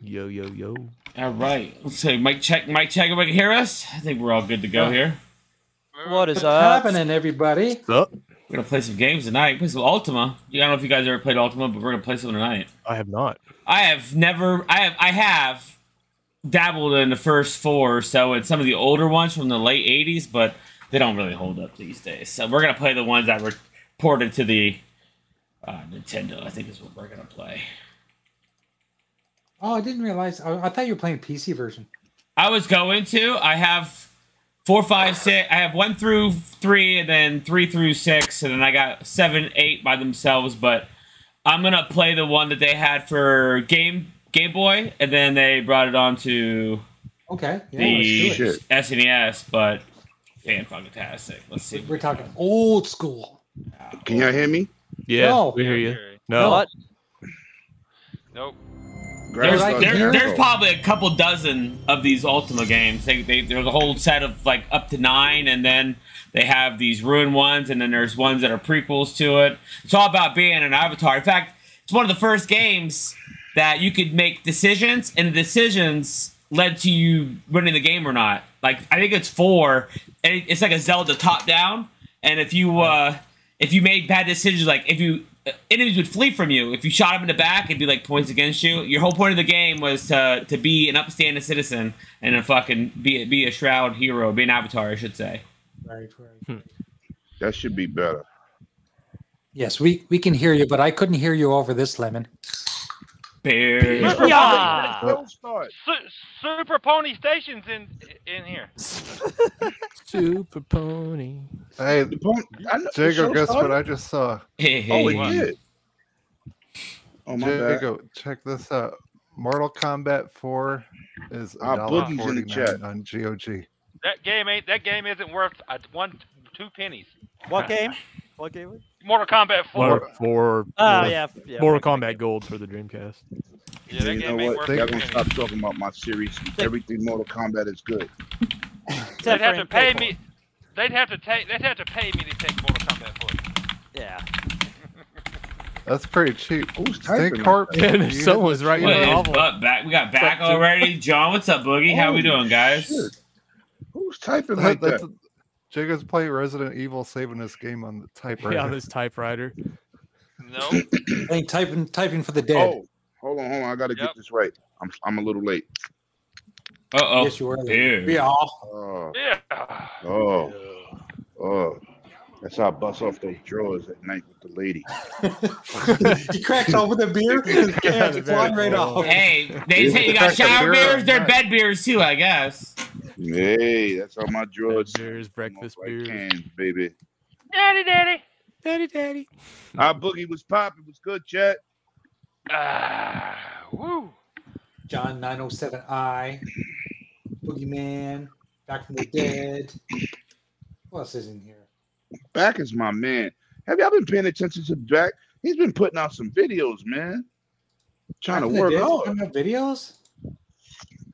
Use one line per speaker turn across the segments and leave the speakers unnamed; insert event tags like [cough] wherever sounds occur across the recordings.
yo, yo, yo.
All right. So mic check, mic check. Everybody hear us? I think we're all good to go here.
What is
What's
up?
happening, everybody?
Sup?
We're gonna play some games tonight. Play some Ultima. Yeah, I don't know if you guys ever played Ultima, but we're gonna play some tonight.
I have not.
I have never. I have. I have dabbled in the first four or so, and some of the older ones from the late '80s, but they don't really hold up these days. So we're gonna play the ones that were ported to the uh, Nintendo. I think is what we're gonna play.
Oh, I didn't realize. I, I thought you were playing PC version.
I was going to. I have four, five, six. I have one through three, and then three through six, and then I got seven, eight by themselves. But I'm gonna play the one that they had for game Game Boy, and then they brought it on to
Okay. Yeah,
the
let's do it.
SNES. But fan fucking tastic. Let's see.
We're talking old school.
Can y'all hear me?
Yeah,
No.
we hear you.
Oh,
No,
What?
Nope.
There's,
Right,
there-
here.
there's probably a couple dozen of these Ultima games. They, they, there's a whole set of like up to nine, and then they have these ruined ones, and then there's ones that are prequels to it. It's all about being an avatar. In fact, it's one of the first games that you could make decisions, and the decisions led to you winning the game or not. Like I think it's four, and it- it's like a Zelda top down. And if you uh, if you made bad decisions, like if you uh, enemies would flee from you, if you shot them in the back, it'd be like points against you. Your whole point of the game was to to be an upstanding citizen and a fucking be be a shroud hero, be an avatar, I should say.
Right, right.
Hmm.
That should be better.
Yes, we, we can hear you, but I couldn't hear you over this lemon.
Bear.
Yeah.
Don't start.
Su- Super Pony Station's in in here.
Super Pony.
Hey,
The point, I know, the
Jago,
show
guess what
started?
I just saw?
[laughs] Hey, hey.
Oh, it did. Oh my god.
Jago, check this out. Mortal Kombat 4 is
Ah, Boogie's in the chat.
$1.49 on GOG.
That game ain't that game isn't worth uh, one two pennies.
What game? What
[laughs]
game? was-
Mortal Kombat Four.
Four, four,
Uh,
Oh
Mortal-
yeah. f- yeah.
Mortal Kombat Gold for the Dreamcast. [laughs]
Yeah, that
you know
game ain't
what?
worth
They're
two
gonna stop
pennies.
talking about my series. Everything Mortal Kombat is good.
They'd
Except
have
for
to
in
pay
paper.
me. They'd have to take. They'd have to pay me to take Mortal Kombat Four.
Yeah.
That's pretty cheap.
Who's typing
State
like
Corp.
that?
[laughs] you
Yeah,
hit
someone's
the
right
What
now.
[laughs]
is
Novel.
butt back? We got back
What's up, dude?
already. John, what's up, Boogie? How we
Holy
doing, guys?
shit. Who's typing
That,
like
that's
that?
Jago's playing Resident Evil, saving this game on the typewriter.
Yeah, on this typewriter.
No.
[laughs]
Playing typing typing for the dead.
Oh, hold on, hold on. I gotta
Yep.
get this right. I'm I'm a little late.
Uh oh.
yes, you were.
Dude.
Yeah.
Oh,
yeah.
oh, oh. That's how I bust off those drawers at night with the
[laughs]
lady.
[laughs] he cracks open the beer.
[laughs] Yeah,
and
the
it's flying right
beer.
off.
Hey, they say you got shower beers. They're bed beers too, I guess.
Hey, that's how my drawers.
Beers, breakfast
Like
beers.
cans,
[laughs]
baby.
Daddy, daddy.
Daddy, daddy.
Our boogie was popping. Was good, chat.
Ah, woo.
John 907i, Boogeyman, Back from the Dead. What else is in here?
Back is my man. Have y'all been paying attention to Back? He's been putting out some videos, man. Trying to
Back from the
work
Dead's
hard.
coming up videos?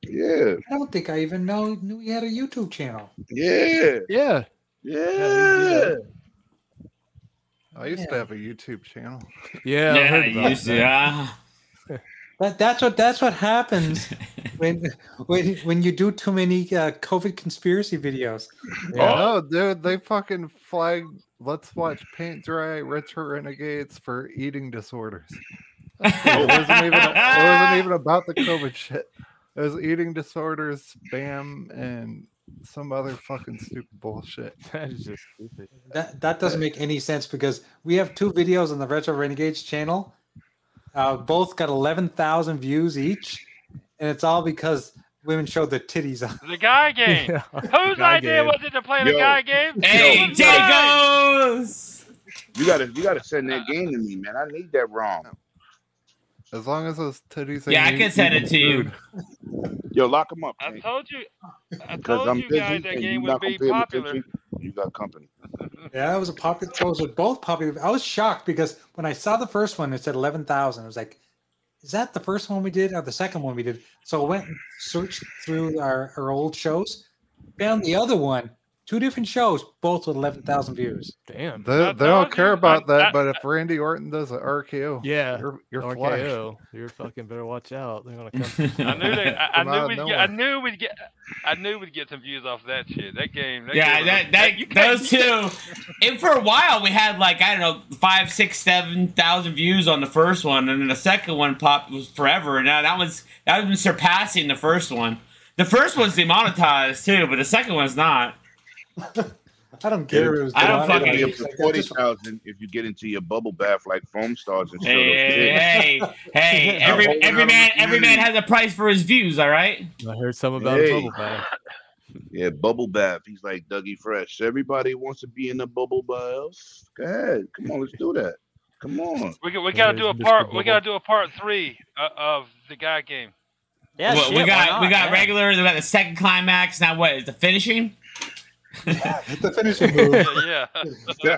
Yeah,
I don't think I even know knew he had a YouTube channel.
yeah,
Yeah.
yeah.
I used to have a YouTube channel.
Yeah. I heard about
you see,
that.
uh,
That, that's what that's what happens when when when you do too many uh, COVID conspiracy videos.
Oh, dude, they fucking flagged Let's Watch Paint Dry Retro Renegades for
[laughs]
eating disorders. it, wasn't even, it wasn't even about the COVID shit. It was eating disorders, spam, and some other fucking stupid bullshit.
[laughs] That is just stupid.
That that doesn't make any sense because we have two videos on the Retro Renegades channel. Uh, both got eleven thousand views each, and it's all because women showed their titties on.
The guy game.
Yeah.
Whose
Guy
idea
game.
was it to play the
Yo.
guy game?
hey,
It was mine.
Jagos.
You gotta, you gotta send that game to me, man. I need that wrong.
As long as those titties.
Yeah, I
ain't
can send it to
eating
you.
food.
Yo, lock him up,
I
man.
told you. I
Because
told
I'm
you
busy
guys
and
that game
you're
would
not gonna
be
pay me
popular.
attention. You got company.
Yeah, that was a popular. Those were both popular. I was shocked because when I saw the first one, it said eleven thousand. I was like, "Is that the first one we did, or the second one we did?" So I went and searched through our, our old shows, found the other one, Two different shows, both with eleven thousand views.
Damn.
They,
That-
they don't
that-
care about
that-
that, but if Randy Orton does an RKO,
Yeah.
you're, you're flying.
RKO. You're fucking better watch out. [laughs] They're gonna come.
I knew they, I, I
From out
knew
of
we'd get, I
nowhere.
knew we'd get I knew we'd get some views off that shit. That game. That
yeah,
game
that, that
[laughs]
those two. And for a while, we had like I don't know five, six, seven thousand views on the first one, and then the second one popped was forever. And now that one's that has been surpassing the first one. The first one's demonetized too, but the second one's not.
I don't care. if It was
I don't
Devon,
fucking-
but
It'll be up
it's
to
like, that's
forty
just-
thousand if you get into your bubble bath like foam stars and show those tits.
Hey, hey, hey! Every
holding
every
on to
man
the
every man has a price for his views. All right.
I heard something about
Hey.
bubble bath.
Yeah, bubble bath. He's like Dougie Fresh. Everybody wants to be in the bubble bath. Go ahead, come on, let's do that. Come on.
we, we gotta do a
Mr.
part. We
Bubble.
gotta do a part three uh, of the guy game.
[laughs]
Yeah,
Well,
shit,
we
why
got we
not?
got
Yeah.
regular. We got the second climax. Now what is the finishing?
the finishing move. [laughs]
Yeah, [laughs] yeah.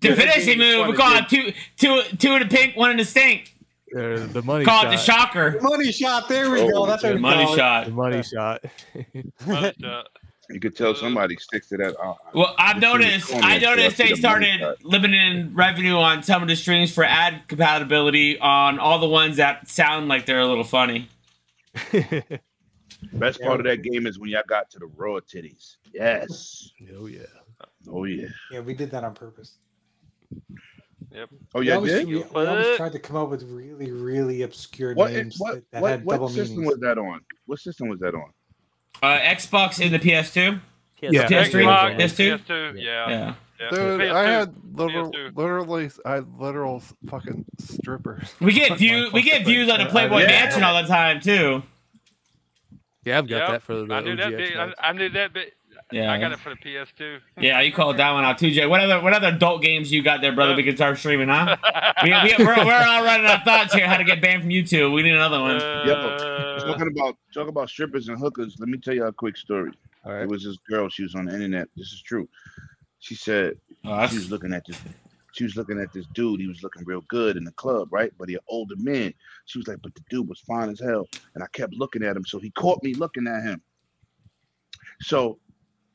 The
Yeah,
finishing
it's
move. We
funny,
call
yeah.
it two two two in the pink, one in the stink.
Or the money
Call
shot.
it the shocker.
money shot. There we go.
Oh,
That's what
yeah,
we
Money
call it.
shot.
The money shot. [laughs]
But, uh,
[laughs]
you could tell somebody sticks to that. Uh,
Well, I've
Just in the
noticed.
corner
I
until I
noticed
see
they
the money
started
cut.
limiting revenue on some of the streams for ad compatibility on all the ones that sound like they're a little funny.
oh
best part of that game is when y'all got to the raw titties. Yes.
yeah.
Oh yeah.
Yeah, we did that on purpose.
Oh
We
yeah.
always,
Did?
we- we always tried to come up with really, really obscure
What? eh,
names
What?
that, that
What?
had
What
double
system
meanings.
was that on? What system was that on?
Uh, Xbox in the PS2.
Yeah.
PS3.
Xbox,
PS2.
PS2, Yeah.
Yeah.
yeah.
Dude,
PS2.
I had literal,
PS2.
literally, I had literal s- fucking
[laughs]
strippers.
We get
Fuck
view.
my
We get
fucking
views on the
thing.
Playboy
Yeah.
Mansion all the time too.
Yeah, I've got
Yep,
that for the
I knew
OG
that bit. I,
Xbox.
I knew that bit.
Yeah.
I got it for the PS2.
Yeah, you called that one out too, Jay. What other what other adult games you got there, brother? We can start streaming, huh? We, we, we're, we're all running out of thoughts here. How to get banned from YouTube? We need another one.
Uh,
Talking about talking about strippers and hookers. Let me tell you a quick story.
All right.
It was this girl. She was on the internet. This is true. She said
Oh, that's-
she was looking at this. She was looking at this dude. He was looking real good in the club, right? But he an older man. She was like, but the dude was fine as hell. And I kept looking at him. So he caught me looking at him. So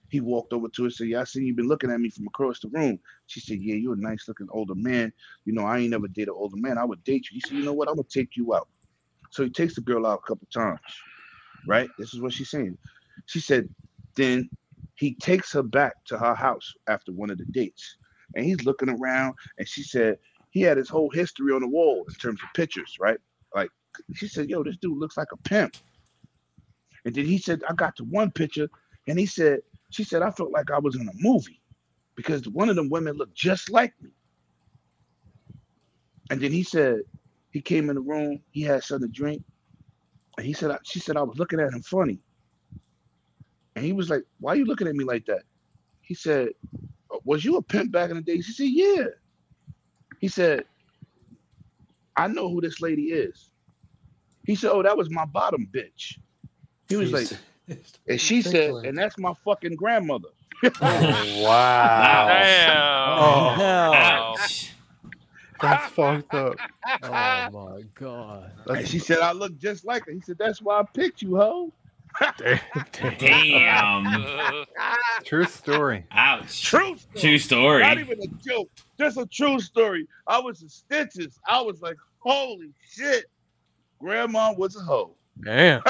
he walked over to her and said, Yeah, I seen you been looking at me from across the room. She said, Yeah, you're a nice looking older man. You know, I ain't never dated an older man. I would date you. He said, You know what? I'm gonna take you out. So he takes the girl out a couple times, right? This is what she's saying. She said, Then he takes her back to her house after one of the dates. And he's looking around, and she said, He had his whole history on the wall in terms of pictures, right? Like, she said, Yo, this dude looks like a pimp. And then he said, I got to one picture, and he said, She said, I felt like I was in a movie because one of them women looked just like me. And then he said, He came in the room, he had something to drink, and he said, I- She said, I was looking at him funny. And he was like, Why you looking at me like that? He said, "Uh, Was you a pimp back in the day? She said, Yeah. He said, I know who this lady is. He said, Oh, that was my bottom bitch. He was like,
[laughs]
and she said,
Ridiculous.
and that's my fucking grandmother.
oh, wow.
Damn.
Oh, hell.
Ouch.
That's fucked up.
[laughs] Oh my god.
And
That's,
she said, I look just like her. He said, That's why I picked you, ho.
Damn.
Uh,
[laughs] true story.
Ouch.
True story.
True story. [laughs]
Not even a joke. Just a true story. I was in stitches. I was like, Holy shit. Grandma was a hoe.
Damn.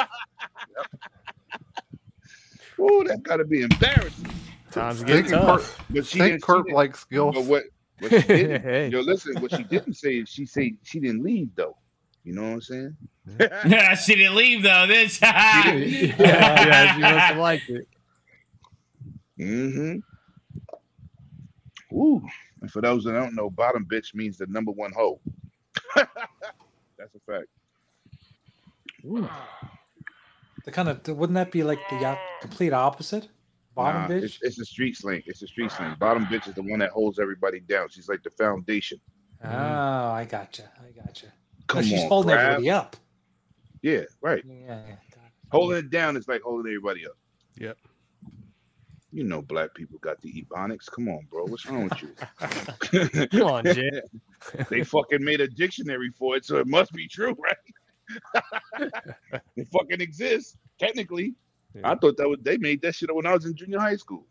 Ooh, that gotta be embarrassing.
Times get
Think Kurt,
tough.
But she
think
didn't, she
Kurt
didn't-
likes
but
Gilf.
what, what she
[laughs]
didn't
[laughs] Hey.
yo, listen, what she didn't say is she say she didn't leave though. You know what I'm saying?
she didn't leave though. This. [laughs]
yeah, yeah, she must have liked it.
Mm-hmm. Ooh. And for those that don't know, bottom bitch means the number one hoe. [laughs] That's a fact.
The kind of wouldn't that be like the uh, complete opposite? Bottom
Nah,
bitch.
It's, it's a street slang. It's a street slang. Bottom bitch is the one that holds everybody down. She's like the foundation.
Oh, I gotcha. I gotcha. 'Cause
mm. Come
she's
on,
holding
Brad.
everybody up.
Yeah, right.
Yeah, yeah. got it.
Holding it down is like holding everybody up.
Yep.
You know, black people got the ebonics. Come on, bro. What's wrong with you?
[laughs] Come on, Jay.
[laughs] they fucking made a dictionary for it, so it must be true, right? [laughs] it fucking exists technically. I
Yeah.
thought that was they made that shit up when I was in junior high school.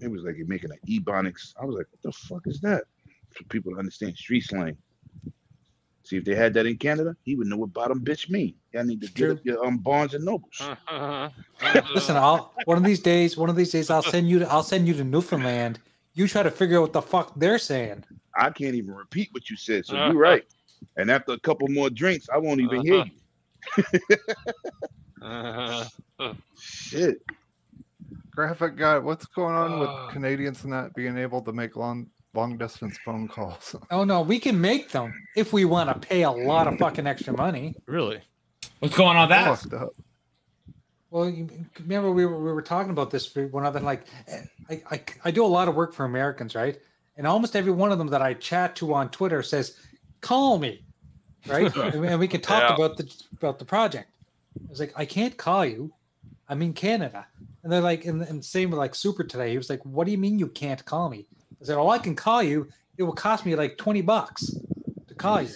It was like you're making an ebonics. I was like, what the fuck is that? For people to understand street slang. See if they had that in Canada, he would know what bottom bitch mean. Y'all need to get up your um, Barnes and Nobles.
[laughs] Listen, I'll one of these days, one of these days, I'll send you. To, I'll send you to Newfoundland. You try to figure out what the fuck they're saying.
I can't even repeat what you said, so you're right. And after a couple more drinks, I won't even hear you.
[laughs]
Shit.
Graphic guy, what's going on
Uh.
with Canadians not being able to make long long distance phone calls? [laughs]
Oh no, we can make them if we want to pay a lot of fucking extra money.
Really?
What's going on with that?
Fucked up.
Well, you, remember we were, we were talking about this for one other like I, I I do a lot of work for Americans, right? And almost every one of them that I chat to on Twitter says, "Call me," right? and, we- and we can talk
Yeah.
about the about the project. I was like, "I can't call you. I'm in Canada." And they're like, and, and same with like Super today. He was like, "What do you mean you can't call me?" I said, "Oh, I can call you. It will cost me like twenty bucks to call you."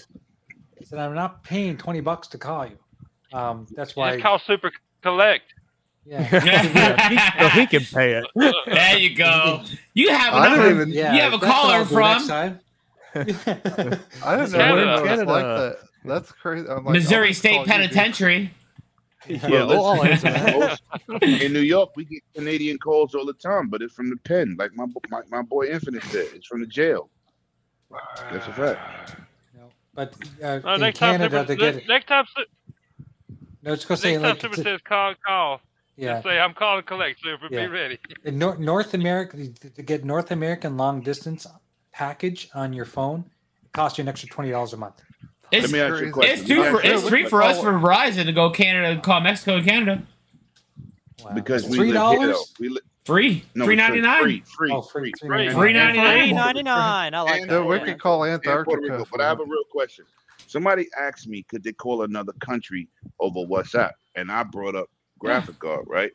I said, "I'm not paying twenty bucks to call you." Um, that's why.
Just call Super Collect.
[laughs]
yeah.
No, he can pay it.
there you go. You have
I
another.
don't even.
You have a
that's what
caller
I'll do next
from-
[laughs]
time.
I don't know.
Canada.
Canada. Like
Canada.
that. That's crazy. I'm like, I'll
Missouri
just call
State
you, dude.
Penitentiary.
Yeah,
Well,
I'll I'll answer
listen,
[laughs]
[laughs]
that.
in New York, we get Canadian calls all the time, but it's from the pen, like my my, my boy Infinite said. It's from the jail. That's a
Ah,
fact.
No, But uh,
Uh,
in
next, time
Canada,
Super,
they
ne-
get it.
next time, Su-
No, it's gonna
next
say
time
like
Super
it's-
says call, call.
yeah.
Just say I'm calling Collect. Super,
Yeah.
be ready.
In North North America, to get North American long distance package on your phone, it costs you an extra twenty dollars a month.
It's,
Let me ask you a
It's
question.
it's two for it's three for us
oh.
for Verizon to go Canada call Mexico to Canada.
Wow.
because we
three
live here,
dollars.
though. We li-
Free.
no,
Three
we said
ninety nine.
Free, free,
Oh,
free.
free, free,
Free ninety
Three
nine.
ninety nine. I like
And
Dude, we
that.
could call
and Puerto Rico.
Antarctica.
But I have a real question. Somebody asked me, could they call another country over WhatsApp? And I brought up graphic card, right?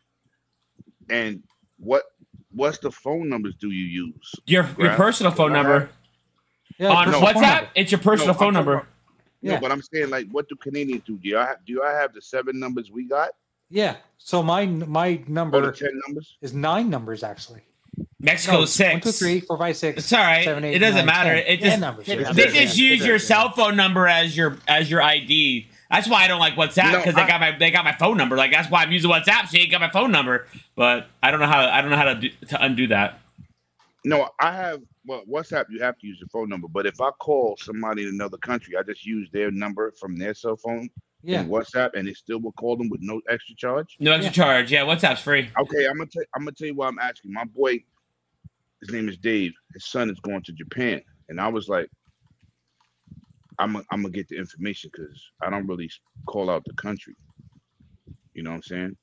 And what what's the phone numbers do you use?
Your your
Right.
personal phone number
Yeah,
on
personal phone
WhatsApp.
number.
It's your personal
No, I'm
phone
talking
number.
about- Yeah.
Yeah.
but I'm saying like, what do Canadians do? Do I have, do I have the seven numbers we got
Yeah. So my my
or the
number
ten numbers?
is nine numbers actually.
Mexico
No, it's
six.
One, two, three, four, five, six.
It's all right.
seven, eight,
it doesn't
nine,
matter.
10.
It
Yeah,
just
numbers.
It-
yeah.
they
Yeah.
just use your cell phone number as your as your ID. That's why I don't like WhatsApp
No,
because they
I-
got my they got my phone number. Like that's why I'm using WhatsApp. So you got my phone number, but I don't know how I don't know how to do, to undo that.
No, I have. Well, WhatsApp, you have to use your phone number. But if I call somebody in another country, I just use their number from their cell phone
Yeah.
in WhatsApp, and it still will call them with no extra charge.
No extra charge. Yeah, WhatsApp's free.
Okay, I'm gonna tell I'm gonna tell you why I'm asking. My boy, his name is Dave. His son is going to Japan, and I was like, I'm i I'm gonna get the information because I don't really call out the country. You know what I'm saying?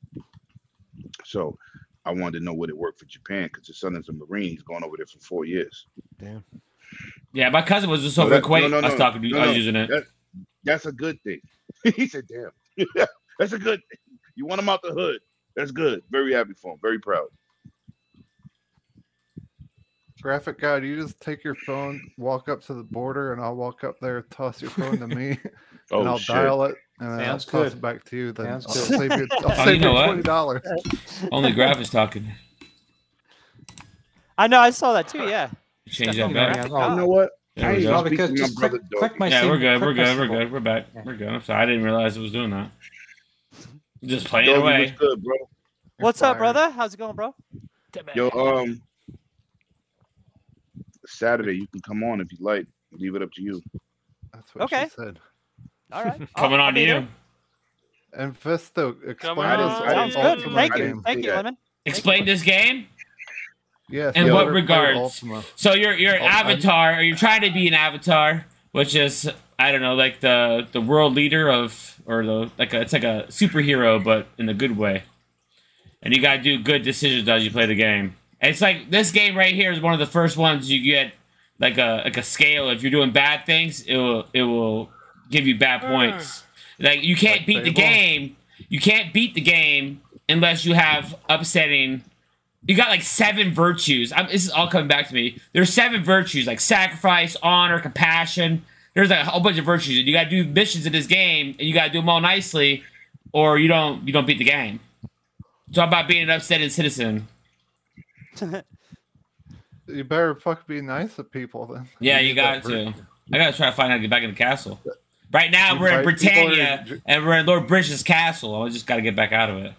So I wanted to know would it work for Japan because his son is a Marine. He's going over there for four years.
Yeah, my cousin was just
No,
over
that-
Kuwait.
no, no,
I was
no,
talking to
no,
I was
no.
using it.
That- That's a good thing. [laughs] he said, "Damn, [laughs] that's a good. Thing. You want him out the hood. That's good. Very happy for him. Very proud."
Graphic guy, do you just take your phone, walk up to the border, and I'll walk up there, toss your phone to
[laughs]
me,
Oh,
and I'll dial it, and then
Sounds
I'll
good.
toss it back to you. Then
Sounds
I'll
good.
[laughs]
save you, I'll
Oh, you
save you
know what?
twenty dollars.
Only Graf is talking.
I know. I saw that too. Yeah.
Change
Yeah,
that back.
yeah,
You
oh,
know what?
There
I
we
ain't
go.
no, because
speaking
just
of brother
click, click
dog.
my
Yeah,
sim-
we're good.
click
We're
my
good. We're
symbol.
good. We're back.
Yeah.
We're good. I'm sorry. I didn't realize it was doing that. Just playing
Doggy, what's
away.
good, bro?
You're
What's up,
fired.
brother? How's it going, bro?
Yo, um, Saturday you can come on if you like. Leave it up to you.
That's what
Okay.
she said.
All right. Oh,
[laughs]
I'll-
Coming
I'll
on to
be there.
you.
And Fisto,
on,
explain this
I didn't
Sounds
see
Ultima
that.
good. Thank
I
game.
you.
didn't
Thank
see
you,
that.
Lemon.
Explain this game.
Yes.
In
you
what
ever played
regards?
Ultima.
So you're you're an
Oh, I'm-
avatar, or you're trying to be an avatar, which is I don't know, like the the world leader of, or the like a, it's like a superhero, but in a good way. And you gotta do good decisions as you play the game. And it's like this game right here is one of the first ones you get like a like a scale. If you're doing bad things, it will it will give you bad points. Like you can't
Like
beat the
Fable?
game. You can't beat the game unless you have upsetting you got like seven virtues. I'm, this is all coming back to me. There's seven virtues like sacrifice, honor, compassion. There's like a whole bunch of virtues, and you got to do missions in this game, and you got to do them all nicely, or you don't you don't beat the game. It's all about being an upsetting citizen.
You better fuck be nice to people then.
Yeah, you got
that
to.
virtue.
I gotta try to find out to get back in the castle. Right now
You
we're in
fight people or
Britannia
you-
and we're in Lord Bridges' castle. I just gotta get back out of it.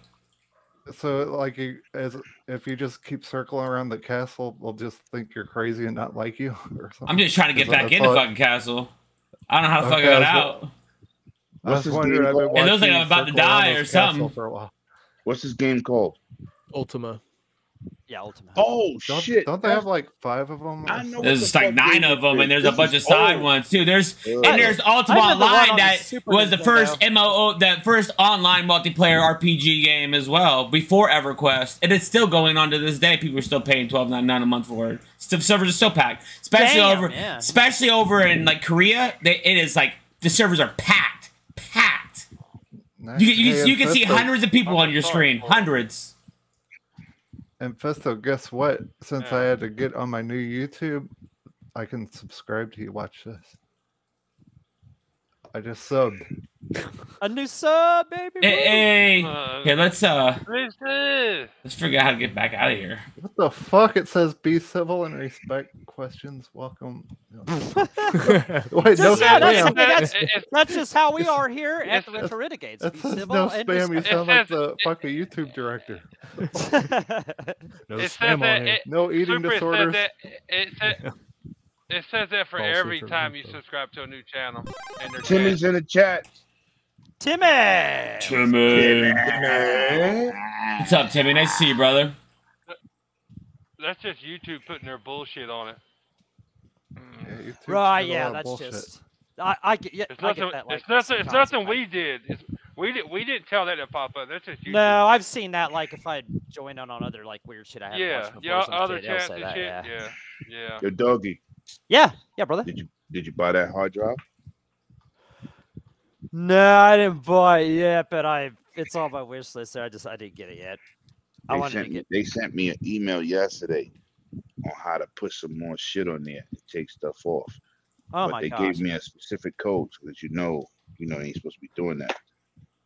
So like you as if you just keep circling around the castle, they'll just think you're crazy and not like you [laughs] or something.
I'm just trying to get
Is that
back
a
in the
thought?
fucking castle. I don't know how the fuck I
Okay,
got out.
so- I
What's
was
his
wondering.
name
I've been
called?
It looks like
watching you
I'm about to
circle around
die or
this castle
something.
For a while.
What's this game called?
Ultima.
Yeah, ultimately.
Oh
Don't,
shit!
don't they have like five of them?
I know.
There's
what
just
the
like
fuck
nine
game
of them, and
this is.
there's a
This
bunch of
is
side
old.
ones too. There's
Ugh.
and there's Ultima
I did the one
Online
on the
that
Super
was the
Nintendo.
first MMO, that first online multiplayer RPG game as well before EverQuest, and it's still going on to this day. People are still paying twelve ninety nine a month for it. Still, servers are still packed, especially
Damn,
over,
yeah.
especially over in like Korea. They, it is like the servers are packed, packed.
Nice.
You, you,
Hey,
you can see
Infesto-
hundreds of people on your screen, hundreds.
And Festo, guess what? Since I
Yeah.
had to get on my new YouTube, I can subscribe to you. Watch this. I just subbed.
A new sub, baby.
Hey, hey.
Uh,
Here, let's uh,
What is this?
let's figure out how to get back out of here.
What the fuck? It says be civil and respect questions. Welcome.
[laughs]
No. [laughs] Wait, no,
Just yeah, that's-
spam.
that's-
It- it-
That's just how we are here
It's-
at the
it's-
Winter Renegades.
That
Be
says
civil
no
[laughs]
and
spam. You
respect-
sound
It
[laughs]
says-
like the fucking YouTube director.
respect-
No
It says
spam
that
on here.
it-
No eating
Super said
disorders.
that. It, said, it says that for
Call
every
Super
time you
Nintendo.
subscribe to a new channel. And their
Timmy's in the chat.
[laughs] Timmy.
Timmy. What's up, Timmy? Nice to see you, brother.
That's just YouTube putting their bullshit on it.
Yeah, YouTube
Right?
did a lot
Yeah,
of
that's
bullshit.
just. I, I get. Yeah,
It's
I
nothing.
get that. Like,
it's nothing. It's
sometimes,
nothing
like-
we did. It's, we did. We didn't tell that to pop up. That's just YouTube.
No, I've seen that. Like if I join in on other like weird shit I haven't
Yeah.
watched before,
Yeah.
some
Other
kid, they'll
chats
say
and
that,
shit.
yeah.
Yeah. Yeah.
Yo, doggy,
yeah, yeah, brother.
did you did you buy that hard drive?
No, I didn't buy it yet, but I it's on my wish list. So I just I didn't get it yet. I
They
wanted
sent
to
me,
get.
they sent me an email yesterday on how to put some more shit on there to take stuff off.
Oh
but
my
they
gosh.
gave me a specific code because you know, you know, they ain't supposed to be doing that.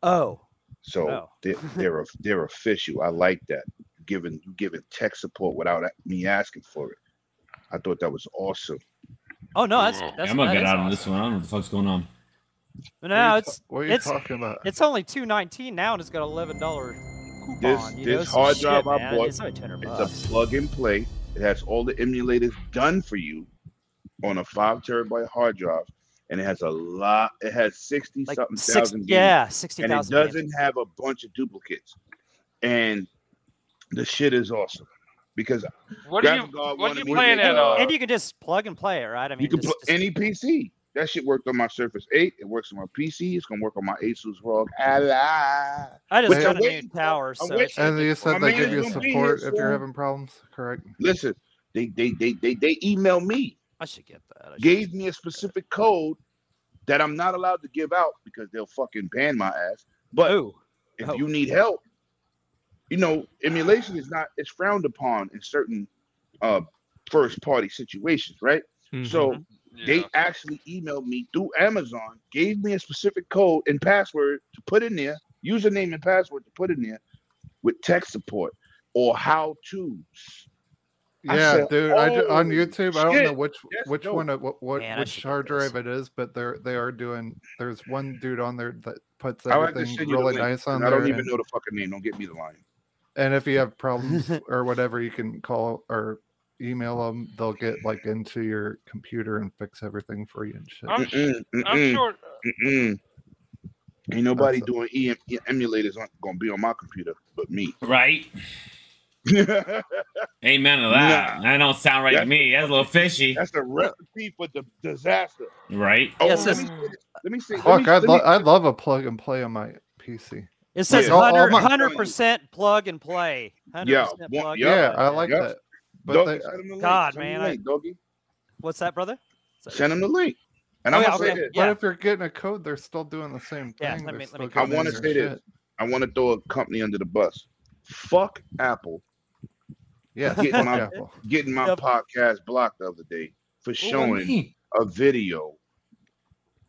Oh,
So
[laughs] Oh.
they're, they're they're official. I like that. Giving you giving tech support without a- me asking for it. I thought that was awesome.
oh no, that's
Yeah,
that's
I'm gonna
that
get
is
out on
awesome.
this one. I don't know what the fuck's going on.
What are
No,
you
it's
ta- what are you
it's-
talking about?
it's only two nineteen now, and it's got eleven dollar coupon.
This-
you know,
this
some
hard
shit,
drive I
man.
bought,
It's only 200
It's
bucks.
a plug and play. It has all the emulators done for you on a five terabyte hard drive, and it has a lot. It has sixty
like
something
six,
thousand games.
yeah, sixty
and it
thousand. games.
doesn't have a bunch of duplicates. And the shit is awesome because
What are you?
Graphic God
What are
wanted
you
me to
playing
get,
that
uh,
on?
And you can just plug and play it, right? I mean,
you can
just,
put
just-
any PC. That shit worked on my Surface 8. It works on my PC. It's gonna work on my Asus ROG Ally.
I
Which
just got
I'm
a new
waiting for.
tower, so
waiting
it's
for
And you
my
said they
man
give you
is gonna be here
support if you're
soon.
having problems, correct?
Listen, they they they they they emailed me,
I should get that. I should
gave me a specific code that I'm not allowed to give out because they'll fucking ban my ass. But
Oh,
if
Oh.
you need help, you know, emulation is not it's frowned upon in certain uh first party situations, right?
Hmm.
Mm-hmm.
So
Yeah.
they actually emailed me through Amazon, gave me a specific code and password to put in there, username and password to put in there with tech support or how to. I
Yeah,
said,
dude. I ju- on
"Oh,
YouTube, I don't know
shit,
which
that's
which
dope."
one it- what what
Man, I
which
should get
hard
this.
drive it is, but they're they are doing. There's one dude on there that puts
I'll have to send
everything
you the
really
link,
nice on
And I
there.
don't even
and,
know the fucking name. Don't get me the line.
and if you have
[laughs]
problems or whatever, you can call or email them. They'll get like into your computer and fix everything for you and shit.
I'm,
Mm-mm,
I'm
mm.
uh,
mm-mm,
sure.
mm-mm. Ain't nobody
That's-
doing em- emulators on, gonna be on my computer but me. [laughs]
Right? Amen to that. That don't sound right to
That's-
me. That's a little fishy.
That's a recipe for the disaster.
Right?
Oh,
Yeah, it
let,
says-
me, see this. let me see. let
Fuck,
me-
I'd,
let
lo-
me-
I'd love a plug and play on my PC.
It says
Yeah. Oh,
oh,
100
my-
percent plug and play. 100%
one-
plug
Yeah,
Yeah,
and play.
I like
yeah.
that. But
Doggy,
they,
send him the link.
God,
Send him the
man, I-
link, doggy.
What's that, brother? So-
Send him the link. And
Oh,
I'm
yeah,
gonna say
okay.
this.
but
Yeah.
if you're getting a code, they're still doing the same
Yeah,
thing.
let
They're
me- let
still
me- I
getting
wanna
their
say this.
shit.
I want to throw a company under the bus. Fuck Apple
Yes,
Get
fuck
my-
Apple.
getting my
Yep.
podcast blocked the other day for
What do you
showing
mean?
a video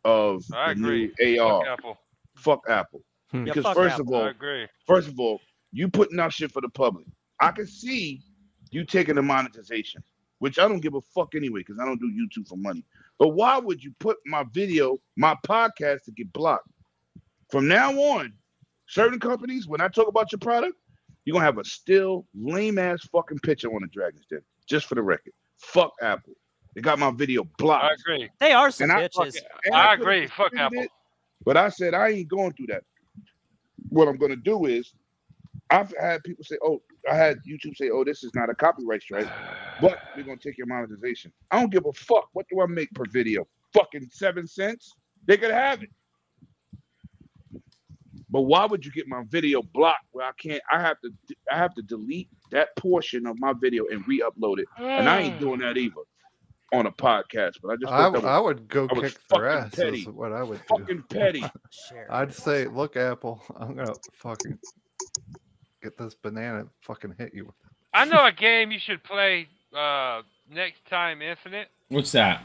of
I
the
agree.
new AR.
Oh.
Fuck Apple.
Fuck Apple.
Hmm.
Yeah,
Because
fuck
first
Apple.
of all,
I agree.
first of all, you putting out shit for the public. I can see you taking the monetization. which I don't give a fuck anyway because I don't do YouTube for money. But why would you put my video, my podcast, to get blocked? From now on, certain companies, when I talk about your product, you're gonna have a still lame ass fucking picture on the Dragon's Den. Just for the record, fuck Apple. They got my video blocked.
I agree.
They are some
And I
bitches.
Uh, And
I
could've
agree. Fuck
defended
Apple.
it, But I said I ain't going through that. What I'm gonna do is, I've had people say, "Oh, I had YouTube say, oh, this is not a copyright
[sighs]
strike, but we're gonna take your monetization." I don't give a fuck. What do I make per video? Fucking seven cents. They could have it. But why would you get my video blocked where I can't? I have to. I have to delete that portion of my video and re-upload it, and I
Hmm. Mm.
ain't doing that either on a podcast. But I just
I,
thought that was
I would go
I was
kick
fucking
their ass.
petty.
Is what I would do.
fucking petty.
Share.
I'd say, look, Apple, I'm gonna fucking get this banana and fucking hit you.
I know a game you should play uh, next time, Infinite.
What's that?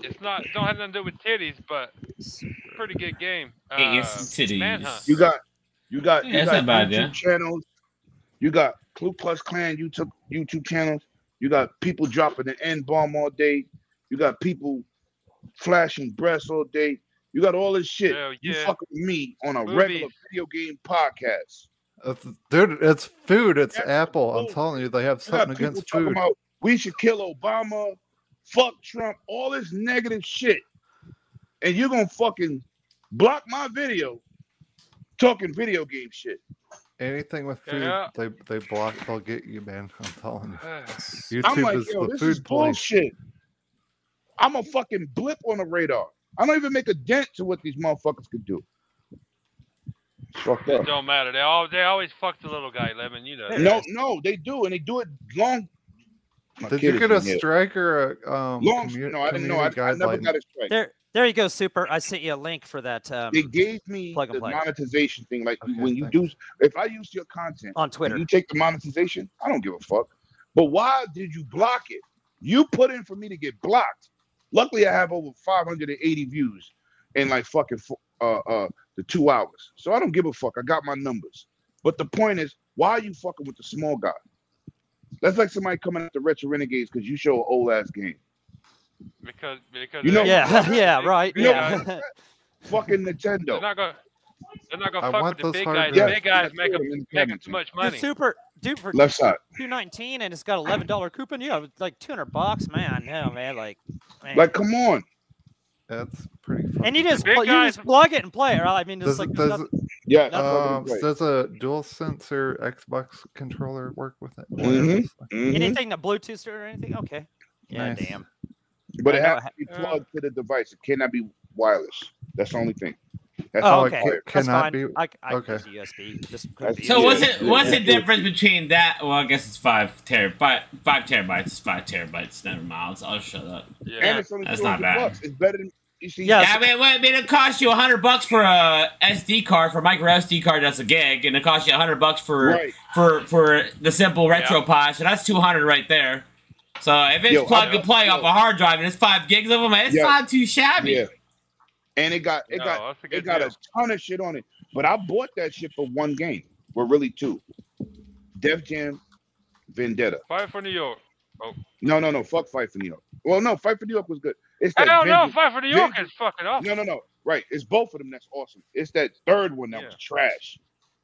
It's not don't have nothing to do with titties, but pretty good game. Uh,
Hey, it's some titties.
Manhunt.
You got, you got,
Yeah,
you
that's not
got
bad,
YouTube
yeah.
channels. You got Ku Klux Klan YouTube YouTube channels. You got people dropping an N bomb all day. You got people flashing breasts all day. You got all this shit.
Hell
You
yeah.
fucking with me on a
Movies.
regular video game podcast.
It's, dude, it's food. It's
That's
Apple. I'm
food.
telling you, they have
You got
something
Oh. people
against
talking
food.
about we should kill Obama, fuck Trump, all this negative shit, and you're gonna fucking block my video talking video game shit.
Anything with food,
Yeah.
they they block. They'll get you, man. [laughs] I'm telling
Uh,
you.
I'm
YouTube
like,
is
yo,
the
this
food
is
police.
bullshit. I'm a fucking blip on the radar. I don't even make a dent to what these motherfuckers could do. Fuck
It
up.
[sighs] don't matter. They all they always fuck the little guy, Lemon. You know.
No, no, they do, and they do it long. My
Did
kid
you
is
get a
in here.
strike or a um,
long?
commu-
no, I didn't know. I,
community
I never
guideline?
got a strike.
There, there you go, Super. I sent you a link for that um,
They gave me
Plug and
the
play.
monetization thing. Like
Okay,
when you do, if I use your content,
on
and
Twitter.
you take the monetization. I don't give a fuck. But why did you block it? You put in for me to get blocked. Luckily, I have over 580 views in like fucking fo- uh, uh, the two hours. So I don't give a fuck. I got my numbers. But the point is, why are you fucking with the small guy? That's like somebody coming at the Retro Renegades because you show an old ass game.
Because because
You know-
they-
Yeah, [laughs] yeah, right.
You know-
[laughs] Yeah.
Fucking
They're
Nintendo.
not gonna they're not
I
gonna fuck
want
with the
those
big
hard
guys. The
drives.
big guys
Yeah,
make
put
them
'em in
making
cabinets.
too much
Dude,
money.
super, dude, for
Left side.
two nineteen, and it's got eleven dollar coupon. You have like two hundred bucks, man. No, man, like, man.
Like, come on.
That's pretty.
and
fucking
you just
Big
cool.
pl- you
guys-
just plug it and play it. Right? I mean,
does,
just like there's
does,
nothing-
Yeah.
That's
um,
fucking great.
does a dual sensor Xbox controller work with it?
Mm-hmm.
Mhm.
mm-hmm.
Mhm.
anything that Bluetooth or anything. Okay. Yeah,
Nice.
damn.
But
I
it
know uh,
has
it
to be
ha-
plugged to the device. It cannot be wireless. That's the only thing. That's
Oh,
all
okay.
required.
That's
Cannot
fine. [laughs]
be-
I, I
okay.
can use USB. Just put it
So
Yeah.
what's
USB.
it? What's the
Yeah.
difference between that? Well, I guess it's five ter five five terabytes. It's five terabytes. Never mind. I'll, I'll shut up.
And it's only
That's
That's
not bad.
bucks. It's better than you see.
Yeah,
Yeah, I mean, well, I mean, it costs you hundred bucks for a SD card for a micro SD card. That's a gig, and it costs you hundred bucks for
Right.
for for the simple
Yeah.
retro pod. So that's two hundred right there. So if it's
Yo,
plug
I-
and play
yo.
off a hard drive and it's five gigs of them, it's
Yeah.
not too shabby.
Yeah. And it got it
no,
got
that's a
it
good
got
deal.
a ton of shit on it. But I bought that shit for one game. Well, really two. Def Jam, Vendetta.
Fight for New York.
No, no, no. Fuck Fight for New York. Well, no, Fight for New York was good. It's
I
that
don't know.
Vengeance-
Fight for New York is fucking awesome.
No, no, no. Right. It's both of them that's awesome. It's that third one that
Yeah.
was trash.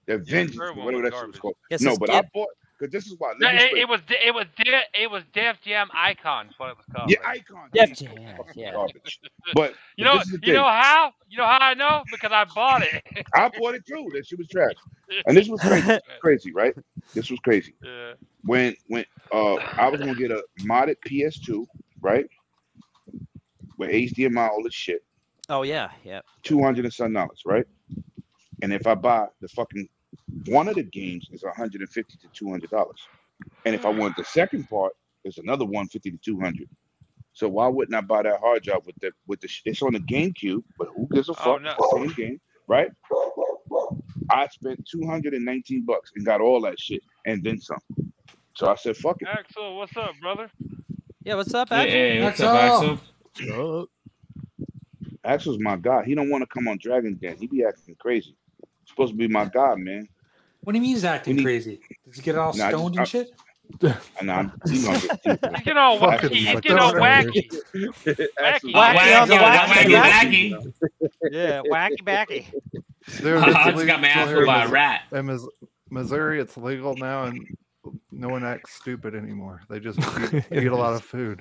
The Vengeance,
third one
whatever that
was
shit was
garbage.
called.
Yes,
no,
it's
but I
Gib-
bought because this is why. let
No,
me
it,
explain.
it was it was Def, it was Def Jam Icon. Is what it was called.
Yeah, icon.
Yeah,
Damn,
yeah,
fucking
yeah.
Garbage. But
you
but
know
this is the
you know
thing.
how you know how I know because I bought it.
I bought it too. That she was trash, [laughs] and this was
[laughs]
crazy, crazy, right? This was crazy.
yeah.
When when uh I was gonna get a modded PS2, right? With HDMI, all this shit,
Oh yeah, yeah.
two hundred and some dollars, right? And if I buy the fucking one of the games is one hundred and fifty to two hundred dollars, and if I want the second part, it's another one fifty to two hundred. So why wouldn't I buy that hard drive with the with the? sh- It's on the GameCube, but who gives a
Oh,
fuck?
no.
It's the same game, right? I spent two hundred and nineteen bucks and got all that shit and then some. So I said, "Fuck it."
Axel, what's up, brother?
Yeah, what's up,
Hey,
Axel?
hey, what's
That's
up,
all.
Axel?
Oh.
Axel's my guy. He don't want to come on Dragon Den. He be acting crazy. Supposed to be my guy, man.
What do you mean he's acting
We need-
crazy? Did you get all
Nah, I just-
stoned
I-
and shit?
And I'm, you know, I'm just teasing.
[laughs] It's getting all
Fucking
wacky. It's
fuck.
getting all wacky.
Actually,
Wacky on the
wacky,
wacky,
wacky.
Yeah, wacky backy.
Dude,
[laughs]
it's
I just got my
legal
ass
here
whooped
in
by a
Mis-
rat.
in Mis- Missouri, it's legal now, and no one acts stupid anymore. They just eat, eat a lot of food.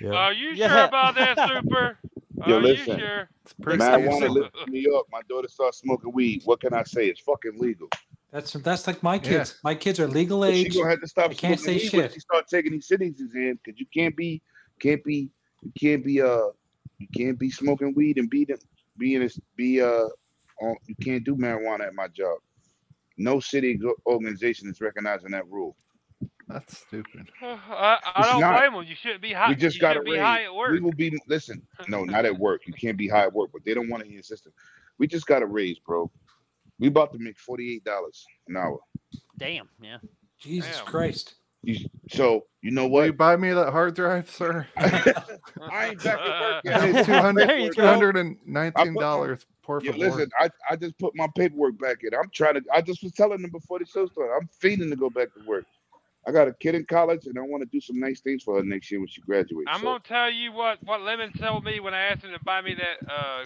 Yeah.
Are you sure
Yeah.
about that, Super? Are
Yo,
you
listen.
sure?
It's pretty
Marijuana
easy.
lives in New York. My daughter starts smoking weed. What can I say? It's fucking legal.
That's that's like my
Yeah.
kids. My kids are legal
But she
age.
gonna have to
I
stop
can't
smoking
say
weed when
shit.
she start taking these citizens in because you can't be, can't be, you can't be uh, you can't be smoking weed and be the, be in a, be uh, on, you can't do marijuana at my job. No city go- organization is recognizing that rule.
That's stupid.
[laughs] I, I
It's
don't
not.
blame them. You shouldn't be high.
We just
you
got
shouldn't
it
be high at work.
We will be listen. No, not at work. You can't be high at work, but they don't want to hear system. We just got a raise, bro. We about to make forty eight dollars an hour.
Damn.
[laughs]
Yeah.
Jesus
Damn.
Christ.
You, so you know
Will
what?
you buy me that hard drive, sir?
I ain't back at work
[laughs]
I
yet.
[laughs]
need 200
There you go.
$219. Por
Yeah,
favor.
listen, I, I just put my paperwork back in. I'm trying to. I just was telling them before the show started. I'm feeling to go back to work. I got a kid in college, and I want to do some nice things for her next year when she graduates.
I'm
so,
gonna tell you what what Lemon told me when I asked him to buy me that uh,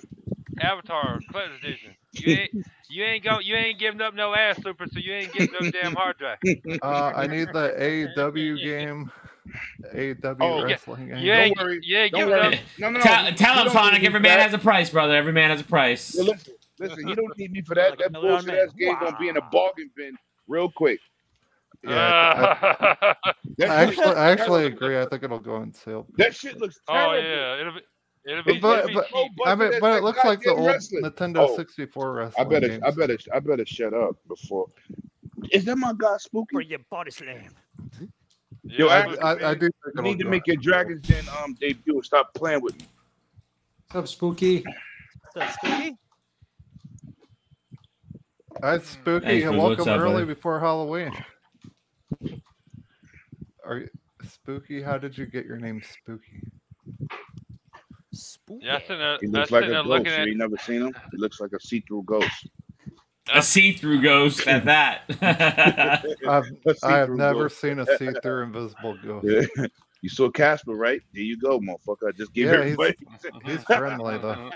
Avatar Clinton edition. You ain't
[laughs]
you ain't go you ain't giving up no ass super, so you ain't getting
[laughs]
no damn hard drive.
Uh, I need the AEW game, AEW
Oh, yeah.
wrestling game.
You ain't
worry.
you ain't
don't
giving [laughs]
worry.
up.
No, no, no.
Tell,
you-
tell
you
him,
don't
Sonic.
need
Every
that.
man has a price, brother. Every man has a price.
Yeah, listen, listen. You don't need me for that. That
Another
bullshit ass game gonna be in a
man.
bargain bin real quick.
uh,
Yeah, I
That [laughs] shit
actually,
looks
I actually
terrible.
agree. I think it'll go on sale.
That shit looks
oh
terrible.
yeah, it'll be it'll be,
But-
it'll be
but-
cheap.
I
Budget
mean, but
is
it looks like the
goddamn
old
wrestling.
Nintendo
Oh.
64
I
wrestling.
better, I
games.
better, I better shut up before. Is that my guy Spooky?
For your body slam.
Yo,
Yeah,
I-
but-
I, I do. Think
You
it'll
need to
go
make
on
your
sale.
Dragons Den um debut and stop playing with me.
What's up, Spooky?
So, Spooky?
Hi, Spooky.
Hey, Spooky, what's
Welcome
up,
early
buddy?
before Halloween. Are you, Spooky? How did you get your name, Spooky?
Spooky.
yeah, I sitting there,
He
I
looks like
sitting
a
there
ghost.
looking
You
at
ain't never seen him. He looks like a see-through ghost. [laughs]
A see-through ghost at [laughs] that.
A
I've, I have
see-through
never
ghost.
seen a see-through invisible ghost.
[laughs] you saw Casper, right? There you go, motherfucker. I just gave
Yeah, he's-
everybody.
Mm-hmm.
He's
[laughs]
friendly though.
Uh-huh.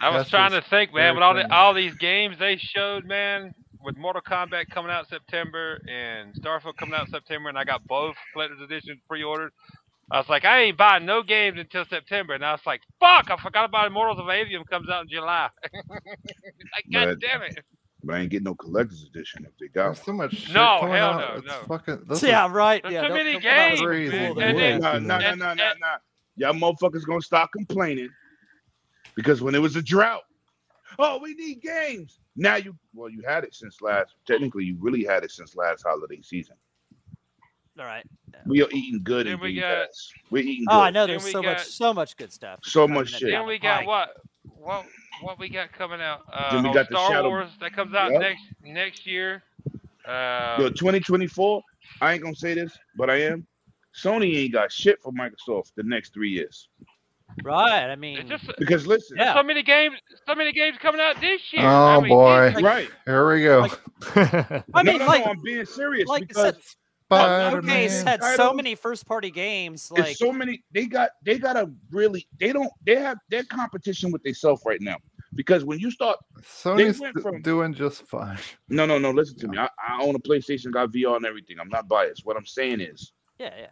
I was
That's
trying to
just
think, man,
very
with all the
funny.
all these games they showed, man, with Mortal Kombat coming out in September and Starfield coming out in September, and I got both collector's editions pre-ordered. I was like, I ain't buying no games until September, and I was like, fuck, I forgot about Immortals of Avium comes out in July. [laughs] like, god
But-
damn it!
But I ain't getting no collector's edition if they got
There's
one.
so much shit
No,
coming
hell
out.
no,
it's
no.
fucking. This is
yeah, right.
There's
Yeah,
too
don't-
many
don't come out with
games,
man.
the
And
rule that-
then-
No, no, no, no, no, no. Y'all motherfuckers gonna stop complaining because when it was a drought, oh, we need games. Now you, well, you had it since last. Technically, you really had it since last holiday season.
All right.
We are eating good and
Then we
being
got-
ass. We're eating good.
Oh, I know.
Then
There's
we
so
got-
much, so much good stuff.
So
Coming
much
up
shit.
down
Then
the
we got
pike.
what? What what we got coming out? Uh,
Then we
oh,
got the
Star
Shadow-
Wars that comes out
Yep.
next next year. Uh,
Yo, 2024, I ain't gonna say this, but I am. Sony ain't got shit for Microsoft the next three years.
Right. I mean,
it's just
Because listen,
Yeah.
so many games, so many games coming out this year.
Oh, boy.
this-
right.
Here we go.
[laughs]
I
no,
mean,
no,
like,
no, I'm being serious
like I
because
said,
Spider-Man.
Showcase had so
Titles.
many first-party games.
it's
Like,
so many they got they gotta really they don't they have their competition with themselves right now. Because when you start
Sony's
went
d-
from-
doing just fine.
no no no listen to me. I, I own a PlayStation, got VR and everything. I'm not biased. What I'm saying is
yeah, yeah.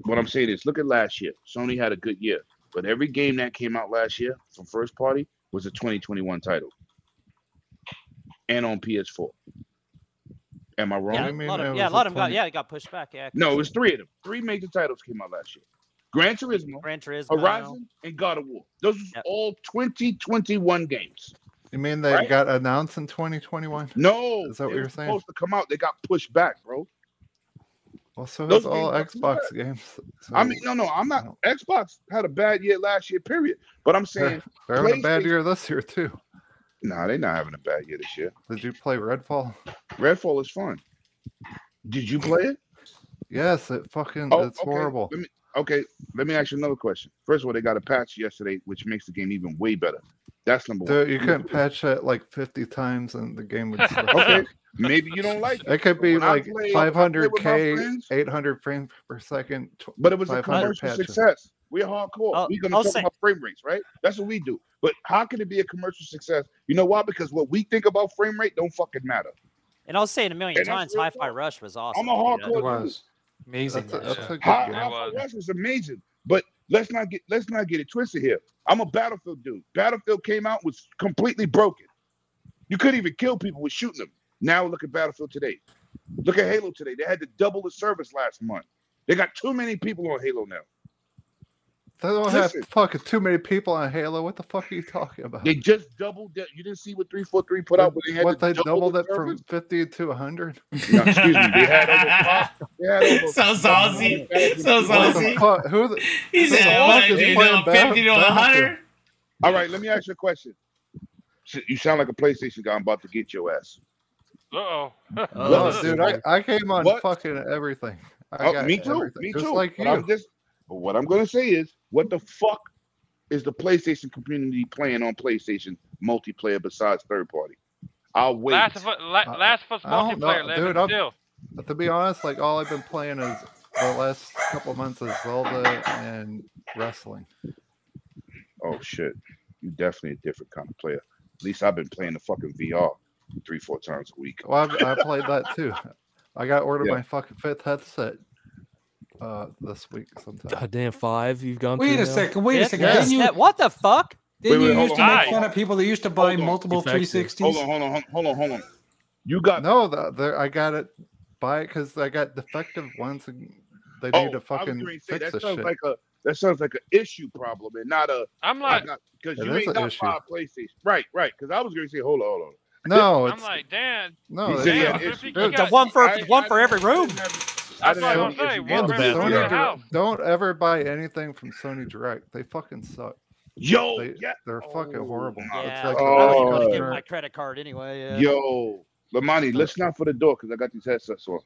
what I'm saying is look at last year. Sony had a good year, but every game that came out last year from first party was a 2021 title. And on PS4. Am I wrong?
I
Yeah, a
mean,
lot
it
of, yeah, a
was
lot
a
of them got,
funny-
yeah, it got pushed back. Yeah. 'cause
No, it was three of them. Three major titles came out last year. Gran Turismo,
Gran Turismo.
Horizon, and God of War. Those was
Yep.
all 2021 games.
You mean they
Right?
got announced in 2021?
No,
Is that what
they
you're
were
saying?
supposed to come out. They got pushed back, bro.
Well, so
Those
it's all
games are
Xbox games.
I
so
mean, no, no, I'm not. Xbox had a bad year last year, period. But
[laughs]
I'm
They're,
saying,
they're having a bad
PlayStation-
year this year too.
nah, they're not having a bad year this year.
Did you play Redfall?
Redfall is fun. Did you play it? Oh,
Yes, it fucking
okay.
it's horrible.
Let me, okay, let me ask you another question. First of all, they got a patch yesterday, which makes the game even way better. That's number one.
Dude, you couldn't patch that like 50 times and the game would
[laughs]
still
Okay,
[laughs] work.
maybe you don't like it,
It could be
When I
like
play- when I play with my
500k,
friends-
800 frames per second. tw-
but it was a
500
commercial
patches.
success. We're hardcore.
I'll-
We're gonna
I'll
talk
say-
about frame rates, right? That's what we do. But how can it be a commercial success? You know why? Because what we think about frame rate don't fucking matter.
And I'll say it a million
And that's
times,
real
Hi Fi
talk.
Rush was
I'm
awesome.
a
you know?
hardcore
It
dude.
was amazing.
That's a,
that
that's
shit.
a good
How,
game.
Yeah.
how Rush was amazing, but let's not get let's not get it twisted here. I'm a Battlefield dude. Battlefield came out was completely broken. You couldn't even kill people with shooting them. Now look at Battlefield today. Look at Halo today. They had to double the service last month. They got too many people on Halo now.
They don't have
Listen.
fucking too many people on Halo. What the fuck are you talking about?
They just doubled that. You didn't see what 343 put out, but they had
what
to
they
double
doubled
the
it from 50 to 100?
service? No, excuse me. They had
[laughs]
over. five- They had over
So saucy. So
What
saucy.
the fuck? Who the,
He
Who the
said,
fuck
what,
is
dude,
playing
on 50 to
Battlefield?
100?
All right, let me ask you a question. Shit, You sound like a PlayStation guy. I'm about to get your ass.
[laughs] oh.
oh,
Listen,
dude, I, I came on
what-
fucking everything. I
Oh,
got
me too.
everything,
Me
just
too.
Like
But
you.
I'm just, but what I'm gonna say is, what the fuck is the PlayStation community playing on PlayStation multiplayer besides third party? I'll wait.
Last of Us, la-
I-
Last of Us
I don't know,
multiplayer,
dude,
dude,
I'm-
still.
But to be honest, like all I've been playing is the last couple months is Zelda and wrestling.
oh shit, you definitely a different kind of player. At least I've been playing the fucking VR three, four times a week.
Well, I've, I played that too. I got ordered
Yeah.
my fucking fifth headset uh this week sometime.
God damn, five you've gone.
Wait
through
a
now?
second. Wait a
Yes,
second.
yes.
Didn't you,
That- what the fuck?
didn't
Wait, wait,
you
hold
used to
on.
make fun of people that used to buy
Hold on.
multiple
Effective.
360s?
Hold on, hold on, hold on, hold on, hold on. You got
No, the, the, I got it by because I got defective ones and they
oh,
need to
I was
fucking
gonna say,
fix
that
this
sounds
shit.
like a that sounds like an issue problem and not a
I'm
I
like,
got because
It
you
is
ain't
an
got
issue.
five PlayStation. Right, right. Because I was gonna say, hold on, hold on.
no,
I'm
it's
like, Dan,
no,
He
it's
said
damn,
that
not-
is-
Griffey, you
dude,
got-
The one for
I-
one for
I-
every room.
I didn't
That's what I'm
have
gonna say.
issues.
One
the
for every
bathroom.
room in the house.
don't ever buy anything from Sony Direct. They fucking suck.
Yo,
They,
yeah.
They're fucking
Oh,
horrible.
nah.
It's
Yeah,
like
I
the best
was gonna
I
Oh.
give
customer-
my credit card anyway. Yeah.
Yo, Lamani, let's not for the door because I got these headsets on.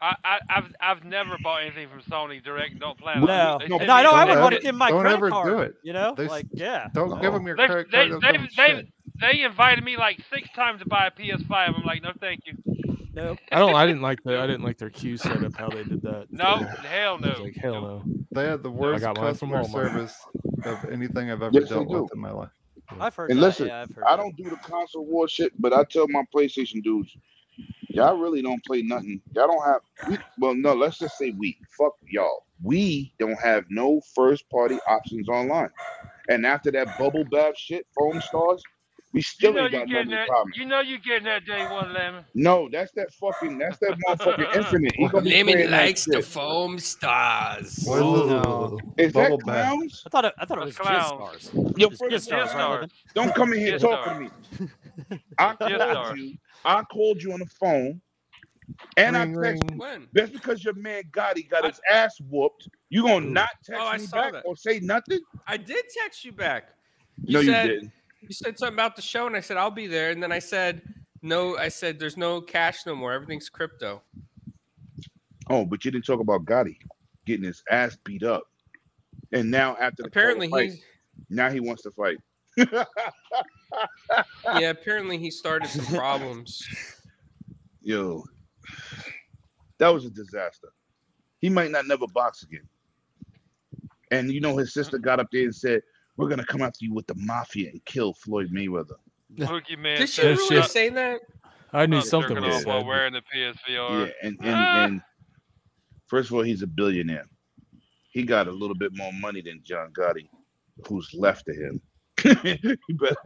I, I, I've, I've never bought anything from Sony direct. and Don't plan on
No.
it. They
No,
send
No, I
me
don't. I
shit.
Don't
would
ever-
want to give my
don't
credit
ever do
card.
it.
You know,
They s-
like yeah.
Don't give them your
Oh. They,
credit
they,
card. they'll give 'em
they, they,
shit.
they invited me like six times to buy a PS5. I'm like, no, thank you.
Nope.
I don't. I didn't like the. I didn't like their queue setup. How they did that.
No,
So,
hell
I was
no.
Like hell
Nope.
no.
They had the worst
got mine from
customer
Walmart.
service of anything I've ever
Yes, they
dealt
do.
with in my life.
I've heard.
And
that.
listen,
yeah, I've heard
I
that.
don't do the console war shit, but I tell my PlayStation dudes, y'all really don't play nothing. Y'all don't have. We, well, no, let's just say we. Fuck y'all. We don't have no first party options online. And after that bubble bath shit, foam stars, we
You
still
know
ain't got
you
nothing
getting
in
that.
common.
You know you getting that day one lemon.
No, that's that fucking. That's that
[laughs]
motherfucking infinite. He gonna be
Lemon
playing that
likes the
shit.
foam stars.
What is
Whoa.
this?
Is that
Bubble bath.
clowns?
I thought it, I thought it
The
was
clown.
Jizz Stars.
Yo,
It's
first
Jizz
of all,
Stars,
Jizz
right,
Stars.
Levin?
Don't come in here
Yes,
talking
sir.
to me.
[laughs]
I
Yes,
called
sir.
you. I called you on the phone, and I
Ring,
texted.
ring.
When?
That's because your man Gotti got his ass whooped. You gonna not text
Oh, I
me
saw
back
that.
or say nothing?
I did text you back.
no, you
said-
didn't.
You said something about the show, and I said I'll be there. And then I said, "No, I said there's no cash no more. Everything's crypto."
Oh, but you didn't talk about Gotti getting his ass beat up, and now after the
Apparently,
fight,
he
now he wants to fight. [laughs]
yeah. Apparently, he started some problems.
Yo, that was a disaster. He might not never box again. And you know, his sister got up there and said, "We're gonna come after you with the mafia and kill Floyd Mayweather."
Boogeyman.
Did she
Yeah,
really
shit.
say that?
I knew
I'm
something
jerking
was
off while
said.
wearing the
Yeah,
PSVR.
and and,
Ah.
and first of all, he's a billionaire. He got a little bit more money than John Gotti, who's left to him. [laughs] you better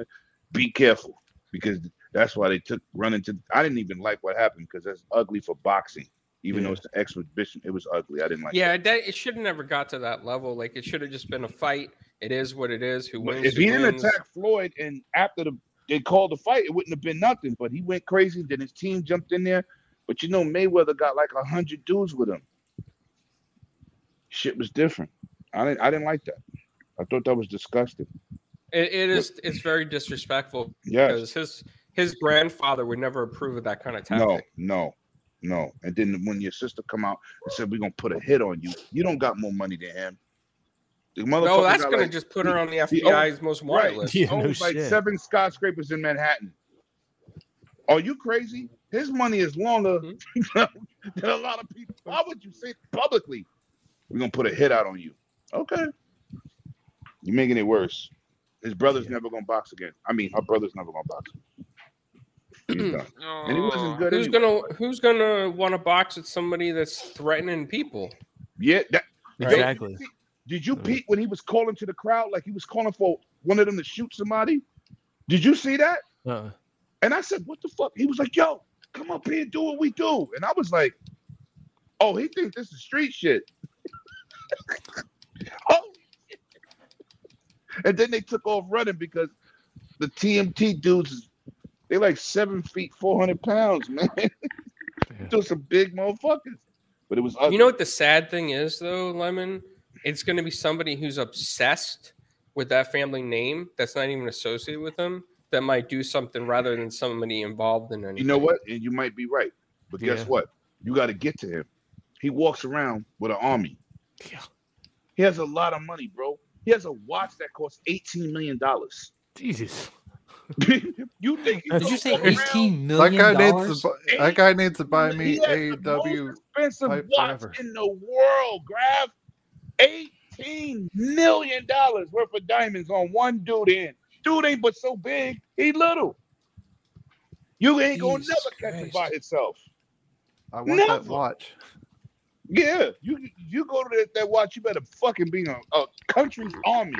be careful because that's why they took running to. I didn't even like what happened because that's ugly for boxing. Even though
Yeah.
it's an exhibition, it was ugly. I didn't like.
Yeah, that, it should have never got to that level. Like it should have just been a fight. It is what it is. Who
But
wins?
if
who
he didn't
wins.
attack Floyd and after the they called the fight, it wouldn't have been nothing. But he went crazy. Then his team jumped in there. But you know, Mayweather got like a hundred dudes with him. Shit was different. I didn't. I didn't like that. I thought that was disgusting.
It, it is. It's very disrespectful
Yes.
because his his grandfather would never approve of that kind of tactic.
No. No. No. And then when your sister come out and said we're gonna put a hit on you, you don't got more money than him. The
No,
motherfucker
that's
got,
gonna
like-
just put her on the
he
FBI's
owns-
most wanted
right.
list.
[laughs]
He
Yeah, no
owns Oh, like
shit.
seven skyscrapers in Manhattan. Are you crazy? His money is longer [laughs] than a lot of people. Why would you say publicly? We're gonna put a hit out on you. Okay. You're making it worse. His brother's never gonna box again. I mean, her brother's never gonna box. He's done. And he
Oh,
wasn't good.
Who's
anyway.
gonna Who's gonna want to box with somebody that's threatening people?
Yeah, that,
Right.
Exactly.
Did
Uh.
you peep when he was calling to the crowd like he was calling for one of them to shoot somebody? Did you see that?
Uh,
And I said, "What the fuck?" He was like, "Yo, come up here and do what we do." And I was like, "Oh, he thinks this is street shit." [laughs] oh. And then they took off running because the TMT dudes, they like seven feet, four hundred pounds, man. [laughs] Those some big motherfuckers. But it was ugly.
You know what the sad thing is, though, Lemon? It's going to be somebody who's obsessed with that family name that's not even associated with them that might do something rather than somebody involved in anything.
You know what? And you might be right. But guess
Yeah.
what? You got to get to him. He walks around with an army.
Yeah.
He has a lot of money, bro. He has a watch that costs $18 million.
Jesus.
[laughs] you think he
Did you
don't
say
walk around-
eighteen
That
million
guy needs
dollars?
to. bu- That guy needs to buy
He
me
has the most
AW.
expensive
pipe
watch
forever.
in the world, Grav. $18 million worth of diamonds on one dude in. Dude ain't but so big, he little. You ain't gonna
Jesus
never catch him
Christ.
by himself.
I want that
Never.
watch.
Yeah, you you go to that, that watch, you better fucking be a, a country's army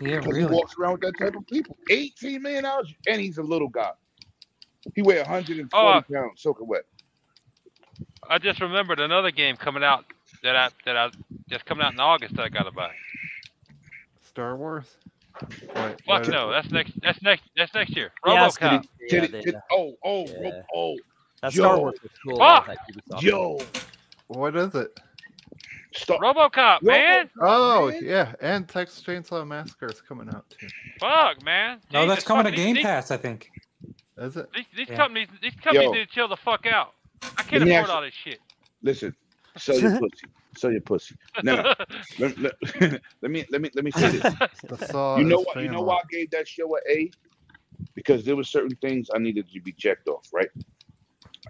Yeah,
because he
really.
walks around with that type of people. Eighteen million dollars, and he's a little guy. He weigh 140
Oh.
pounds soaking wet.
I just remembered another game coming out that I that I that's coming out in August that I gotta buy.
Star Wars. Wait,
Fuck
wait.
no, that's next that's next that's next year.
Yeah, it's
RoboCop.
Yeah,
Did it-
they-
did- oh, oh,
yeah.
Rob- oh,
That
Yo.
Star Wars was cool.
Fuck!
that Ubisoft game.
yo,
What is it?
stop.
RoboCop, man.
Oh
Man.
yeah, and Texas Chainsaw Massacre is coming out too.
Fuck, man.
No, that's
Jesus,
coming to
fuck, these-
Game
these-
Pass, I think.
Is it?
These, these
Yeah.
companies, these companies
Yo.
need to chill the fuck out. I can't
me ask
afford
you-
all this shit.
Listen, sell your pussy, sell your pussy. Now, let, [laughs] let, let me let me let me say this.
The Saw.
You know
is
what? You know
family.
why I gave that show an A? Because there were certain things I needed to be checked off, right?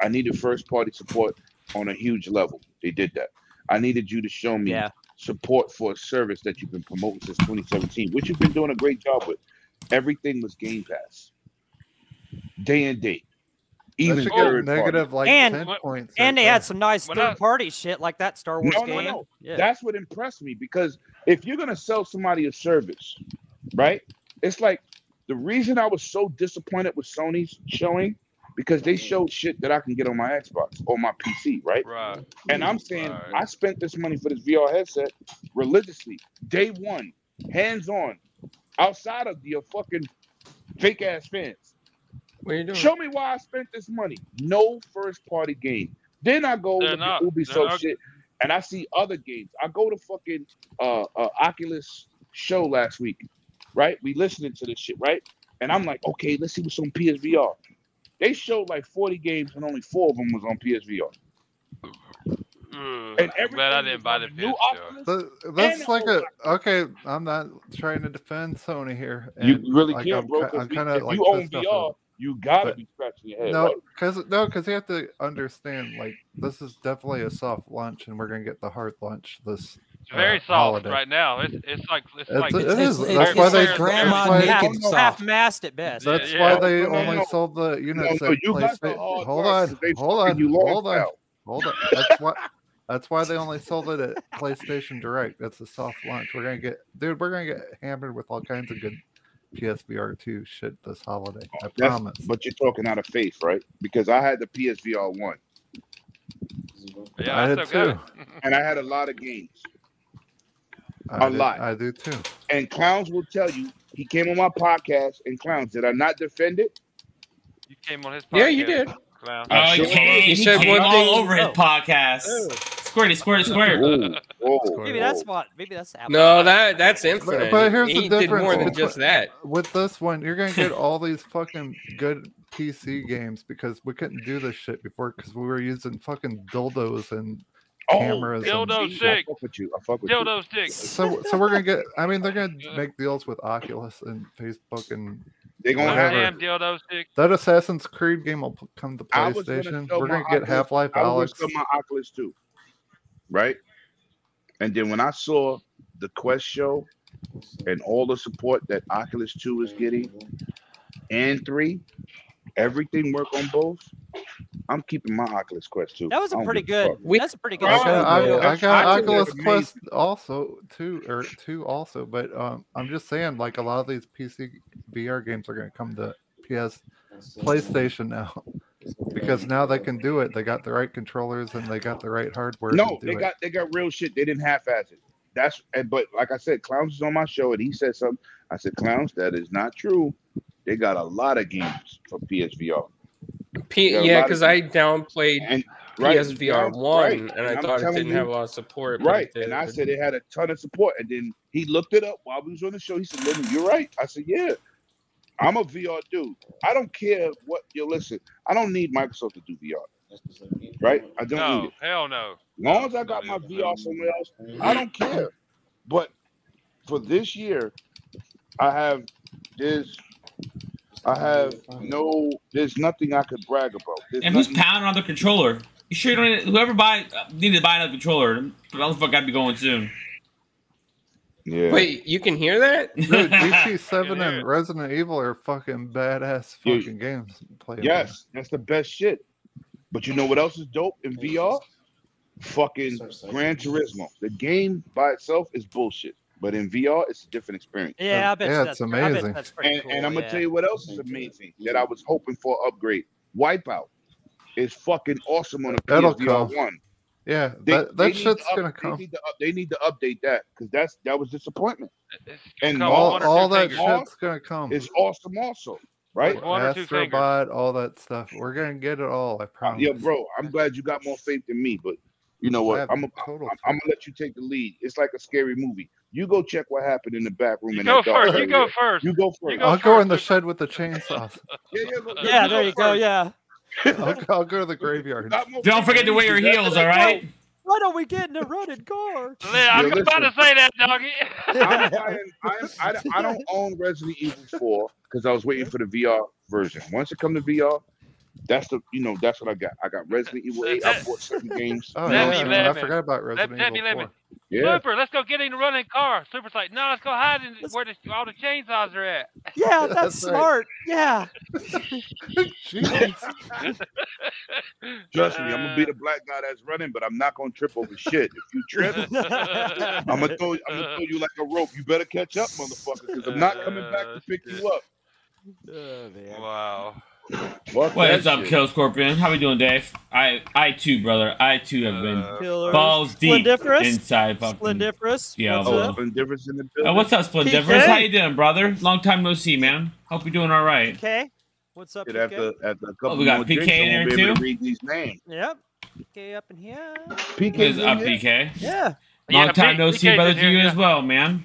I needed first party support on a huge level. They did that. I needed you to show me
Yeah.
support for a service that you've been promoting since 2017, which you've been doing a great job with. Everything was Game Pass, day and date,
That
even
should
third
get
party.
negative like
And-
ten
What-
points.
And
right
they had
there.
some nice
When I-
third party shit like that Star Wars
No, no,
game.
no.
Yeah.
That's what impressed me because if you're gonna sell somebody a service, right? It's like the reason I was so disappointed with Sony's showing because they showed shit that I can get on my Xbox or my PC, right?
Right.
And I'm saying
Right.
I spent this money for this VR headset religiously, day one, hands on, outside of your fucking fake ass fans.
What are you doing?
Show me why I spent this money. No first party game. Then I go
They're
to
not- they're
Ubisoft
not-
shit, and I see other games. I go to fucking uh, uh Oculus show last week, right? We listening to this shit, right? And I'm like, okay, let's see what's on PSVR. They showed like 40 games, and only four of them was on PSVR.
Ugg,
And
I'm glad I
everything
didn't
was
buy
on
the
new
PS4.
Oculus.
Th- That's
And-
like a okay. I'm not trying to defend Sony here.
You
and,
really
like,
can't,
I'm
bro.
ki-
'cause
I'm
we-
kinda,
if
like,
you own
pissed
VR,
off
you gotta
But-
be scratching your head.
no,
bro.
because no, because you have to understand. Like this is definitely a soft launch, and we're gonna get the hard launch this.
It's very
uh,
soft
holiday.
right now. It's it's like it's,
It's-
like
it
It's-
is.
it's-
That's
it's
why they.
like
that's
grandma
why-
naked.
half,
Making soft.
half massed at best.
Yeah,
That's why
yeah.
they
No, no,
only
no.
sold the units.
No,
at
no, you got the
PlayStation-
hard
hold
drive,
on,
they
hold
fucking
on,
you lost
hold on,
out.
hold on.
[laughs]
That's why. That's why they only sold it at PlayStation Direct. That's a soft launch. We're gonna get, dude. We're gonna get hammered with all kinds of good PSVR two shit this holiday. I
That's-
promise.
But you're talking out of faith, right? Because I had the PSVR one,
yeah,
I
that's
did
okay. [laughs]
and I had a lot of games.
I
A
do-
lot.
I do too.
and clowns will tell you he came on my podcast and clowns did I not defend it?
You came on his podcast.
Yeah, you did.
Clown. Uh,
Oh, he
Sure.
came, he
He said
came
one
all
thing-
over his
oh.
podcast. Squirty, squirty, squirt.
Whoa,
Maybe that's what. Maybe that's Apple.
No, that that's infinite.
but here's the
he did
difference
more than
between-
just that.
With this one, you're gonna get all these fucking good PC games because we couldn't do this shit before because we were using fucking dildos and
Oh,
cameras. and-
dildo
I
sick.
fuck with you. I fuck with you.
Dildo stick.
So, so we're gonna get. I mean,
[laughs]
they're gonna make deals with Oculus and Facebook, and
They gonna
Whatever.
have
Goddamn dildo stick.
that Assassin's Creed game will p- come to
I was gonna
PlayStation.
show
we're
my
gonna get
Oculus-
Half Life
I was
Alex.
gonna sell my Oculus too, right? And then when I saw the Quest show and all the support that Oculus Two is getting and three, everything work on both. I'm keeping my Oculus Quest too.
That was a
I don't
pretty
give a
good.
fuck.
We-
That's a pretty good.
I
Okay,
got, I,
show.
yeah.
I got
Oculus is
Oculus
amazing.
Quest also too, or two also, but um, I'm just saying, like a lot of these PC VR games are gonna come to PS PlayStation now [laughs] because now they can do it. They got the right controllers and they got the right hardware. to
No,
do
they
it.
got they got real shit. They didn't half-ass it. That's and but like I said, clowns is on my show and he said something. I said, clowns, that is not true. They got a lot of games for PSVR.
P-
Yeah, a
yeah,
lot of
because I downplayed
And right,
PSVR
yeah,
one,
right.
and I
I'm
thought it
telling
didn't
you,
have a lot of support. but it
Right. And I
did.
said it had a ton of support. And then he looked it up while we was on the show. He said, Lennon, you're right. I said, Yeah. I'm a VR dude. I don't care what you listen. I don't need Microsoft to do VR. Right? I don't need
No,
it.
oh, hell no.
As long as I got my VR somewhere else, I don't care. But for this year, I have this. I have no. There's nothing I could brag about. There's
And who's
nothing-
pounding on the controller? You sure you don't? Whoever buy uh, need to buy another controller. The motherfucker got to be going soon.
yeah.
Wait, you can hear
[laughs]
that?
Dude, DC Seven
Yeah.
and Resident Evil are fucking badass
Dude.
fucking games. to play on
Yes, that's the best shit. But you know what else is dope in VR? Fucking Gran Turismo. The game by itself is bullshit, but in VR, it's a different experience.
Yeah, I bet
Yeah,
you
it's
that's, I bet
amazing.
that's pretty
And,
cool.
and I'm gonna
yeah.
tell you what else is amazing that I was hoping for upgrade. Wipeout is fucking awesome on a
That'll
PSVR one.
come. that. Yeah,
They-
that,
they
that
need to
shit's
up-
gonna
they
come.
need to up- They need to update that because that's that was disappointment.
It's
And
come
all
one or two
all that
fingers.
shit-
shit's gonna come.
It's awesome, also, right?
One or two fingers.
Astrobot, all that stuff. We're gonna get it all. I promise.
Yeah, bro. I'm glad you got more faith than me, but you know
I
what?
have
I'm a,
total
I'm, I'm gonna let you take the lead. It's like a scary movie. You go check what happened in the back room.
You
in
go
that dark
first. You go
area.
first.
You go first.
You
I'll
go
go
first,
in the
dude.
shed with
[laughs]
the chainsaws.
yeah, yeah, look,
Yeah, there you go.
first.
Yeah.
I'll, I'll go to the graveyard.
Got more
[laughs] Don't
faith
forget
than
to wear
you
your
do.
heels.
That's what
All
I
right.
know.
Why don't we get in a running car?
Yeah, I was
Yeah,
about to
listen.
say that, doggy.
[laughs]
[laughs]
I'm buying- I'm- I, don't- I don't own Resident Evil 4 because I was waiting for the VR version. Once it come to VR, that's the you know that's what I got. I got Resident Evil 8. I bought certain
[laughs]
games.
Oh,
you know
That'd
yeah,
what
be
I'm
I
saying?
lemon.
forgot about Resident
that'd be
Evil.
lemon.
4.
yeah.
Super, let's go get in the running car. Super's like, no, let's go hide in where the, all the chainsaws are at.
[laughs]
[laughs]
Yeah, that's
That's right.
smart. Yeah.
[laughs] Jeez.
Trust me, I'm
Uh. [laughs]
gonna be the black guy that's running, but I'm not gonna trip over shit. If you
[laughs]
trip, [laughs] I'm gonna throw, I'm gonna
Uh.
throw you like a rope. You better catch up, motherfucker, because I'm not coming back
Uh,
to pick you up.
Wow.
Fuck
What
that
is up,
shit.
Kill Scorpion? How we doing, Dave? I I too, brother. I too have been
Uh,
Killer.
balls deep
Splendiferous?
inside fucking.
Splendiferous.
Yeah,
What's
I'll-
Oh,
up?
and difference in the
Uh,
building.
what's up, Splendiferous?
PK?
How you doing, brother? Long time no see, man. Hope you're doing all right.
PK. What's up,
Shit,
PK?
after, after a couple
Oh, we got
more
PK
drinks, I
in
won't
there
be
too?
able to read these names.
Yep. PK up in here.
PK,
What is up,
in here?
PK?
Yeah.
Long
Yeah,
time
P-
no see,
PK's
brother.
in
To
here,
you
yeah.
as well, man.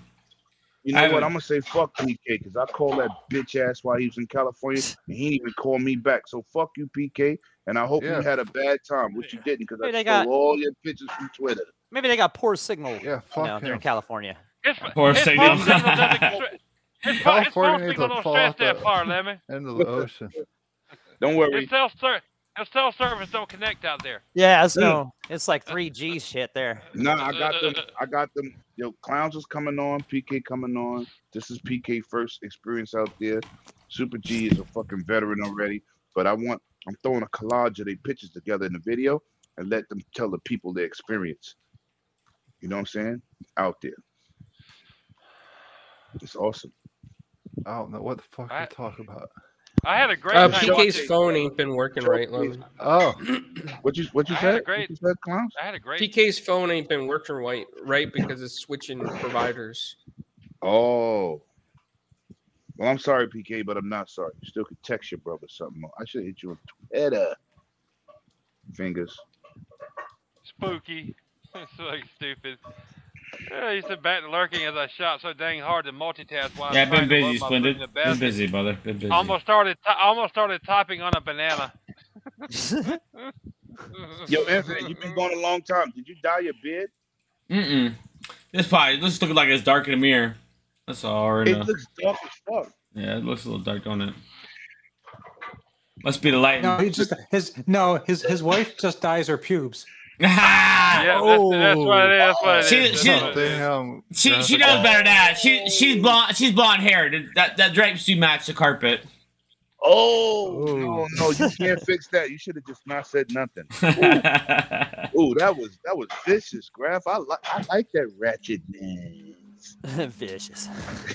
You
I
know
haven't-
what? I'm gonna say fuck PK because I called that bitch ass while he was in California, and he didn't even call me back. So fuck you, PK. And I hope
Yeah.
you had a bad time, which you didn't, because
Hey,
I
they
stole
got-
all your pictures from Twitter.
Maybe they got poor signal.
[laughs]
Yeah,
Oh, no,
fuck
they're in
him.
California.
His,
Poor
his
signal.
phone signal
[laughs]
doesn't stre- his phone- his
California
phone
needs
signal
to
don't
fall
stretch
off
that
the-
far, Lemon.
Into the ocean.
Don't
His
worry.
cell, ser- his cell service don't connect out there.
Yeah, it's no. It's like 3G shit there. [laughs]
No, I got
[laughs]
them. I got them. Yo, clowns is coming on. PK coming on. This is PK first experience out there. Super G is a fucking veteran already, but I want. I'm throwing a collage of their pictures together in the video and let them tell the people their experience. You know what I'm saying? Out there. It's awesome.
I don't know what the fuck
I-
you talk about.
I had a great
Uh,
time.
Show
PK's
update.
phone ain't been working right, Lemon.
[laughs]
Oh,
What you what you
I had a
said?
great-
What you said, clowns?
I had a great
PK's phone ain't been working right, right because it's switching providers.
Oh. Well, I'm sorry, PK, but I'm not sorry. You still could text your brother something. I should hit you on Twitter. Fingers.
spooky. [laughs] it's like stupid. I used to back to lurking as I shot so dang hard to multitask while
Yeah,
I'm
I've been
trying to load
busy,
my food in
Splendid.
the
Been
basket.
busy, brother. Been busy.
[laughs] Almost started, to- almost started topping on a banana.
Yo, Anthony, you've been gone a long time. Did you dye your beard?
Mm-mm. This probably this looking like it's dark in the mirror. That's all. Or in
It
a-
looks dark as fuck.
yeah, it looks a little dark on it. Must be the lighting.
No, he just his no his his wife just dyes her pubes.
Yeah, that's, that's what it is. That's what it is.
She-
that's
she-
what it is.
Damn.
[laughs] She she knows
graphic novel.
better than that. She she's blonde. She's blonde haired. That that drapes do match the carpet. [laughs]
Oh,
Ooh.
no, no, you [laughs] can't fix that. You should have just not said nothing.
That's
Ooh, that was that was vicious, Graf. I like I like that ratchetness. [laughs]
Vicious.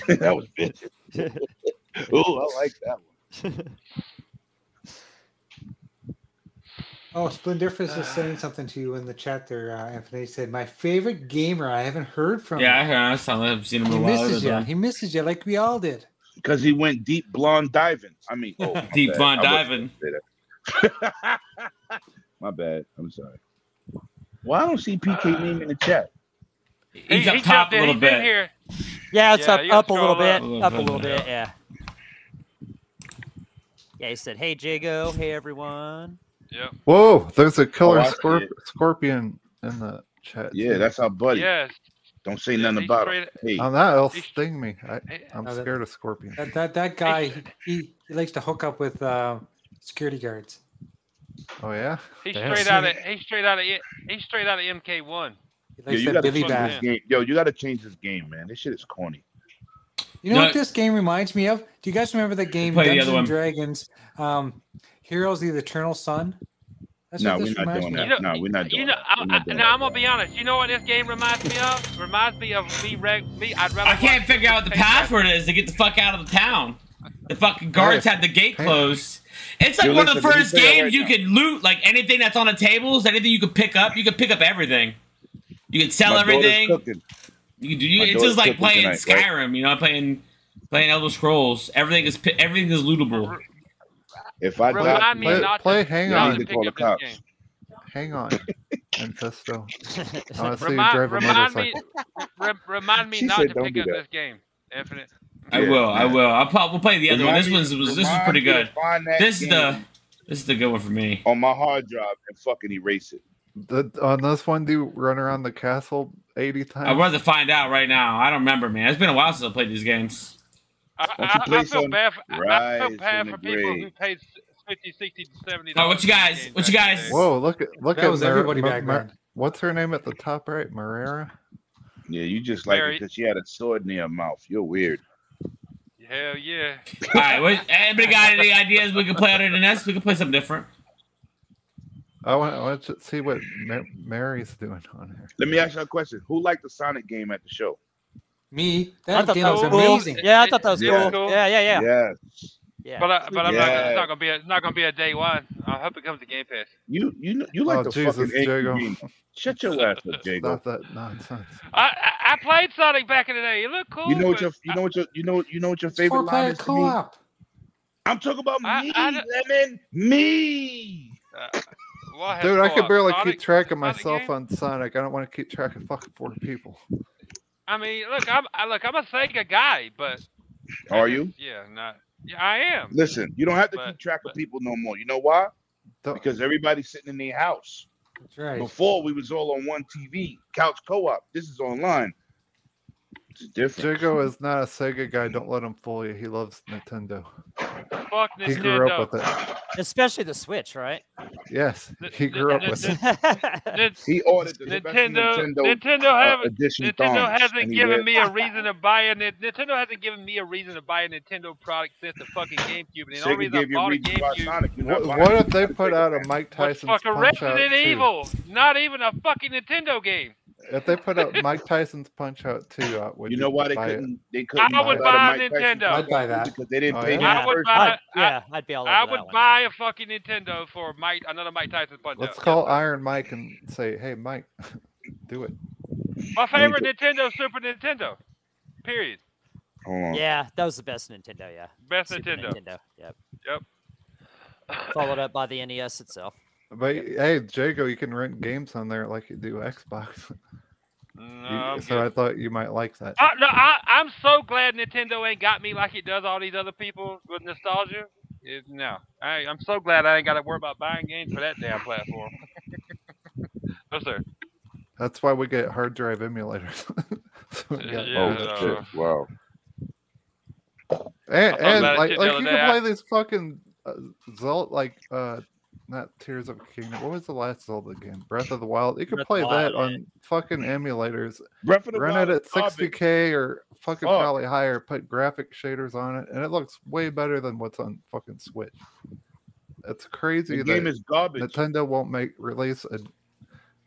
that was [laughs] vicious. Ooh, I like that one.
Oh, Splendiferous is saying something to you in the chat there, uh, Anthony. He said, "My favorite gamer. I haven't heard from.
yeah, I
him.
heard. I saw that. I've seen him
he
a while.
misses you. He misses you like we all did.
Because he went deep blonde diving. I mean, oh, my
Deep
bad.
blonde
I wasn't
diving.
[laughs] My bad. I'm sorry. Well, I don't see PK name in the chat.
He's
He-
up
he
top
jumped
a
in.
little
He's
bit.
in here.
Yeah, it's
Yeah, you gotta
up, up a little
scroll up.
bit, up a little bit, yeah. Yeah, he said, "Hey, Jago, hey everyone."
Yep.
Whoa, there's a killer
Oh, I see
scorp-
it.
scorpion in the chat.
Yeah,
too.
that's our buddy.
Yes.
Don't say
Yeah,
nothing
he
about
straight-
it. Hey,
On that, it'll
He-
sting me. I,
Hey,
I'm
Oh, that-
scared of scorpions.
That that that guy. He, he likes to hook up with uh, security guards.
Oh yeah.
He's
Damn.
straight out of he's straight out of he's straight out of MK1.
He
yo,
likes that
you gotta
Billy
change
bath.
this game. Yo, you gotta change this game, man. This shit is corny.
You know
No,
what
I-
this game reminds me of? Do you guys remember the game
Play the other
Dungeons
one.
and Dragons? Um, Heroes of the Eternal Sun. That's
No,
what
we're
this
not
reminds
doing
me
that.
of.
You
no, we're not doing
You know,
that.
I,
We're
I,
not doing
now
that,
I'm gonna
bro.
be honest. You know what this game reminds me of? Reminds me of me. Reg, me I'd rather.
I can't
watch-
figure out what the password is to get the fuck out of the town. The fucking guards had the gate
Hey.
closed. It's like
Yo,
one of the
listen, let me
first
tell you
games
right
you
now.
could loot, like anything that's on the tables, anything you could pick up. You could pick up everything. You could sell
My daughter's
everything.
cooking.
You could do. You,
My
it's
daughter's
just like
cooking
playing
tonight, right?
Skyrim. You know, playing playing Elder Scrolls. Everything is pi- everything is lootable.
If I die,
Remind me
Play,
not to-
play hang
Yeah,
not
you
on,
can
to pick
call the
up this
cops.
game.
[laughs]
hang on,
[laughs]
Ancesto. I want to see you
Remind,
drive a
remind me.
motorcycle.
[laughs] re- remind me
She
not
said
to
don't
pick
do
up
that.
this game. Infinite.
I
Yeah,
will. I
yeah.
will. I'll probably we'll play the other
Remind me-
one. This one's was this is
remind
pretty
me to
good.
find that
This is the
game
this is the good one for me.
on my hard drive and fucking erase it.
The, on this one, do you run around the castle eighty times?
I'd rather find out right now. I don't remember, man. It's been a while since I played these games.
I,
Why don't you play
I, I feel
some
bad for, I- I
Rise
feel
in
bad
the
for people who
Grave?
paid 50, 60, 70
All right, what you guys-
games
what you
back in the
guys-
day.
Whoa, look at look
That
at
was
Mer-
everybody
Mer-
back
Mer-
then.
What's her name at the top right? Marrera.
Yeah, you just like
Mary-
it because she had a sword in her mouth. You're weird.
Hell yeah.
All right,
[laughs]
what, anybody got any ideas we can play other than this? We can play something different.
I want, I want to see what Mar- Mary's doing on here.
Let me ask you a question. Who liked the Sonic game at the show?
Me,
I
that
thought
game
that
was
cool.
amazing.
Yeah, I thought that was
Yeah.
cool.
Cool.
Yeah, yeah, yeah,
Yes.
yeah.
But I, but I'm not. It's
Yeah.
not gonna be. A, it's not gonna be a day one. I hope it comes to Game Pass.
You you kn- you like
oh
the
Jesus,
fucking angry
Jago!
gamer. Shut your ass up,
[laughs]
Jago.
Stop that nonsense.
I, I I played Sonic back in the day. It looked cool.
You know what
but
your you know what your you know what- you know what your
It's
favorite
four-player
line is to me?
co-op.
I'm talking about
I-
me,
I d-
lemon, me.
I- well, had
Dude, I
co-op.
could barely
Sonic-
keep track
Sonic
of myself
game?
on Sonic. I don't want to keep track of fucking four people.
I mean, look, I'm I, look, I'm a Sega guy, but I
Are
just-
you?
Yeah, not. Yeah, I am.
Listen, you don't have to
But-
keep track of
but-
people no more. You know why?
Don't-
Because everybody's sitting in their house.
That's right.
Before we was all on one TV, couch co-op. This is online. It's different.
Jago is not a Sega guy. Don't let him fool you. He loves Nintendo.
Fuck
He
Nintendo.
grew up with it.
Especially the Switch,
[laughs]
right?
Yes,
Th-
he grew up
th-
[laughs]
with
th-
it.
Nin-
He ordered the
Nintendo,
Nintendo,
Nintendo,
Nintendo uh,
haven't.
edition
Nintendo
thongs,
hasn't
and he
given
read-
me a reason to buy a Nin- Nintendo hasn't given me a reason to buy a Nintendo product since the fucking GameCube. And the only
Sega
reason I
gave you a
bought a
reason to buy
GameCube
Sonic. You're not
What,
buying
what
it.
if they put out a Mike
was
Tyson's
fucking
Punch Out?
Resident
2?
Evil, not even a fucking Nintendo game.
If they
[laughs]
put out Mike Tyson's Punch Out 2 out, would
You know why they
buy it?
couldn't? They couldn't.
I would
put out
buy
a Mike Tyson
Nintendo.
I'd buy that.
because they didn't
Oh,
pay
yeah?
him
Yeah.
I would
first.
buy.
I'd, yeah, I'd be all over
I
that
would
one, yeah.
buy a fucking Nintendo for Mike another Mike Tyson punch
Let's
out.
call Iron Mike and say, "Hey, Mike, [laughs] do it."
My
need
favorite Nintendo, Super Nintendo. Period.
Hold on.
Yeah, that was the best Nintendo. Yeah,
Best
Super
Nintendo.
Nintendo. Yep.
Yep.
Followed up by the NES itself.
But hey, Jago, you can rent games on there like you do Xbox. [laughs]
No,
You-
I'm
so
good.
I thought you might like that.
I, no, I, I'm so glad Nintendo ain't got me like it does all these other people with [laughs] nostalgia. It, no, I, I'm so glad I ain't got to worry about buying games for that damn platform. Yes, sir.
That's why we get hard drive emulators. [laughs] So we got-
Yeah, uh,
oh shit! Wow.
And,
I thought
and
about it
like,
shit the
like
other
you
day.
can
I-
play these fucking uh, Zelda, like uh, not Tears of Kingdom. What was the last Zelda game? Breath of the Wild. You could
Breath of
play
the
that
Wild,
on fucking emulators.
Breath of the
Run
Wild
it at
is garbage.
60k or fucking
Fuck.
probably higher. Put graphic shaders on it, and it looks way better than what's on fucking Switch. It's crazy
The
that
game is garbage.
Nintendo won't make release a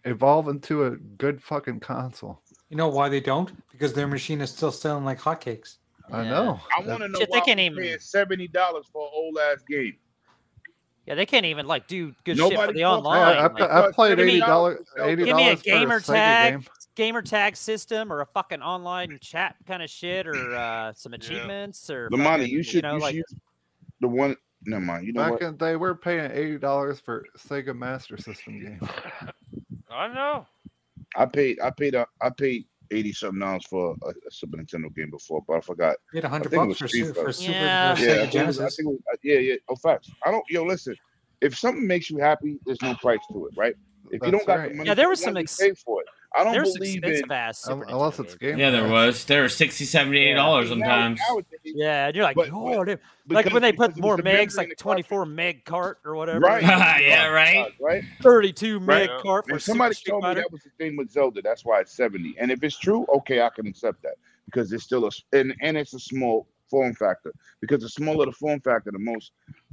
evolve into a good fucking console.
You know why they don't? Because their machine is still selling like hotcakes.
I
Yeah.
know.
I want to know
Shit, they
why
can't
we
even-
paying seventy dollars for an old ass game.
Yeah, they can't even like do good shit for
Nobody fucking-
the
Yeah, Oh, I,
online.
Like,
I, I played
give me-
eighty dollars. Eighty
give
Give me a
dollars for a
gamer
Sega
tag,
game.
gamer tag system, or a fucking online chat kind of shit, or uh, some achievements, or
Lamani,
fucking,
you should you,
know, like
should use the one. Never mind. You know
Back
what?
in the day, we were paying eighty dollars for Sega Master System game.
I know.
I paid. I paid. A, I paid eighty something dollars for a, a Super Nintendo game before, but I
[laughs]
forgot.
You had a hundred
think
bucks
it was
for,
Street
Su- for
Fighter.
Super
Yeah.
for
Yeah, I
Sega
think it was- I
Genesis.
think it was- yeah, yeah. Oh, facts. I don't. Yo, listen. If something makes you happy, there's no price to it, right? If you
That's
don't got
right.
the money,
Yeah, there
for
was
it,
some
why you
ex-
pay for it. I don't
there's
believe in.
expensive ass.
Un-
Super
Unless
Nintendo
it's
games.
game.
Yeah, there
Pass.
was. There were 60 $78
Now-
sometimes. [laughs]
nowadays,
Yeah, and you're like,
But-
oh, dude. like
because-
when they
because
put
it was
more
the
megs,
memory in
like
the
24 meg cart or whatever,
Right. [laughs]
yeah, right?
Right.
32 meg
Right.
cart for
If
Super
somebody
Street
told me
Fighter.
that was the thing with Zelda, that's why it's seventy. And if it's true, okay, I can accept that because it's still a s- and and it's a small form factor because the smaller the form factor, the most.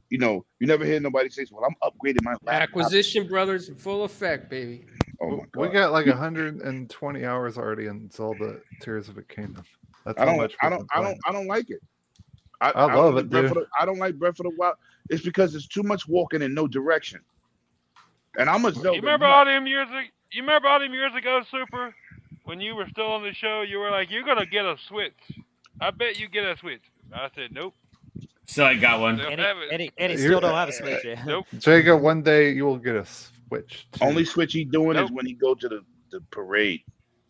You know, you never hear nobody say, "Well, I'm upgrading my laptop."
Acquisition Brothers in full effect, baby.
Oh my
W- we
God. [laughs]
got like hundred and twenty hours already in Zelda Tears of a Kingdom. That's
I
how
don't.
much
I
we've
don't.
been
I
playing.
don't. I don't like it. I,
I
don't
love
like
it,
Breath of
dude.
the- I don't like Breath of the Wild. It's because it's too much walking in no direction. And I'm a Zelda.
You remember
nut.
all them years? ag- You remember all them years ago, Super, when you were still on the show? You were like, "You're gonna get a switch. I bet you get a switch." I said, "Nope."
So I got one.
They'll
And he,
have it.
and he- and he
You're-
still
[laughs]
don't have a Switch yet.
Nope.
Jacob, one day you will get a Switch. too. [laughs]
Only switch he doing
Nope.
is when he go to the, the parade.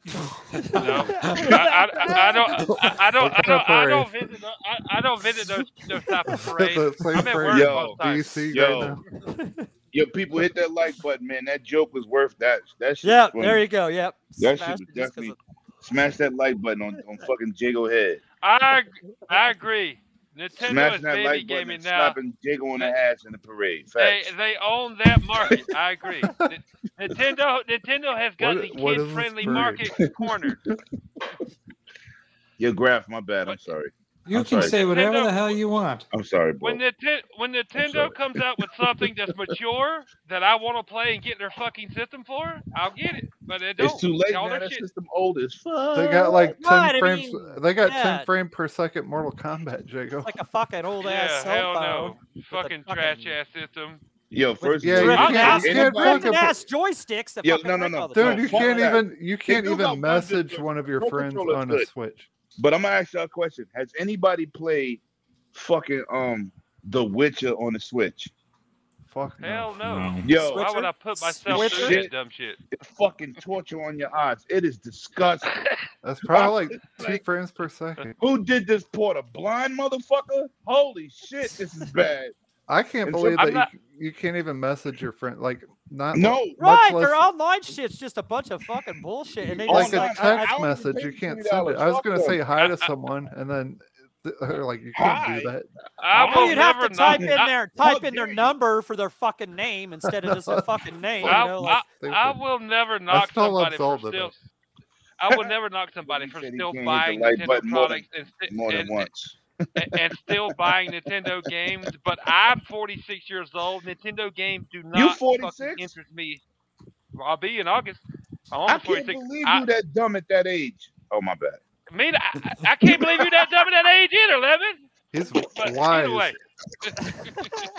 No,
[laughs]
[laughs] I, I, I don't. I, I don't. I don't. I don't visit. tho- I, I don't visit those those type
[laughs]
of
The
parades.
same
I'm at
phrase,
work
Yo,
most times.
DC
Yo.
right now.
Yo, people hit that like button, man. That joke was worth that. That shit.
Yeah,
was
there you go. Yep.
That shit
Smashed
was
it just 'cause
definitely-
of-
Smash that like button on, on fucking Jago head.
I ag- I agree. Nintendo
Smash
is
that
baby
like button
gaming
and
now.
slapping Jago on the ass in the parade.
They
Facts.
they own that market. I agree. Ni- Nintendo Nintendo has got
What-
the
what is
kid
this
friendly
bird?
market cornered.
Your graph, my bad. I'm sorry.
You
I'm
can
sorry.
say whatever the
Nintendo-
hell you want.
I'm sorry, bro. [laughs]
When Nintendo when
sorry.
Nintendo comes out with something that's mature that I want to play and get their fucking system for, I'll get it. But it don't.
it's too late
All
now.
that
That
shit-
system old as fuck.
They got like ten
Right, I
frames.
mean,
they got
yeah.
ten frame per second Mortal Kombat, Jacob.
Like a fucking old
Yeah,
ass cell
hell
phone.
no. Fucking
fucking-
trash ass system.
Yo, first
Yeah,
of
you
all,
can't-
can't, you
anybody-
can't
Broken
fucking put-
ass joysticks that
Yeah,
fucking
no, no,
break
no,
all the
dude,
time.
Dude, you
fuck
can't
that.
even you can't
do got
even
one
message
controller.
one of your
One
friends
controller's
on a
good.
Switch.
But I'm gonna ask y'all a question. Has anybody played fucking um The Witcher on the Switch?
Fuck
Hell
no.
no.
Yo,
Why would I put myself through
Switcher?
that dumb shit?
it's fucking torture on your eyes. It is
[laughs]
disgusting.
That's probably like two
Like-
frames per
uh,
second.
Who did this port? A blind motherfucker? Holy shit, this is bad.
I can't
And so-
believe
I'm
that
not-
you, you can't even message your friend. Like not
No.
much
Right,
less-
their online shit's just a bunch of fucking bullshit, and they
All
like
just
a
that-
like,
text
I- I only
message.
paid
You can't send
$3
it. I was
Fuck
gonna
them.
[laughs]
say hi to someone, and then th- [laughs] they're like you can't
Hi?
do that.
I
Well,
will
you'd have
never
to type
not.
in
I,
their
how
type in their
dare you.
number for their fucking name instead of just their fucking name. You
I-
know,
I-
like,
I
Stupid.
will never knock
still love
somebody for
Zelda,
still.
though.
I will never knock
[laughs]
somebody
He
for
said he
still
can't hit the
buying
like
Nintendo
button more than-
products and, sti-
More than
and,
once.
and- and
[laughs]
still buying Nintendo games. But I'm 46 years old. Nintendo games do not
You
fucking
46?
interest me. Well, I'll be in August. I'm
I
almost
can't
46.
believe
I,
you that dumb at that age. Oh my bad.
mean, I, I- I can't believe you're that dumb at that age either, Levin.
He's
But
wise.
anyway,
[laughs]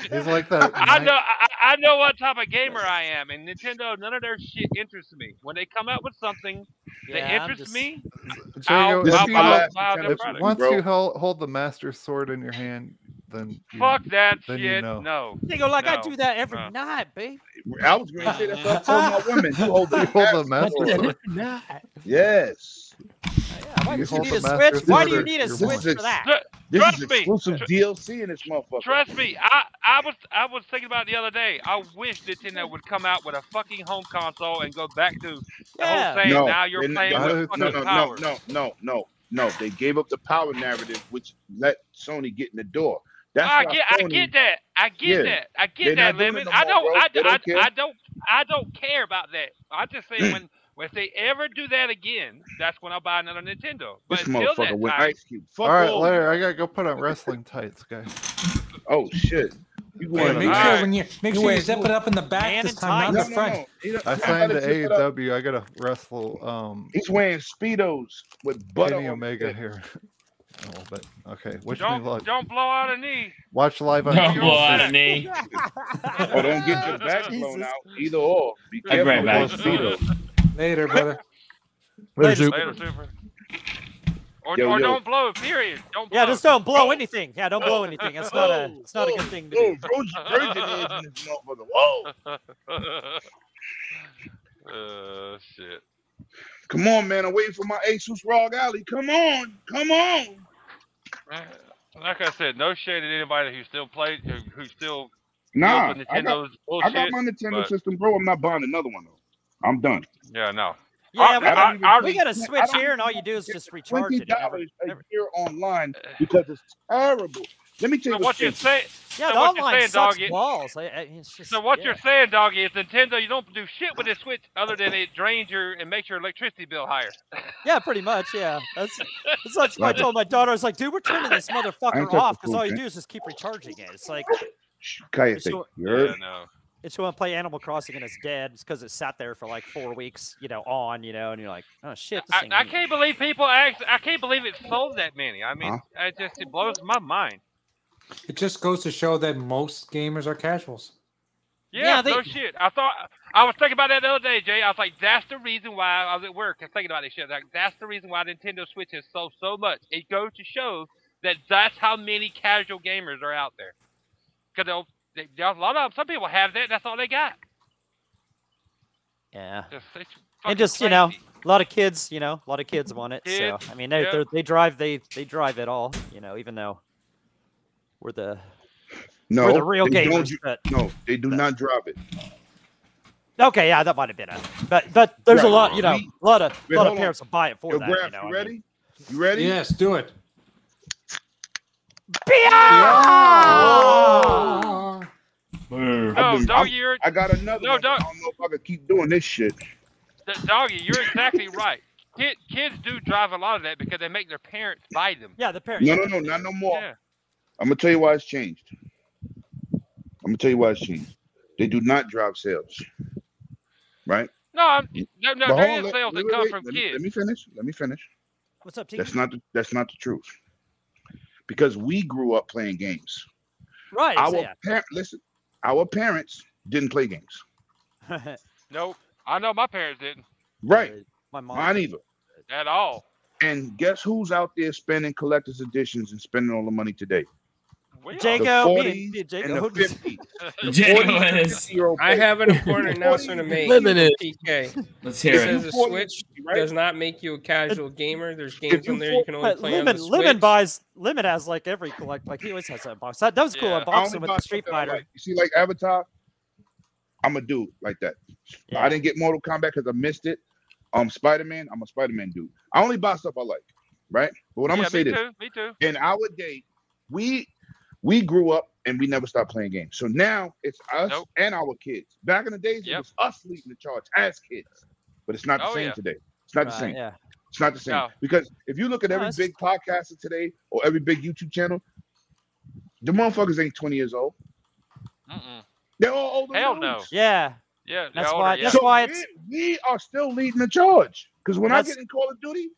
He's like that.
[laughs] I
knight-
know I, I know what type of gamer I am, and Nintendo, none of their shit interests me. When they come out with something that
yeah, I'm
interests
just-
me,
Jago,
This
I'll
if
is
you
my
buy-
last
let-
buy
Nintendo
their
if-
product.
once
bro.
you hold, hold the master sword in your hand, then you-
Fuck that
Then
shit.
you know.
No.
They go like, I
No,
do that every
no.
night, babe.
I was gonna say that's what I told my women. You hold the
You hold the
master
master
sword.
sword.
Yes.
Yeah, I Why
You
do you
hold
need
the
a
master
Switch? Why do you
sword.
need a
This
Switch
is ex-
for that?
This
Trust
is
me.
exclusive DLC in this motherfucker.
Trust me, I, I was I was thinking about it the other day. I wish Nintendo would come out with a fucking home console and go back to the
Yeah.
whole thing.
No,
now you're
they-
playing
no,
with fucking
no, no,
power.
no, no, no, no, no. They gave up the power narrative, which let Sony get in the door. That's
I
why
get, I
Sony,
get that. I get
Yeah.
that. I
They're
get that,
not doing
Lemon.
it no more,
I don't.
bro.
I,
They don't
I,
care. Mm.
I don't. I don't care about that. I just say when if they ever do that again, that's when I'll buy another Nintendo. But
This
until that
motherfucker
time,
with Ice Cube. Fuck
All right,
all.
Larry, I gotta go put on wrestling tights, guys.
Oh shit. You
Hey,
going
make sure
on-
All right.
when you make
You
sure you
ain't
zip it up in the back
Man
this
in
time, not
No, no,
the
no.
front.
He [laughs] don't-
I
how
signed E to
did you put up-
AEW. I gotta wrestle um
He's wearing speedos with butter.
Kenny
on
Omega
his head.
here. [laughs] in A little bit. Okay, wish me
don't
luck.
don't blow out a knee.
Watch live on.
Oh, Don't
YouTube.
blow out
[laughs]
a knee.
Or Oh, don't get
[laughs]
your back blown
Jesus.
out. Either or. Be
I'll be
careful
right back.
with those
[laughs]
speedos.
Later, brother.
There's Zoop.
Later, super. Or,
Yo,
or
yo.
don't blow. Period. Don't blow.
Yeah, just don't blow anything. Yeah, don't blow anything. It's not a
Oh,
it's not a good
oh,
thing to
Oh,
do.
Virgin Virgin is in this motherfucker. Whoa.
uh, shit.
Come on, man. I'm waiting for my Asus Rog Alley. Come on. Come on.
Like I said, no shade at anybody who still played, who, who still
Nah.
deals with
I got,
Nintendo's
I
bullshit.
got my Nintendo
but-
system, bro. I'm not buying another one, though. I'm done.
Yeah, no.
Yeah,
I-
we
I
got,
don't
I-
we got a
even- I
switch
don't
here, and all
even
you do is
get
just
$20
recharge it. It never-
a
never-
year online
Uh,
because it's terrible. Let me tell
So
you
what
what's
you're saying?
Yeah,
So
the
what you're
online
saying,
sucks
dog, it-
balls. I- I- it's just-
So what
yeah.
you're saying, doggy, is Nintendo. You don't do shit with this Switch other than it drains your and makes your electricity bill higher.
Yeah, pretty much. Yeah, that's
[laughs]
that's like I told my daughter. I was like, dude, we're turning this motherfucker
talking
off because
food,
all you
man.
do is just keep recharging it. It's like
Kayate,
Sure.
you heard?
Yeah, no.
it's going to play Animal Crossing and it's dead. It's because it sat there for like four weeks, you know, on, you know, and you're like, oh shit, this
I,
thing
I
needs-"
can't believe people act. I can't believe it sold that many. I mean,
Huh?
it just it blows my mind.
It just goes to show that most gamers are casuals.
Yeah,
Yeah, they-
no shit. I thought I was thinking about that the other day, Jay. I was like, that's the reason why I was at work and thinking about this shit. Like, that's the reason why Nintendo Switch has sold so much. It goes to show that that's how many casual gamers are out there. Because they, they, a lot of them, some people have that. That's all they got.
Yeah,
Just, it's fucking
and just you know,
crazy.
a lot of kids, you know, a lot of kids want it. So
Kids,
I mean, they
yeah.
they're they drive they they drive it all, you know, even though we're the
No,
we're the real
they don't
gamers.
ju-
But
no, they do not drop it.
okay, yeah, that might have been a, but but there's a
Right,
lot, you know,
we-
a lot of
wait,
lot of
hold on.
parents will buy it for
Yo,
that.
Graf,
you
you
know, I mean-
ready? You ready?
Yes, do it.
Boo.
No,
I've been-
Oh, dog, you're
I got another
No,
one.
don't-
I don't know if I could keep doing this
[laughs]
shit.
d- doggy. You're exactly right. Kid, kids do drive a lot of that because they make their parents buy them.
Yeah, the parents.
No, no, no, not no more.
Yeah.
I'm gonna tell you why it's changed. I'm gonna tell you why it's changed. They do not drop sales. Right?
No, I'm, no,
But
no.
hold
There
on,
is
let-
sales
wait,
that
wait,
come
wait,
from
let me- Let
kids.
me finish. Let me finish.
What's up, T?
That's not the that's not the truth. Because we grew up playing games.
Right.
Our
so, yeah. [laughs]
par- listen, our parents didn't play games.
Nope. I know my parents didn't
Right.
My mom.
Mine either.
at all.
And guess who's out there spending collector's editions and spending all the money today?
We all-
the
Jacob, me
40s
and- me and [laughs]
And
Jacob.
the 50,
James,
year old
I have it in corner now, so to make
Limited.
PK.
let's [laughs]
It
hear it.
says the Switch does not make you a casual gamer. There's games
you
on there you can only
But
play on
Lemon,
the Switch.
Lemon buys Lemon has like every collect like he always has a box. That, that was cool
Yeah.
unboxing with the Street Fighter.
Like, you see, like Avatar, I'm a dude like that. I
Yeah.
didn't get Mortal Kombat because I missed it. Um, Spider Man, I'm a Spider Man dude. I only buy stuff I like, right? But what I'm
yeah,
gonna say
me
this:
too. Me too.
in our day, we we grew up and we never stopped playing games. So now it's us
Nope.
and our kids. Back in the days, it
Yep.
was us leading the charge as kids, but it's not the
Oh,
same
yeah.
today. It's not the
Right,
same.
Yeah.
It's not the same
No.
because if you look at
No,
every
it's-
big podcaster today or every big YouTube channel, the motherfuckers ain't 20 years old.
Mm-mm.
They're all older. than
Hell
us.
no.
Yeah.
Yeah,
That's
yeah,
why-
older, yeah.
that's
So
why
we-
it's-
we are still leading the charge. Because when I
That's-
get in Call of Duty,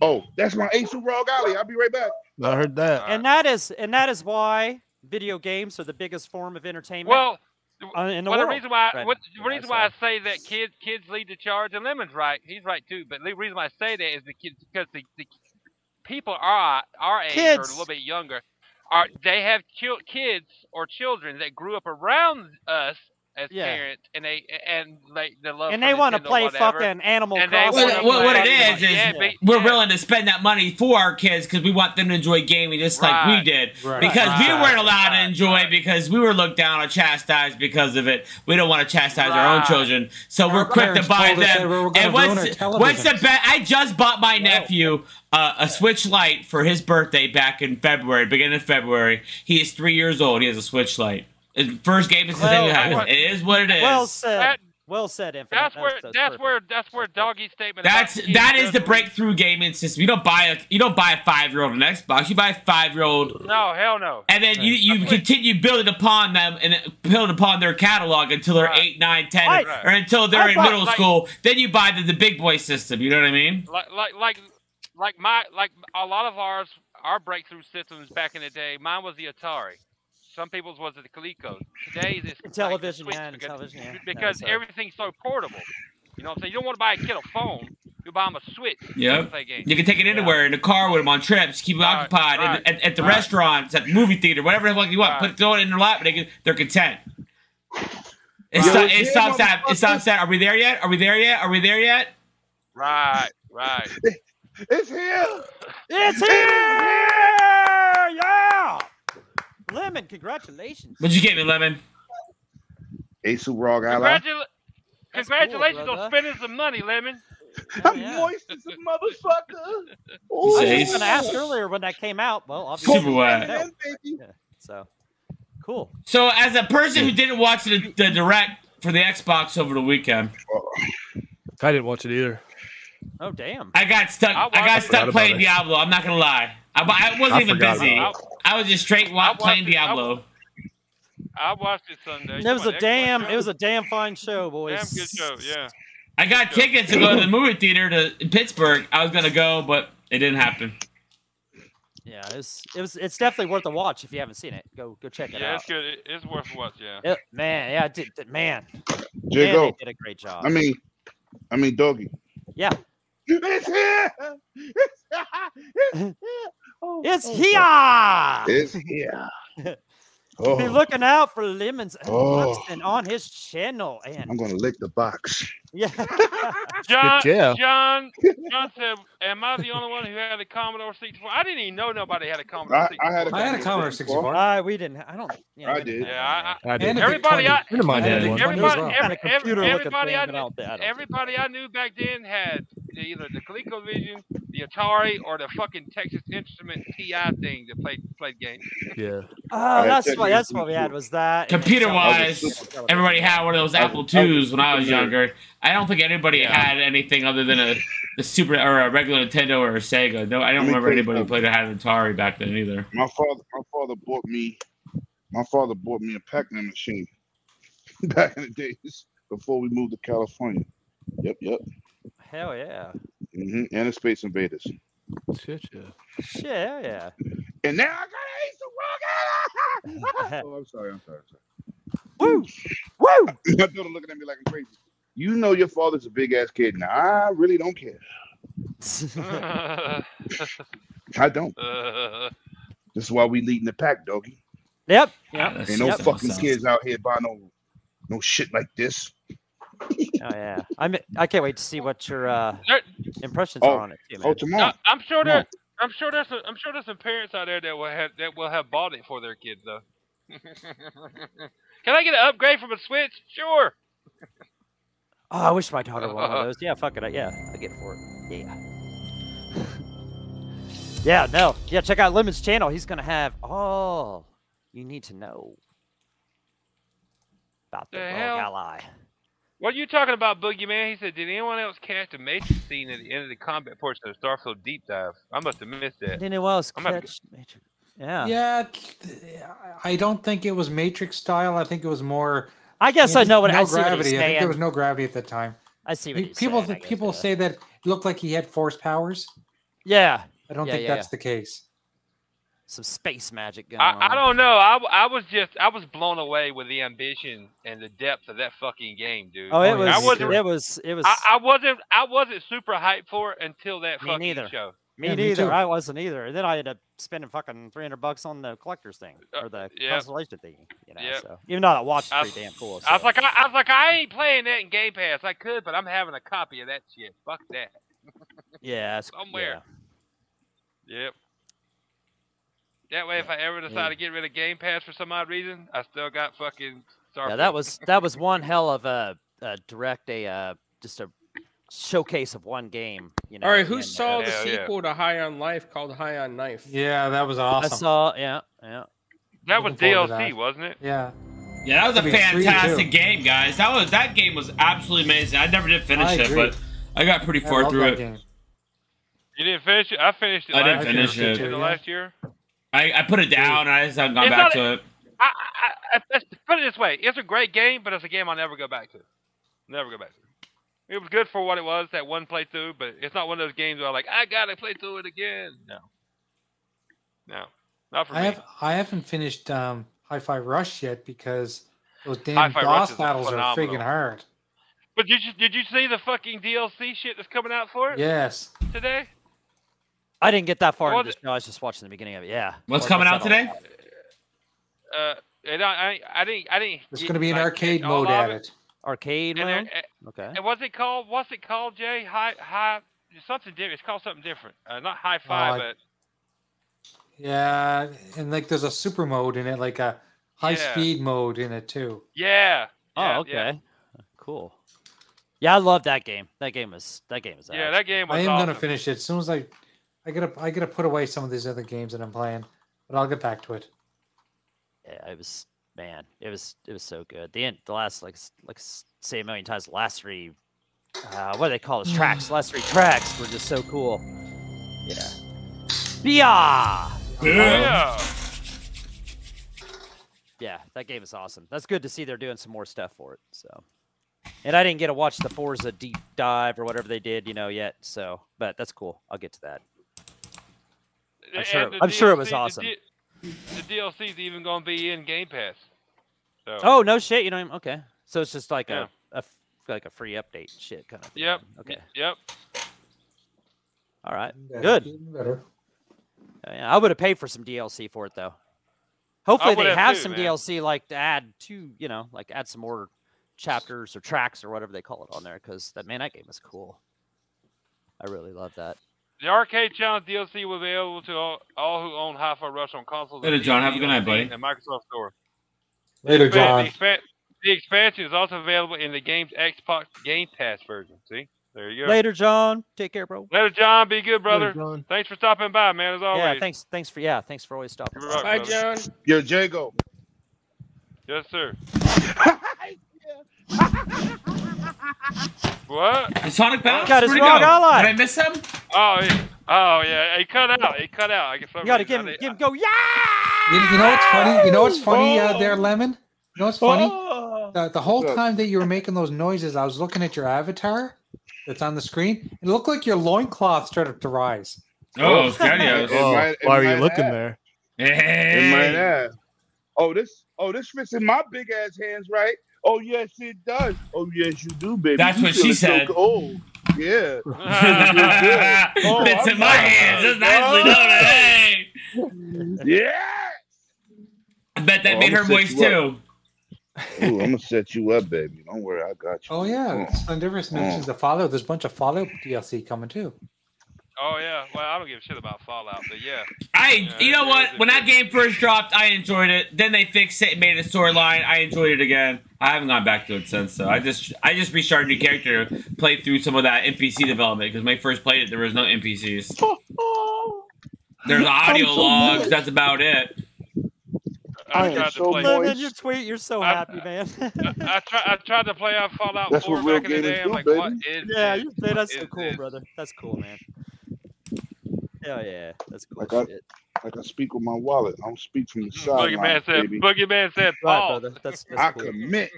oh, that's my Asu Rog Alley. I'll be right back.
I heard that.
Alright.
And that is and that is why video games are the biggest form of entertainment
Well,
uh, in the
well, the
world.
reason why
right
what,
now,
the
yeah,
reason why I
so-
say that kids kids lead the charge and Lemon's right, he's right too. But the reason why I say that is the kids because the, the people our our age or a
Kids.
little bit younger are they have chil- kids or children that grew up around us as
Yeah.
parents, and they and like the love.
and
for
they want to
Nintendo,
play
whatever.
fucking Animal
And they
Crossing.
wanna
What, what, what it
Yeah,
is is
but-
we're
yeah.
willing to spend that money for our kids because we want them to enjoy gaming just like
Right.
we did.
Right.
Because we
Right.
weren't allowed to
Right.
enjoy
Right.
because we were looked down or chastised because of it. We don't want to chastise our own
Right.
children, so we're quick to
parents
buy
told us that we were
them.
gonna
And
ruin
what's
our
what's the
televisions.
best? I just bought my nephew uh, a Switch Lite for his birthday back in February, beginning of February. He is three years old. He has a Switch Lite. His first game is
Well,
It is what it is.
Well said.
That-
well said, Infinite.
That's where that's
perfect.
where that's where doggy statement. about
That's
kids
that is the
doesn't-
breakthrough gaming system. You don't buy a you don't buy a five year old an Xbox. You buy a five year old,
No, hell no.
and then you you
Right.
continue building upon them and building upon their catalog until they're
Right.
eight, nine, ten,
Right.
or until they're
I
in
bought,
middle
like-
school. Then you buy the, the big boy system. You know what I mean?
Like like like like my like a lot of ours our breakthrough systems back in the day. Mine was the Atari. Some people's was the Coleco. Today's it's like the
Television,
Switch
yeah, and
because,
television, yeah. uh, No,
because
sorry.
everything's so portable. You know what I'm saying? You don't want to buy a kid a phone. You buy him a Switch. so he
Yep.
can Play games.
You can take it anywhere in the car with them on trips, keep it
Right,
occupied
right,
and, at, at the
right.
restaurants, at the movie theater, whatever the fuck you want.
Right.
Put throw it in their lap, and they can, they're content. It,
Right.
sto-
Yo,
it
yeah,
stops at it stops at. Are we there yet? Are we there yet? Are we there yet?
Right, right.
It's here.
It's here! Yeah! Lemon, congratulations.
What'd you get me, lemon?
Asu Rog Ally.
Congratula-
That's
Congratulations
cool,
on
brother.
spending some money, Lemon.
Hell
I'm
yeah.
moist as a motherfucker.
I
Ooh.
was
Say
just going to ask earlier when that came out. Well, obviously.
Super
we
wide.
didn't know.
Man, baby.
So, cool.
So, as a person who didn't watch the, the direct for the Xbox over the weekend,
I didn't watch it either.
Oh, damn.
I got stuck.
I
I,
watched
got
it.
stuck
Forgot
playing
about it.
Diablo. I'm not gonna lie. I, I wasn't
I
even
forgot
busy.
about
I was just straight wa-
watched
playing
it. I-
Diablo.
I watched it Sunday.
It was a damn, it was a damn fine show, boys.
damn good show. Yeah.
I got tickets to go to the movie theater to in Pittsburgh. I was gonna go, but it didn't happen.
Yeah, it was, it was, it's definitely worth a watch if you haven't seen it. Go, go check it
Yeah,
out.
it's good. It- It's worth a watch. Yeah.
It- man, yeah, I did, did- man, man,
Jago.
they did a great job.
I mean, I mean, doggy.
Yeah.
It's here. It's here.
it's here. [laughs]
It's here.
Be
Oh,
looking out for Lemon's
Oh.
Buxton on his channel,
I'm
and
gonna lick the box.
[laughs] yeah,
John,
yeah.
John, John said, "Am I the only one who had a Commodore 64?" I didn't even know nobody had a Commodore
I,
64.
I had a
I had a Commodore 64.
uh, we didn't. I don't. Yeah,
I
we didn't
did.
have
Yeah,
one,
I-
man.
I
And
did.
a big
Everybody
Commodore.
I-
Friend of mine
and
had
a
one.
big Windows
Everybody,
well.
Kind
every,
of
every,
computer looking
everybody,
thing,
I,
but I don't- I don't do
everybody I knew back then had the- either the ColecoVision, the Atari, or the fucking Texas Instrument TI thing that played played
[laughs]
games.
Yeah.
Oh,
had
that's
that
what
year
that's what we had was that. and then
Computer
some-
wise,
Yeah,
everybody had one of those
I
Apple
was- I was
IIs when I was
super nerd.
younger. I don't think anybody
Yeah.
had anything other than a, a super or a regular Nintendo or a Sega. No, I
Let
don't
me
remember
tell you
anybody who played a had an Atari back then either.
My father, my father bought me, my father bought me a Pac-Man machine [laughs] back in the days before we moved to California. Yep, yep.
Hell yeah.
hmm And the Space Invaders.
Shit, yeah.
Shit, hell yeah.
And now I [laughs] got Ace of Rock. oh, I'm sorry. I'm sorry. I'm
[laughs]
[laughs]
Woo! Woo! [laughs]
sorry. [laughs] My daughter looking at me like I'm crazy. You know your father's a big ass kid. Now I really don't care. I don't.
Uh,
This is why we leading the pack, doggy.
yep. Yep.
That's
Ain't no
Yep.
so
fucking
sounds-
kids out here buying no, no shit like this.
Oh yeah. I'm I can't wait to see what your uh
There-
impressions
Oh,
are on it too,
Oh,
man.
tomorrow.
I- I'm sure
Come on.
there, I'm sure there's, some, I'm sure there's some parents out there that will have that will have bought it for their kids though. [laughs] Can I get an upgrade from a Switch? Sure.
Oh, I wish my daughter won
[laughs]
one of those. Yeah, fuck it. I- Yeah, I get it for it. Yeah. [laughs] yeah, no. Yeah, check out Lemon's channel. He's gonna have all you need to know about the,
The
rogue
hell?
ally.
What are you talking about, Boogeyman? He said, Did anyone else catch the Matrix scene at the end of the combat portion of the Starfield deep dive? I must have missed that.
Did anyone else
I'm gonna-
catch Matrix? Yeah.
Yeah, th- I don't think it was Matrix style. I think it was more.
I guess
Yeah,
I know what
no
I see what he's
gravity. I think
saying.
there was no gravity at that time.
I see what
Pe-
he's
People
saying, I guess, uh,
people
yeah.
say that it looked like he had force powers.
Yeah,
I don't
Yeah,
think
yeah,
that's the case.
some space magic going on.
I, I don't know. I, w- I was just I was blown away with the ambition and the depth of that fucking game, dude.
Oh, it
Oh,
was.
yeah,
I wasn't
It was. It was.
I, I wasn't I wasn't super hyped for it until that
Me
fucking
neither.
show.
Me
Yeah, me
neither.
too.
I wasn't either. And then I ended up spending fucking 300 bucks on the collector's thing
Uh,
or the
yeah.
constellation thing. You know,
Yeah.
so even though that watch is
I-
pretty damn cool.
I was
so.
like, I, I was like, I ain't playing that in Game Pass. I could, but I'm having a copy of that shit. Fuck that.
yeah, it's,
somewhere. Yep. That way, if I ever decide to get rid of Game Pass for some odd reason, I still got fucking
Yeah.
Starfield.
yeah, that was that was one hell of a, a direct a uh, just a showcase of one game. You know,
All right,
and
who
then,
saw
uh,
the
Hell yeah.
sequel to High on Life called High on Knife?
Yeah, that was
I
awesome.
saw, yeah, yeah.
that was
looking forward to
DLC,
that.
wasn't it?
yeah,
Yeah, that was a
That'd be a free
fantastic
too.
game, guys. That was that game was absolutely amazing. I never did finish
I
it,
agree.
but I got pretty
I
far
love
through
that
it.
game.
You didn't finish it. I finished it.
I didn't
last
finish
year.
it.
Was
Yeah.
last year.
I, I put it down and I just haven't gone
It's
back
not-
to it.
I, I, I, I put it this way: it's a great game, but it's a game I'll never go back to. Never go back to. It was good for what it was that one playthrough, but it's not one of those games where I'm like, I gotta play through it again. No, no, not for
I
me.
have I haven't finished um, Hi-Fi Rush yet because those damn
Hi-Fi Rush
boss
is
battles are
phenomenal.
freaking hard.
But did you did you see the fucking DLC shit that's coming out for it
Yes,
today?
I didn't get that far.
Well,
into it. No, I was just watching the beginning of it. Yeah.
What's
What-
coming
that
out
all
today?
about?
Uh, and I, I I didn't I didn't.
there's
get,
going to be an
like,
arcade
all
mode
of
at it.
Arcade
And,
mode.
there-
Okay.
and what's it called? What's it called, Jay? High high something different. It's called something different. Uh, not
Oh,
high five,
I-
but
Yeah, and like there's a super mode in it, like a high
Yeah.
speed mode in it too.
yeah. yeah,
Oh,
yeah.
okay. Cool. Yeah, I love that game. That game was that game was.
Yeah,
ass.
that game was
I am
awesome.
gonna finish it as soon as I, I gotta, I gotta put away some of these other games that I'm playing, but I'll get back to it.
yeah, it was man, it was it was so good. The end, the last like s- like s- say a million times, the last three, uh, what do they call those tracks? last three tracks were just so cool. Yeah. Yeah.
Yeah.
Yeah, that game is awesome. That's good to see they're doing some more stuff for it. So, and I didn't get to watch the Forza deep dive or whatever they did, you know, yet. So, but that's cool. I'll get to that. I'm
And
sure it-
the
I'm sure it was
DLC
awesome.
The, D- the DLC's even going to be in Game Pass. So,
Oh no shit, you know him? Okay, so it's just like
Yeah.
a, a f- like a free update shit kind of. Thing.
Yep.
then. Okay.
Yep.
All right.
Yeah,
Good.
even Better.
Oh, yeah, I would have paid for some DLC for it though. Hopefully they
would've
have
too,
some
man.
DLC like to add to, you know, like add some more chapters or tracks or whatever they call it on there because that man that game is cool. I really love that.
The Arcade Challenge DLC will be available to all, all who own Hi-Fi Rush on consoles.
Later,
and
John.
PC
Have a good
on
night,
Steam
buddy.
And Microsoft Store.
Later,
Expan-
John.
The, expan- the expansion is also available in the game's Xbox Game Pass version. See, there you go. Later,
Later, John. Take care, bro.
John. Be good, brother.
John.
Thanks for stopping by, man. As always.
Yeah, thanks. Thanks for yeah, thanks for always stopping.
You're
by.
welcome.
Bye, John.
Yo, Jago.
Yes,
[laughs]
sir. what?
Is Sonic Bounce?
God, it's
Where'd it
wrong
go?
ally.
Did I miss him?
Oh, yeah. oh yeah. It cut out. It cut out. I guess
You gotta give him, give him
[laughs]
go. Yeah.
You, you know what's funny? You know what's funny uh, there, Lemon? You know what's funny? The, the whole
What's up?
time that you were making those noises, I was looking at your avatar that's on the screen. It looked like your loincloth started to rise.
Oh, it's
[laughs]
It
Gadios.
Oh. might-
why
it
are you
might
looking
have.
there?
In my
[laughs] Hey.
ass. Oh, this. Oh, this fits in my big ass hands, right? Oh yes, it does. Oh yes, you do, baby.
That's
You
what she
feeling so
said.
cold. [laughs] Yeah. Oh,
It's in
I'm
my
not-
hands. That's nicely
Oh.
done. Hey.
Yeah.
I bet that
Oh,
made her
I'm gonna
moist
set you
too.
Ooh, I'm gonna set you up, baby. Don't worry, I got you.
Oh yeah,
Mm.
Slenderous mentions the Fallout. There's a bunch of Fallout DLC coming too.
Oh yeah. Well, I don't give a shit about Fallout, but yeah.
I,
Yeah,
you know
it is
what?
a
When that
good-
game first dropped, I enjoyed it. Then they fixed it, and made it a storyline. I enjoyed it again. I haven't gone back to it since. So I just, I just restarted new character, played through some of that NPC development because when I first played it, there was no NPCs. There's audio
so
logs.
good.
That's about it.
I
I
am
tried to
so
play.
bored.
Lemon,
Moist.
your tweet. You're so
I'm-
happy, man.
[laughs] I, try, I tried to play out Fallout
That's
4
what real
back in the
gamers
day. I'm
do,
like,
baby.
what is
[laughs] yeah,
this?
you, dude, that's
What
so
is
cool,
this?
brother. That's cool, man. Hell yeah, that's cool
Like I-
shit.
Like I speak with my wallet. I don't speak from the side.
Boogeyman said.
baby.
Boogeyman said.
Right,
Pause.
brother.
[laughs]
That's, that's
I
cool.
commit.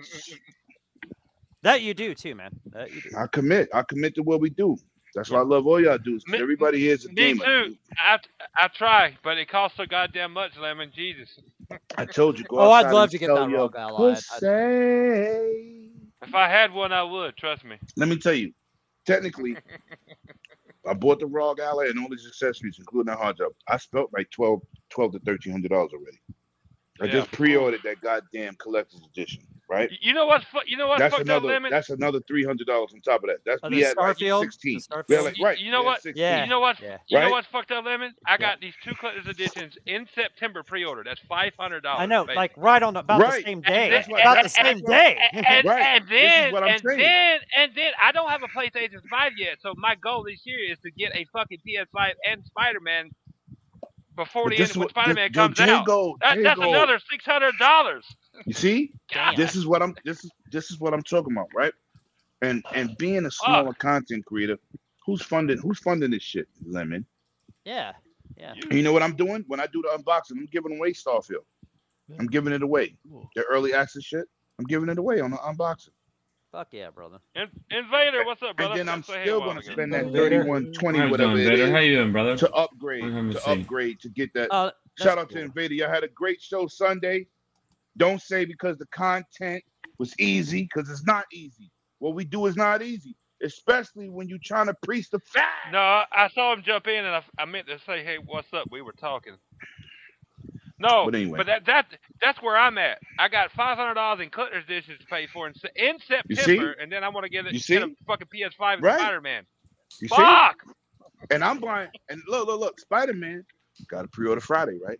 That you do too, man. That you do.
I commit. I commit to what we do. That's why I love all y'all dudes.
Me-
Everybody here is a
Me
gamer.
too. I, I try, but it costs so goddamn much, Lemon. Jesus.
I told you. Go
Oh, I'd
outside
love
and
to get
sell
that
your
rogue ally. I'd-
pussy.
If I had one, I would. Trust me. [laughs]
Let me tell you. Technically, I bought the raw gala and all these accessories, including the hard drive. I spent like 12, 12 to thirteen hundred dollars already. I
Yeah.
just pre-ordered that goddamn collector's edition, right?
You know what's fu- you know what
That's
fucked up,
another.
Lemon?
That's another three hundred dollars on top of that. That's
Oh,
we
the
had like
Starfield? The
sixteen.
Starfield?
We had like- right.
You know
we had
what?
16.
Yeah.
You know what's
Yeah.
you know
Right?
what's fucked up, Lemon? I got these two collector's editions in September pre-order. That's five hundred dollars.
I know, like right on the- about
Right.
the same
And
day.
this-
about
and-
the same
and-
day. [laughs]
and,
Right.
and
This is
then
what I'm
and
saying.
then and then I don't have a PlayStation 5 yet, so my goal this year is to get a fucking PS5 and Spider-Man before
But
the
this
end when
what-
Spider-Man
this- yo,
comes
Jay
out.
Gold,
That,
Jay
that's
Gold.
another six hundred dollars.
You see,
Damn.
this is what I'm. This is this is what I'm talking about, right? And and being a smaller content creator, who's funding who's funding this shit, Lemon?
yeah.
And you know what I'm doing when I do the unboxing? I'm giving away Starfield. I'm giving it away. The early access shit. I'm giving it away on the unboxing.
Fuck yeah, brother.
Invader, what's up, brother?
And then I'm
Go ahead,
still
Wild
gonna
again.
spend that
Later.
thirty-one
How
twenty,
you
whatever
doing,
it
Vader? How
is,
you doing, brother?
to upgrade,
Let me [laughs]
to
see.
upgrade, to get that.
Oh, that's
Uh, Shout out to
cool.
Invader. Y'all had a great show Sunday. Don't say because the content was easy, because it's not easy. What we do is not easy, especially when you're trying to preach the fact.
No, I I saw him jump in, and I, I meant to say, "Hey, what's up?" We were talking. No,
But anyway.
Oh, but that that that's where I'm at. I got five hundred dollars in collector's editions to pay for in, Se- in
You see?
September, and then I want to get it.
You
get a
see?
fucking PS5 and
Right.
Spider-Man.
You see?
Fuck.
And I'm buying. And look, look, look. Spider Man got a pre-order Friday, right?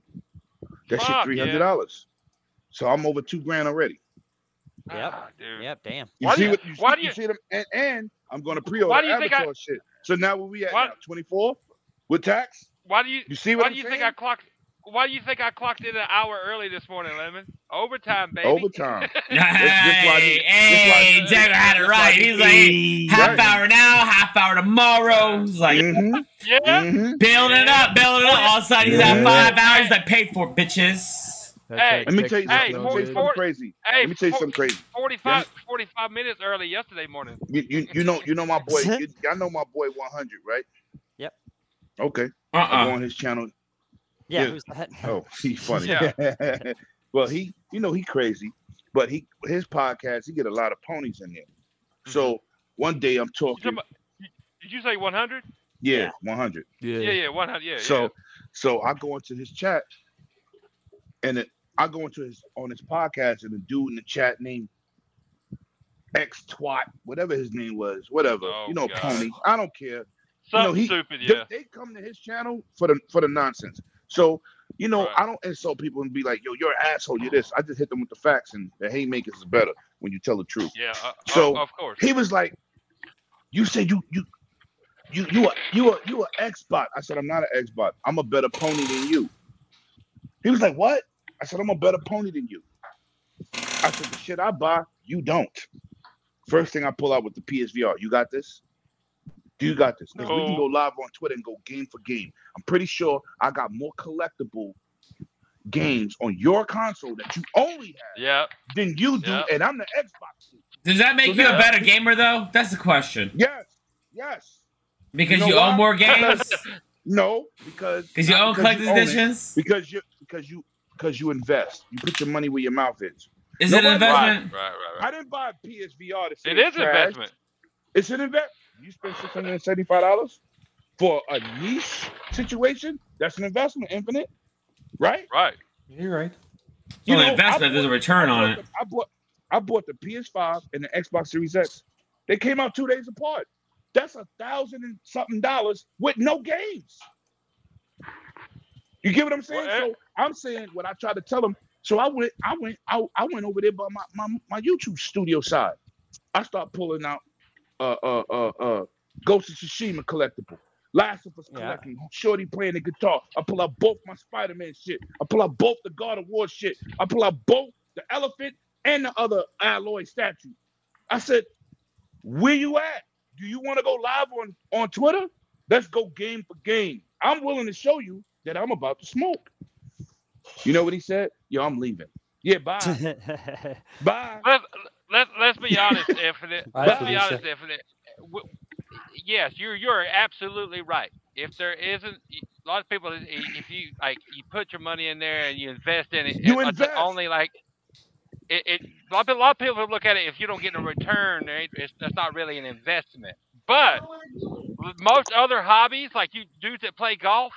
That shit
Fuck,
three
yeah.
hundred dollars. So I'm over two grand already.
Yep.
Ah, dude.
Yep, damn.
You
Why do
see
you-
what you,
why
see-
do
you
you-
see them, and, and I'm going to
Why
pre-order
do you think I-
Avatar shit. So now where we at
Why-
now? 24 with tax.
Why do you?
You see what
Why
I'm
do you
saying?
think I clocked? Why do you think I clocked in an hour early this morning, Lemon? Overtime, baby.
Overtime.
Hey,
just why these-
hey,
just why-
Jagger had it
that's why
[laughs] right.
you
He's like half
Right.
hour now, half hour tomorrow. He's like
hmm
Yeah.
hmm
building it up, building it up. All of a sudden, he's at
Yeah.
five hours. I paid for bitches.
Hey,
Let me tell you
Hey,
something, let me
more-
tell you something
more-
crazy.
Hey,
Let me tell you
for-
something crazy.
45, 45 minutes early yesterday morning.
You, you, you know you know my boy. You, y'all know my boy 100, right?
Yep.
Okay.
Uh
I go
uh
on his channel.
Yeah,
Yeah.
who's that?
Oh, [laughs] he funny.
Yeah.
[laughs] well, he you know he crazy, but he his podcast he get a lot of ponies in there. So one day I'm
You Mm-hmm. talking
talking.
about- Did you say one hundred?
Yeah, 100.
Yeah, yeah, one hundred. Yeah.
so so I go into his chat and it, I go into his on his podcast and the dude in the chat named X Twat, whatever his name was, whatever.
Oh,
you know,
God.
pony. I don't care.
yeah. something
know, he-
stupid.
They-
Yeah.
They, come to his channel for the for the nonsense. So you know,
Right.
I don't insult people and be like, "Yo, you're an asshole. You're this." I just hit them with the facts, and the haymakers is better when you tell the truth.
Yeah, uh,
So-
so of course.
He was like, "You said you you you you are you are you are Xbot." I said, "I'm not an Xbot. I'm a better pony than you." He was like, "What?" I said, "I'm a better pony than you." I said, "The shit I buy, you don't." First thing I pull out with the PSVR, you got this? Do you got this? 'Cause we can
No.
go live on Twitter and go game for game. I'm pretty sure I got more collectible games on your console that you only have
Yeah.
than you do,
Yeah.
and I'm the Xbox. dude.
Does that make you
Yeah.
a better gamer though? That's the question.
Yes, yes.
Because
You know
you,
why?
own more games. [laughs]
No, because
Because you
not
own
because
collector's
you own it,
editions.
because you because you because you invest. You put your money where your mouth is.
Is it an
Nobody-
Right,
investment?
right, right,
I
right.
didn't buy a PSVR to say
It is
trash.
investment.
It's an investment. You spend six hundred and seventy-five dollars for a niche situation. That's an investment, infinite, right?
Right.
You're right.
You
know, I
an investment. There's a
bought-
return
I
on
bought
it.
the- I bought I bought the PS5 and the Xbox Series X. They came out two days apart. That's a thousand and something dollars with no games. You get what I'm saying?
Well, eh.
So I'm saying what I tried to tell them. So I went, I went, I, I went over there by my, my my YouTube studio side. I start pulling out uh uh uh uh Ghost of Tsushima collectible. Last of Us
Yeah.
collecting, Shorty playing the guitar. I pull out both my Spider Man shit. I pull out both the God of War shit. I pull out both the elephant and the other alloy statue. I said, Where you at? Do you want to go live on, on Twitter? Let's go game for game. I'm willing to show you that I'm about to smoke. You know what he said? Yo, I'm leaving. Yeah, bye.
[laughs]
Oh. bye.
Let's let's let's be
[laughs]
honest, Infinite.
I
Let's
see
be
what you
honest, Infinite. W- Yes, you're you're absolutely right. If there isn't a lot of people, i- if you like, you put your money in there and you invest in it,
You
and, like, the
invest.
only like it. it a, lot, of- a lot of people look at it if you don't get a return, there ain't- it's, that's not really an investment. But most other hobbies, like you dudes that play golf,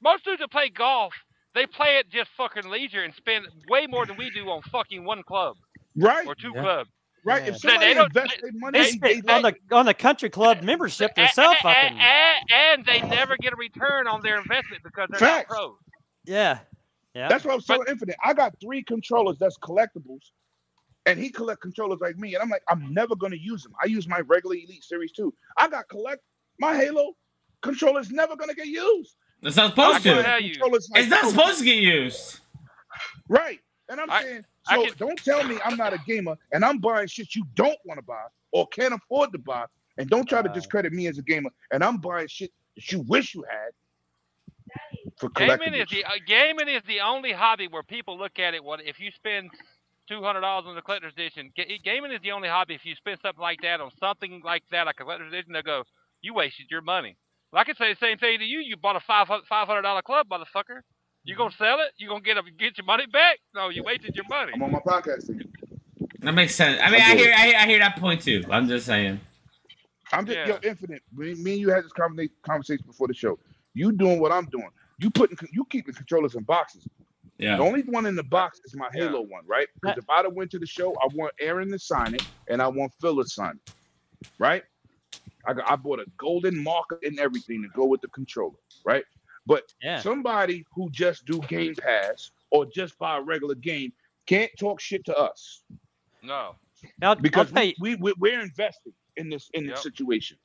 most dudes that play golf, they play it just fucking leisure and spend way more than we do on fucking one club
Right.
or two
Yeah.
clubs.
Right.
Yeah.
If
So they
somebody
don't-
invests their money,
They
they, they
spent on the
like-
on the country club membership. They're so
A- a-
fucking
a- and they never get a return on their investment because they're
Facts.
not pros.
yeah. Yeah.
That's what I'm saying. Infinite. I got three controllers that's collectibles, and he collect controllers like me, and I'm like, I'm never gonna use them. I use my regular Elite Series too. I got collect my Halo controller's never gonna get used.
It's not
I
supposed
can
to.
tell you.
Controller's like
It's not
this.
supposed to get used.
Right. And I'm
I-
saying,
I
so
can-
don't tell me I'm not a gamer and I'm buying shit you don't want to buy or can't afford to buy. And don't try to
Wow.
discredit me as a gamer and I'm buying shit that you wish you had for
Gaming is
collectibles.
the uh, gaming is the only hobby where people look at it. What if you spend two hundred dollars on the collector's edition? Ga- Gaming is the only hobby. If you spend something like that on something like that, like a collector's edition, they'll go, "You wasted your money." Well, I could say the same thing to you. You bought a five hundred dollar club, motherfucker. You gonna sell it? You gonna get a, get your money back? No, you wasted your money.
I'm on my podcast. Again.
That makes sense. I mean,
I
I
do.
hear, I hear, I hear that point too. I'm just saying.
I'm just
Yeah.
yo infinite. Me, me and you had this conversa- conversation before the show. You doing what I'm doing. You putting you keeping controllers in boxes. The
Yeah.
only one in the box is my
Yeah.
Halo one, right? Because if I'd have went to the show, I want Aaron to sign it and I want Phil to sign it, right? I, got, I bought a golden marker and everything to go with the controller, right? But
Yeah.
somebody who just do Game Pass or just buy a regular game can't talk shit to us
No.
I'll,
because
I'll tell you,
we, we, we we're invested in this in this
Yep.
situation.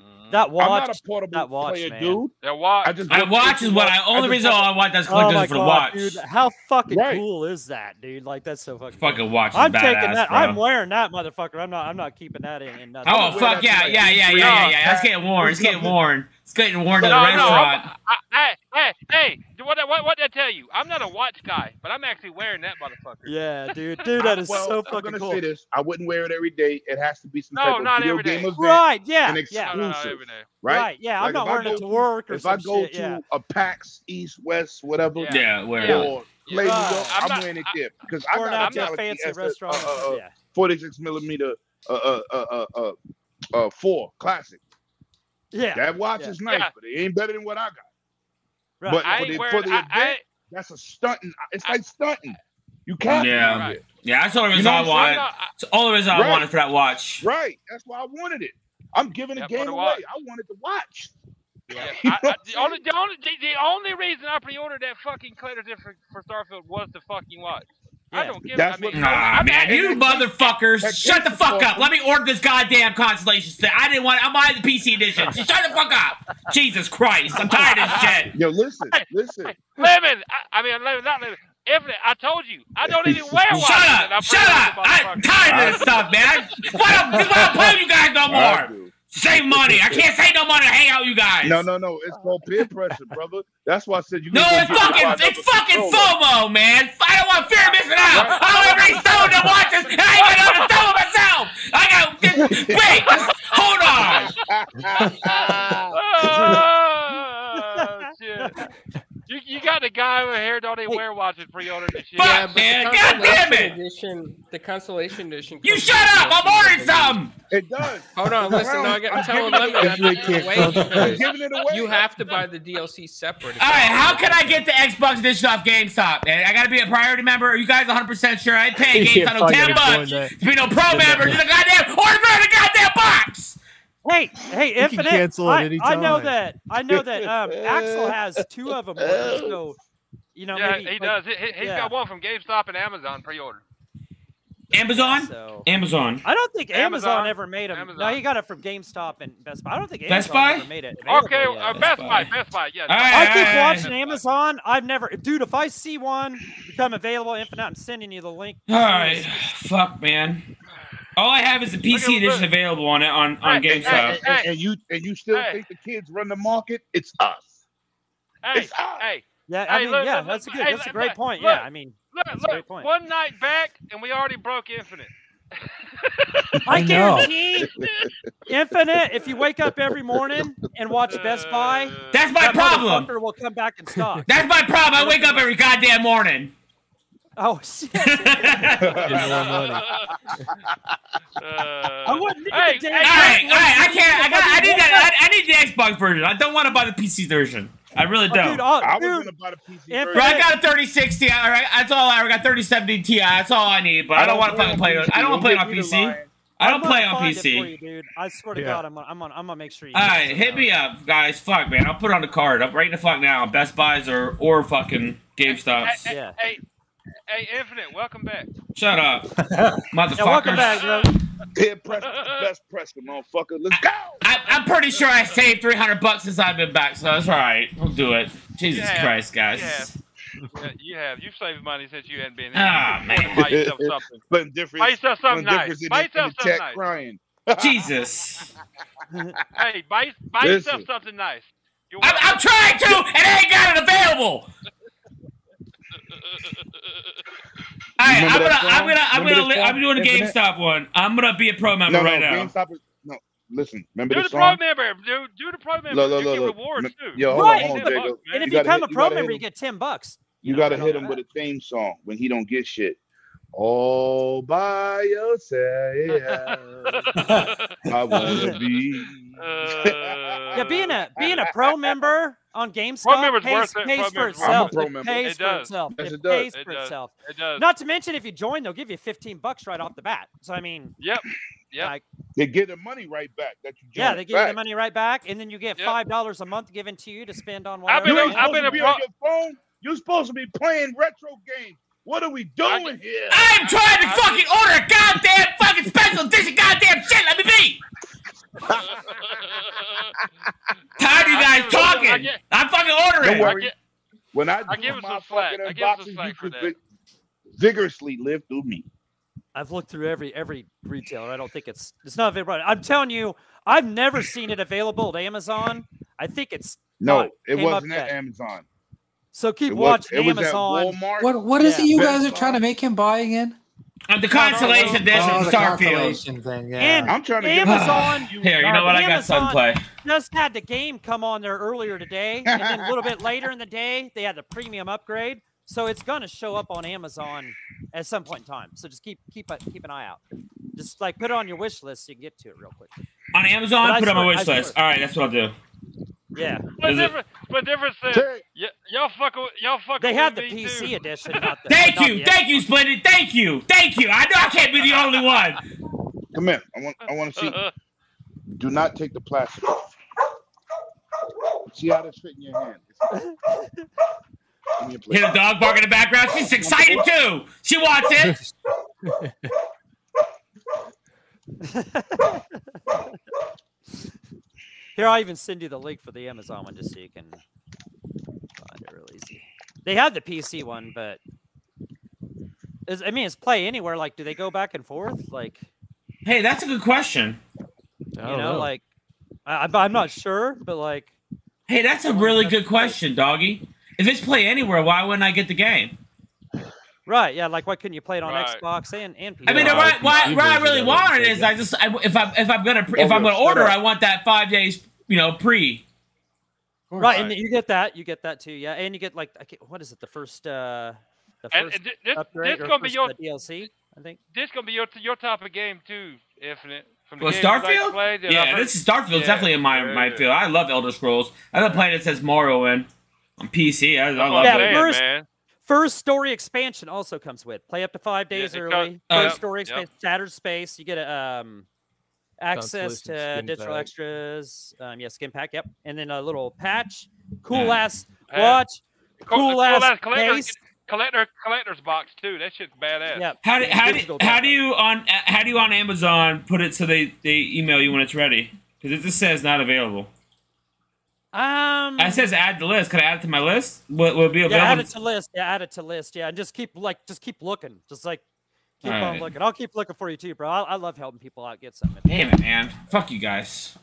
Mm.
[laughs]
that
I'm not
watch.
a portable
that watch,
player,
man.
dude.
They're wa-
I just
I watch is what I only reason why I watch that's
Oh
collectors
my
for the
god,
watch.
dude! How fucking
Right.
cool is that, dude? Like that's so fucking. cool.
Fucking watch is
I'm
badass,
taking that.
bro.
I'm wearing that motherfucker. I'm not. I'm not keeping that in. in nothing.
Oh
wear
fuck
that
yeah,
to, like,
yeah, yeah, yeah,
three
yeah,
hours.
yeah. It's getting worn. It's getting worn. It's getting worn to the
No, no,
restaurant.
I, I, hey, hey, what, what, what did I tell you? I'm not a watch guy, but I'm actually wearing that motherfucker.
Yeah, dude.
[laughs]
Dude, that
I-
is
well,
so
I'm
fucking
gonna
cool.
say this. I wouldn't wear it every day. It has to be some
No,
type of
not
video
every day.
game event,
Right? Yeah.
an
Yeah.
No, no, no,
exclusive,
every day.
right?
Yeah.
Like,
I'm not
if I
wearing it to
go-
work or
If I
some
go
shit.
to
yeah.
a PAX East West, whatever,
Yeah.
Yeah, where
Yeah.
or
Yeah.
Lady
Right.
Dog,
I'm
I'm,
not-
wearing it
I-
there because I
Or
got a
out to a
mentality
fancy
as a,
restaurant.
uh, uh, uh,
yeah.
46 millimeter uh, uh, uh, uh, uh, uh, four classic.
Yeah.
That watch
Yeah.
is nice,
Yeah.
but it ain't better than what I got.
Right.
But
I
for
ain't
the,
wearing.
for the
I,
event,
I,
that's a stunting. uh, It's like stunting. You can't.
Yeah.
Right.
Yeah, that's the only
You
reason
know
I
what I'm
want.
I'm
it.
not, I,
It's the only reason I
Right.
wanted for that watch.
That's why I wanted it. I'm giving the
Yeah, for
game
the
away.
watch.
I wanted to watch.
yeah,
You know
I, I,
what
the
I'm
only, the only, the, the only reason I pre-ordered that fucking collector's edition for, for Starfield was the fucking watch. I
Yeah.
don't give.
That's
I mean,
what-
Nah,
I'm
man,
at-
you motherfuckers!
that
Shut the
case
fuck
is
up! Let me order this goddamn constellation set. I didn't want. I'm buying the PC edition. Shut the fuck up! Jesus Christ! I'm tired of this shit.
Yo, listen, listen.
Lemon. I, I mean, lemon, not lemon. Infinite. I told you, I don't even wear
[laughs]
watches.
Shut
and I
up! Shut up!
pre-ordered the
I'm
motherfucker.
tired of this stuff, man. Why don't, why don't play with you guys no
I
more?
do.
Save money. I can't save no money to hang out with you guys.
No, no, no. It's called peer pressure, brother. That's why I said you.
No,
can
it's
go get
fucking,
five
it's
other
fucking
controllers.
FOMO, man. I don't want fear of missing out. I don't have any stone to watch this. I ain't even on the stone myself. I got, wait, hold on.
[laughs]
Oh, shit. You, you got the guy over here don't even wear watches pre-ordered and shit.
Fuck, man. God damn
Constellation
it.
Edition, the Constellation Edition.
You
comes
shut
with
up. I'm ordering something.
It does.
Hold on, listen. No, I got to tell Lemon. I have to give it away
I'm
because
giving it away.
You have to buy the DLC separate.
All right, how can I get the Xbox edition off GameStop? man? I gotta be a priority member. Are you guys 100% sure? I ain't
[laughs]
paying GameStop no 10 bucks to be no pro member. Just a goddamn order for the goddamn box.
Hey, hey,
You can
Infinite.
cancel at
I,
any
I know
time.
that. I know that. Um,
[laughs]
Axel has two of them. So, you know,
yeah,
maybe,
he
like,
does. He, he, has
yeah.
got one from GameStop and Amazon pre-ordered.
Amazon?
So.
Amazon.
I don't think Amazon,
Amazon.
ever made them. No,
Amazon.
he got it from GameStop and Best Buy. I don't think Amazon
Best Buy?
ever made it. available
Okay,
yet.
uh,
Best
Best
Buy.
Buy, Best Buy, yeah.
All right.
I keep
Hey,
watching
hey, hey.
Amazon. I've never, dude. If I see one become available, Infinite, I'm sending you the link.
All right, fuck, man. All I have is the PC
Look at-
edition available on it on on
Hey,
GameStop.
And, and- and you and you still
Hey.
think the kids run the market? It's us.
Hey,
It's us.
hey,
Yeah, I
Hey,
mean,
look,
yeah,
look,
that's a
look,
good,
hey,
that's a
look,
great
look,
point.
look.
Yeah, I mean, That's a
look,
great
look,
point.
one night back and we already broke Infinite.
I
know.
guarantee Infinite. If you wake up every morning and watch Best Buy,
Uh,
That's my
that
problem.
motherfucker will come back in stock.
[laughs]
That's my problem. I wake up every goddamn morning. [laughs]
Oh shit!
Uh, I
wouldn't
hey,
even
hey,
dare-
Alright, alright, I can't. I got. I need that. I, I need the Xbox version. I don't want to buy the PC version. I really
Oh, dude,
don't.
oh,
I was
dude,
gonna buy the PC
if-
version.
Bro, I got a 3060. All right, that's all I I got. 3070 Ti. That's all I need. But I don't want to fucking play. on- I don't want to play on PC. I
I'm
don't
gonna
play on
find it
PC.
for you, dude. I swear to
Yeah.
God, I'm gonna, I'm gonna, I'm gonna make sure you.
All
get
right,
some
hit me up, guys. Fuck, man. I'll put it on the card. I'm writing the fuck now. Best buys or or fucking GameStops.
Yeah.
Hey, hey, Infinite, welcome back.
Shut up, motherfuckers.
Yeah, welcome back, bro.
Dead press,
[laughs]
best press, the motherfucker. Let's go.
I, I'm pretty sure I saved 300 bucks since I've been back, so that's all right. We'll do it. Jesus
Yeah,
Christ, guys.
yeah. Yeah, you have. You've saved money since you hadn't been in.
Ah,
You can afford to Buy yourself something.
Putting difference.
Buy yourself something
putting
nice.
difference in
Buy
the- in
yourself
the chat
something nice.
crying.
Jesus.
Hey, buy, buy
Listen.
yourself something nice. You're
I'm, I'm trying to, and I ain't got it available. All right, I'm
Remember
gonna, I'm
that song?
gonna, I'm
Remember
gonna,
that
li- I'm
song?
doing a
Isn't it?
GameStop one. I'm gonna be a pro member
no,
right
no,
now.
GameStop is, no, listen. Remember
Do the
this
pro
song?
member. Do, do the pro member.
Look, look,
you
look,
get
look.
rewards
M-
too.
yo, hold
on, Right,
hold on,
Look,
Jacob.
man.
And if
You gotta
you become
hit-
a
you
pro
gotta hit
member, you
him.
get ten bucks.
You,
know,
gotta
I don't
hit
know
him
that.
with a theme song when he don't get shit. All by
[laughs]
yourself, [laughs] I wanna be.
Uh,
Yeah, being a being a pro member on GameStop
member's
pays,
worth it.
pays
Pro
for
member's worth it.
I'm a
itself.
pro
It
member.
pays
It
for
does.
itself.
Yes,
it
it does.
pays
It
for
does.
itself.
it does. [laughs]
Not to mention, if you join, they'll give you fifteen bucks right off the bat. So I mean,
Yep. Yep.
like,
They get the money right back that you.
yeah,
joined.
they give you the
Fact.
money right back, and then you get
Yep.
five dollars a month given to you to spend on
I've
whatever.
been
You
a-
ain't
you
I've
supposed
been
to
a
be
pro-
on your phone. You're supposed to be playing retro games. What are we
I
doing here?
I'm trying to fucking order a goddamn fucking special edition goddamn shit. Let me be. Tired of you guys
I
talking.
get-
I'm fucking ordering.
Don't
I
worry.
get,
When I do
I give him
my
some slack.
fucking
I give him
unboxings,
some slack
you
for
could
that.
vi- vigorously live through me.
I've looked through every every retailer. I don't think it's it's not available. I'm telling you, I've never seen it available at Amazon. I think it's
No,
Oh,
it
came up
wasn't at
yet.
Amazon.
so. Keep
It was,
watching
it was at
Amazon.
Walmart.
What what is it
Yeah.
you guys are trying to make him buy again?
Uh, the consolation edition
Oh,
of
the
Starfield.
constellation thing. Yeah.
And-
I'm trying to get
Amazon
Here, you know what? I got
Amazon-
Sun Play.
just had the game come on there earlier today, and then a little bit later in the day, they had the premium upgrade. So it's gonna show up on Amazon at some point in time. So just keep keep a- keep an eye out. Just like put it on your wish list so you can get to it real quick.
On Amazon,
But I
put it on my
swear-
wish
I
list.
swear.
All right, that's what I'll do.
Yeah,
but
Is it-
difference, but difference is,
Take-
y- y'all fucking, with- y'all fucking.
they
with
have the
me [laughs]
PC
Too.
edition. Not the,
Thank
not
you,
the
thank you,
Xbox.
Splendid. Thank you, thank you. I know I can't be the only one.
Come here. I want. I want to see.
Uh,
Do not take the plastic off. See how this fit in your hand. [laughs] Give me a plate.
Hear the dog bark in the background. She's excited too. She wants it.
[laughs] Here, I'll even send you the link for the Amazon one just so you can find it real easy. They have the PC one, but is, I mean, it's play anywhere. Like, do they go back and forth? Like,
Hey, that's a good question.
I
you know,
don't know.
like I, I'm- I'm not sure, but like
Hey, that's a really good question, doggy. If it's play anywhere, why wouldn't I get the game?
right, yeah, like why couldn't you play it on
Right.
Xbox and and PC?
I mean,
Yeah,
why, why,
I-
why I really
I-
want it is I just I, if I if I'm gonna pre- if I'm gonna order, I want that five days you know pre.
right, and you get that, you get that too, yeah, and you get like I can't, what is it, the first, uh, the
And,
first
and thi- this,
upgrade
this
or
gonna be
first,
your,
uh, DLC, I think.
this gonna be your, your top of game too, Infinite. From the
Well,
games I've
Starfield?
played that I've
Yeah,
heard-
this is Starfield's
Yeah.
definitely in my my
Yeah.
field. I love Elder Scrolls. I love playing it since Morrowind on PC. I, I
That's
love
what
Yeah,
I'm
it.
saying,
first-
man.
First story expansion also comes with play up to five
Yeah,
days
it co-
early.
uh,
First
yep,
story
yep.
expansion, Shattered Space. You get a, um, access
Constellation
to
skin
digital
pack.
extras. Um, yeah, skin pack. Yep, and then a little patch. Cool
Yeah.
ass
Patch.
watch.
Co-
Cool, ass
collector,
case.
collector, collector's box too. That shit's badass.
Yep.
How do,
and
how, do,
digital
how do
download.
you on uh, how do you on Amazon put it so they, they email you when it's ready? Because it just says not available.
Um,
It says add to list. Can I add it to my list? Will, will it be
yeah, add
available?
it to list. Yeah, add it to list. Yeah, and just keep like just keep looking. Just like keep on
Alright.
looking. I'll keep looking for you too, bro. I, I love helping people out get something.
Damn it, man! Fuck you guys!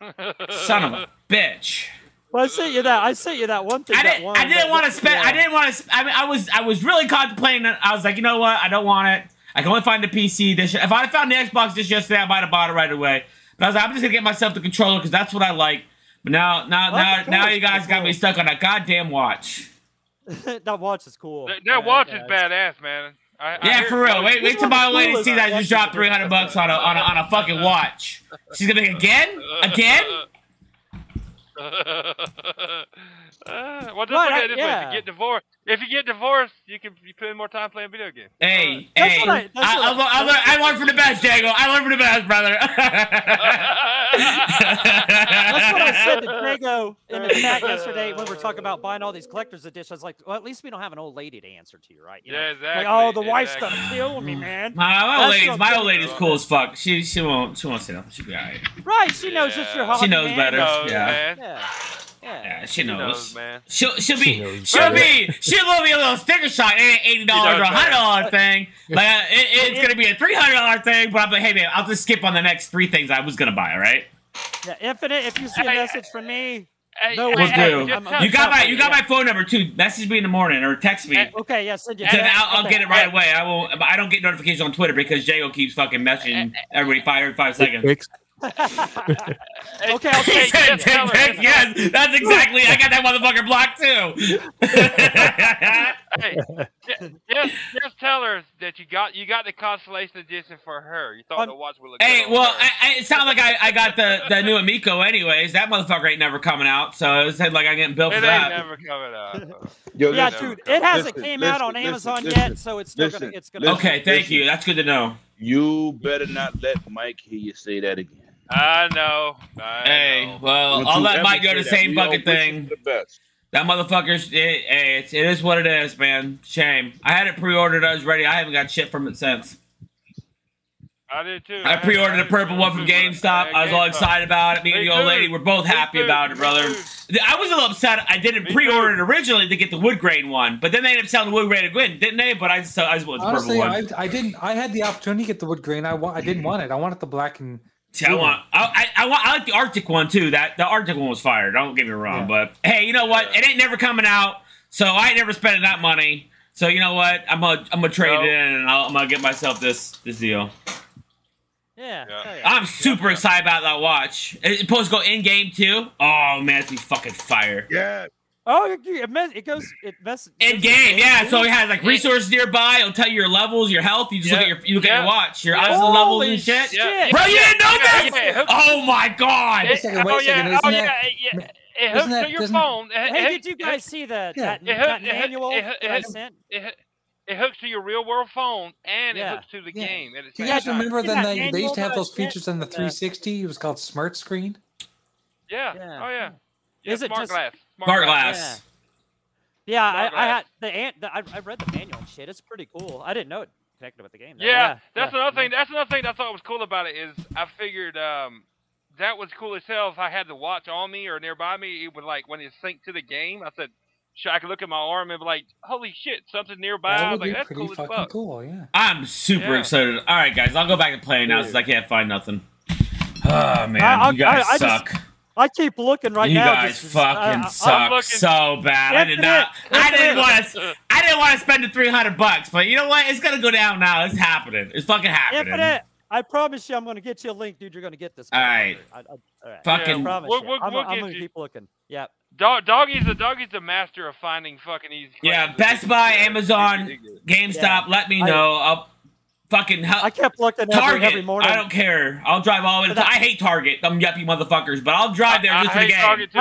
[laughs]
Son of a bitch!
Well, I sent you that. I sent you that one thing.
I
that
didn't.
one
I didn't
that
want to
looked-
spend. I
yeah.
didn't want to. I mean, I was. I was really contemplating. it. I was like, you know what? I don't want it. I can only find the PC this. year. If I had found the Xbox this yesterday, I might have bought it right away. But I was like, I'm just gonna get myself the controller because that's what I like. But now, now,
I
now,
like the
now,
controller.
you guys got me stuck on a goddamn watch.
[laughs] that watch is cool.
Th- That watch is badass, man. I, I
Yeah,
hear-
for real.
[laughs]
Wait, wait till my
the
lady
coolest
sees I just
watches
dropped
ever.
three hundred bucks on a, on a on a fucking watch. She's gonna be like, again, again.
Uh, well, just look
Right, I-
at it this way. If
yeah.
you get divorced, if you get divorced, you can you put in more time playing video games. [laughs]
Hey,
That's
hey.
what I- that's
I,
what I-
I, lear- I, lear- I learned from the best, Jago. I learned from the best, brother. [laughs]
That's what I
[laughs]
said to Drago in the chat yesterday when we were talking about buying all these collector's editions. Like, well, at least we don't have an old lady to answer to, right? [laughs] You know?
Yeah, exactly.
Like, oh, the wife's
exactly.
gonna kill
Mm.
me, man.
My, my old
That's
lady's
what
my
I'm
old lady's cool as fuck. She she won't she won't say nothing. She'll be alright.
Right? She knows it's your
Yeah.
hobby.
She knows
man.
better.
No,
Yeah.
man.
Yeah. Yeah.
Yeah, she
She
knows.
knows, man.
She'll she'll
She
be
knows
she will
better.
be she'll love me a little sticker shot. It ain't eighty dollars or
She
a
knows
hundred dollar thing. Like uh, it, it's gonna be a three hundred dollar thing. But I'm like, hey man, I'll just skip on the next three things I was gonna buy. All right.
yeah. Infinite. If you see a
Hey,
message from me,
Hey,
No,
hey,
we'll
hey,
do.
just
I'm-
tell-
You got my you got
yeah.
my phone number too. Message me in the morning or text me.
Hey,
okay, yeah, send you.
Then
yeah,
I'll, I'll
okay.
get it right away. I won't. I don't get notifications on Twitter because Jago keeps fucking messaging
Uh,
every five every five seconds.
[laughs]
Dick pics.
Okay, I'll
He
take
said
it.
just tell
dick
her.
pic, Yes, that's exactly. I got that motherfucker blocked too.
hey, ju- just, just tell her that you got you got the constellation edition for her. You thought
Um,
the watch would
[laughs]
look
hey,
good. on
well,
her.
I, I, it sounded like I, I got the, the new Amico anyways. That motherfucker ain't never coming out, so it said like I getting built
it
for
ain't
that.
never coming out.
[laughs]
Yo,
Yeah,
listen,
dude, it hasn't
listen,
came out on
listen, listen,
Amazon
listen.
yet, so it's still
listen,
gonna. It's gonna.
listen.
Okay, thank you. That's good to know.
You better not let Mike hear you say that again.
I know. I
Hey,
know.
well,
Don't
Uh, I'll
you
let
ever
Mike go
say
the
that.
same
We all
fucking
wish you
thing.
The best.
That motherfucker's. It, hey, it's, it is what it is, man. Shame. I had it pre-ordered. I was ready. I haven't got shit from it since.
I did too.
I
had-
pre-ordered a
had
purple
two
one from
of them.
GameStop.
had
I was all
GameStop.
excited about it. Me and
Me
the old
too.
lady were both
Me
happy
too.
about it,
Me
brother.
too.
I was a little upset. I didn't
Me
pre-order
too.
it originally to get the wood grain one, but then they ended up selling the wood grain again, didn't they? But I just I just wanted the purple
Honestly,
one. Hmm.
I, I didn't. I had the opportunity to get the wood grain. I want. I didn't want it. I wanted the black and.
See, I want I, I, I want I like the Arctic one too. That the Arctic one was fire. Don't get me wrong, but hey, you know what?
Yeah.
It ain't never coming out, so I ain't never spending that money. So you know what? I'm gonna I'm gonna trade
No.
it in, and I'll, I'm gonna get myself this this deal.
Yeah.
Yeah.
hell yeah.
I'm super
yeah.
excited about that watch. It's supposed to go in game too. Oh man, it's be fucking fire.
Yeah,
Oh, it, it, mes- it goes. It mess.
In game, yeah. So it has like resources nearby. It'll tell you your levels, your health. You just look
Yeah.
at your you look at
Yeah.
your watch, your
Yeah.
eyes and levels
Holy
and shit.
shit.
Bro, you didn't know
Yeah,
this?
yeah, it-
Oh my god!
Wait a second, wait
oh
a second,
yeah, oh
isn't
yeah,
that-
it- yeah,
isn't
it hooks
that-
to your
doesn't-
phone. It-
Hey,
it-
did you guys see the
Yeah.
that,
It hook-
that
it hook-
manual
it hook-
that I
it hook-
sent?
It, it, it hooks to your real world phone and
Yeah.
it hooks to the
Yeah.
game. At the
Do you
same
guys
time.
remember
Yeah,
then they, they used to have
manual
those features on the
shit.
360? It was called Smart Screen.
Yeah.
Yeah.
Oh yeah.
Is
yeah,
it
smart
just-
glass?
Smart glass.
Yeah, I, I
Progress.
had the ant. The, I, I read the manual and shit. It's pretty cool. I didn't know it connected with the game. though.
Yeah, that's another thing. That's another thing that I thought was cool about it is I figured um, that was cool as hell. If I had the watch on me or nearby me, it would like when it synced to the game. I said, "Shit, I could look at my arm and be like, holy shit, something nearby." I
that
was
would
like,
be
"That's
pretty
cool as
fucking
fuck."
cool. Yeah.
I'm super
Yeah.
excited. All right, guys, I'll go back and play now since I can't find nothing. Oh man,
I- I-
you guys
I- I just-
suck.
I keep looking right
you
now.
guys
just- uh,
fucking
I- I- I-
suck
uh, looking-
so bad. I did not. I didn't want to. I didn't want to spend the three hundred bucks, but you know what? It's gonna go down now. It's happening. It's fucking happening.
Infinite. I promise you, I'm gonna get you a link, dude. You're gonna get this.
All right.
motherfucker. I, I, all right.
Fucking-
I promise
We'll-
you.
we'll-
I'm,
we'll
I'm
get
gonna
you.
keep looking. Yep.
Dog, doggy's the doggy's the master of finding fucking easy.
Yeah,
places.
Best Buy,
Yeah,
Amazon,
he's- he's-
GameStop. Let me
I-
know. I'll fucking help.
I kept looking
Target.
every, every morning.
I don't care. I'll drive all the way.
But
To, I hate Target. Them yuppie motherfuckers. But I'll drive there
I,
just
I
for the
hate
game.
Target too.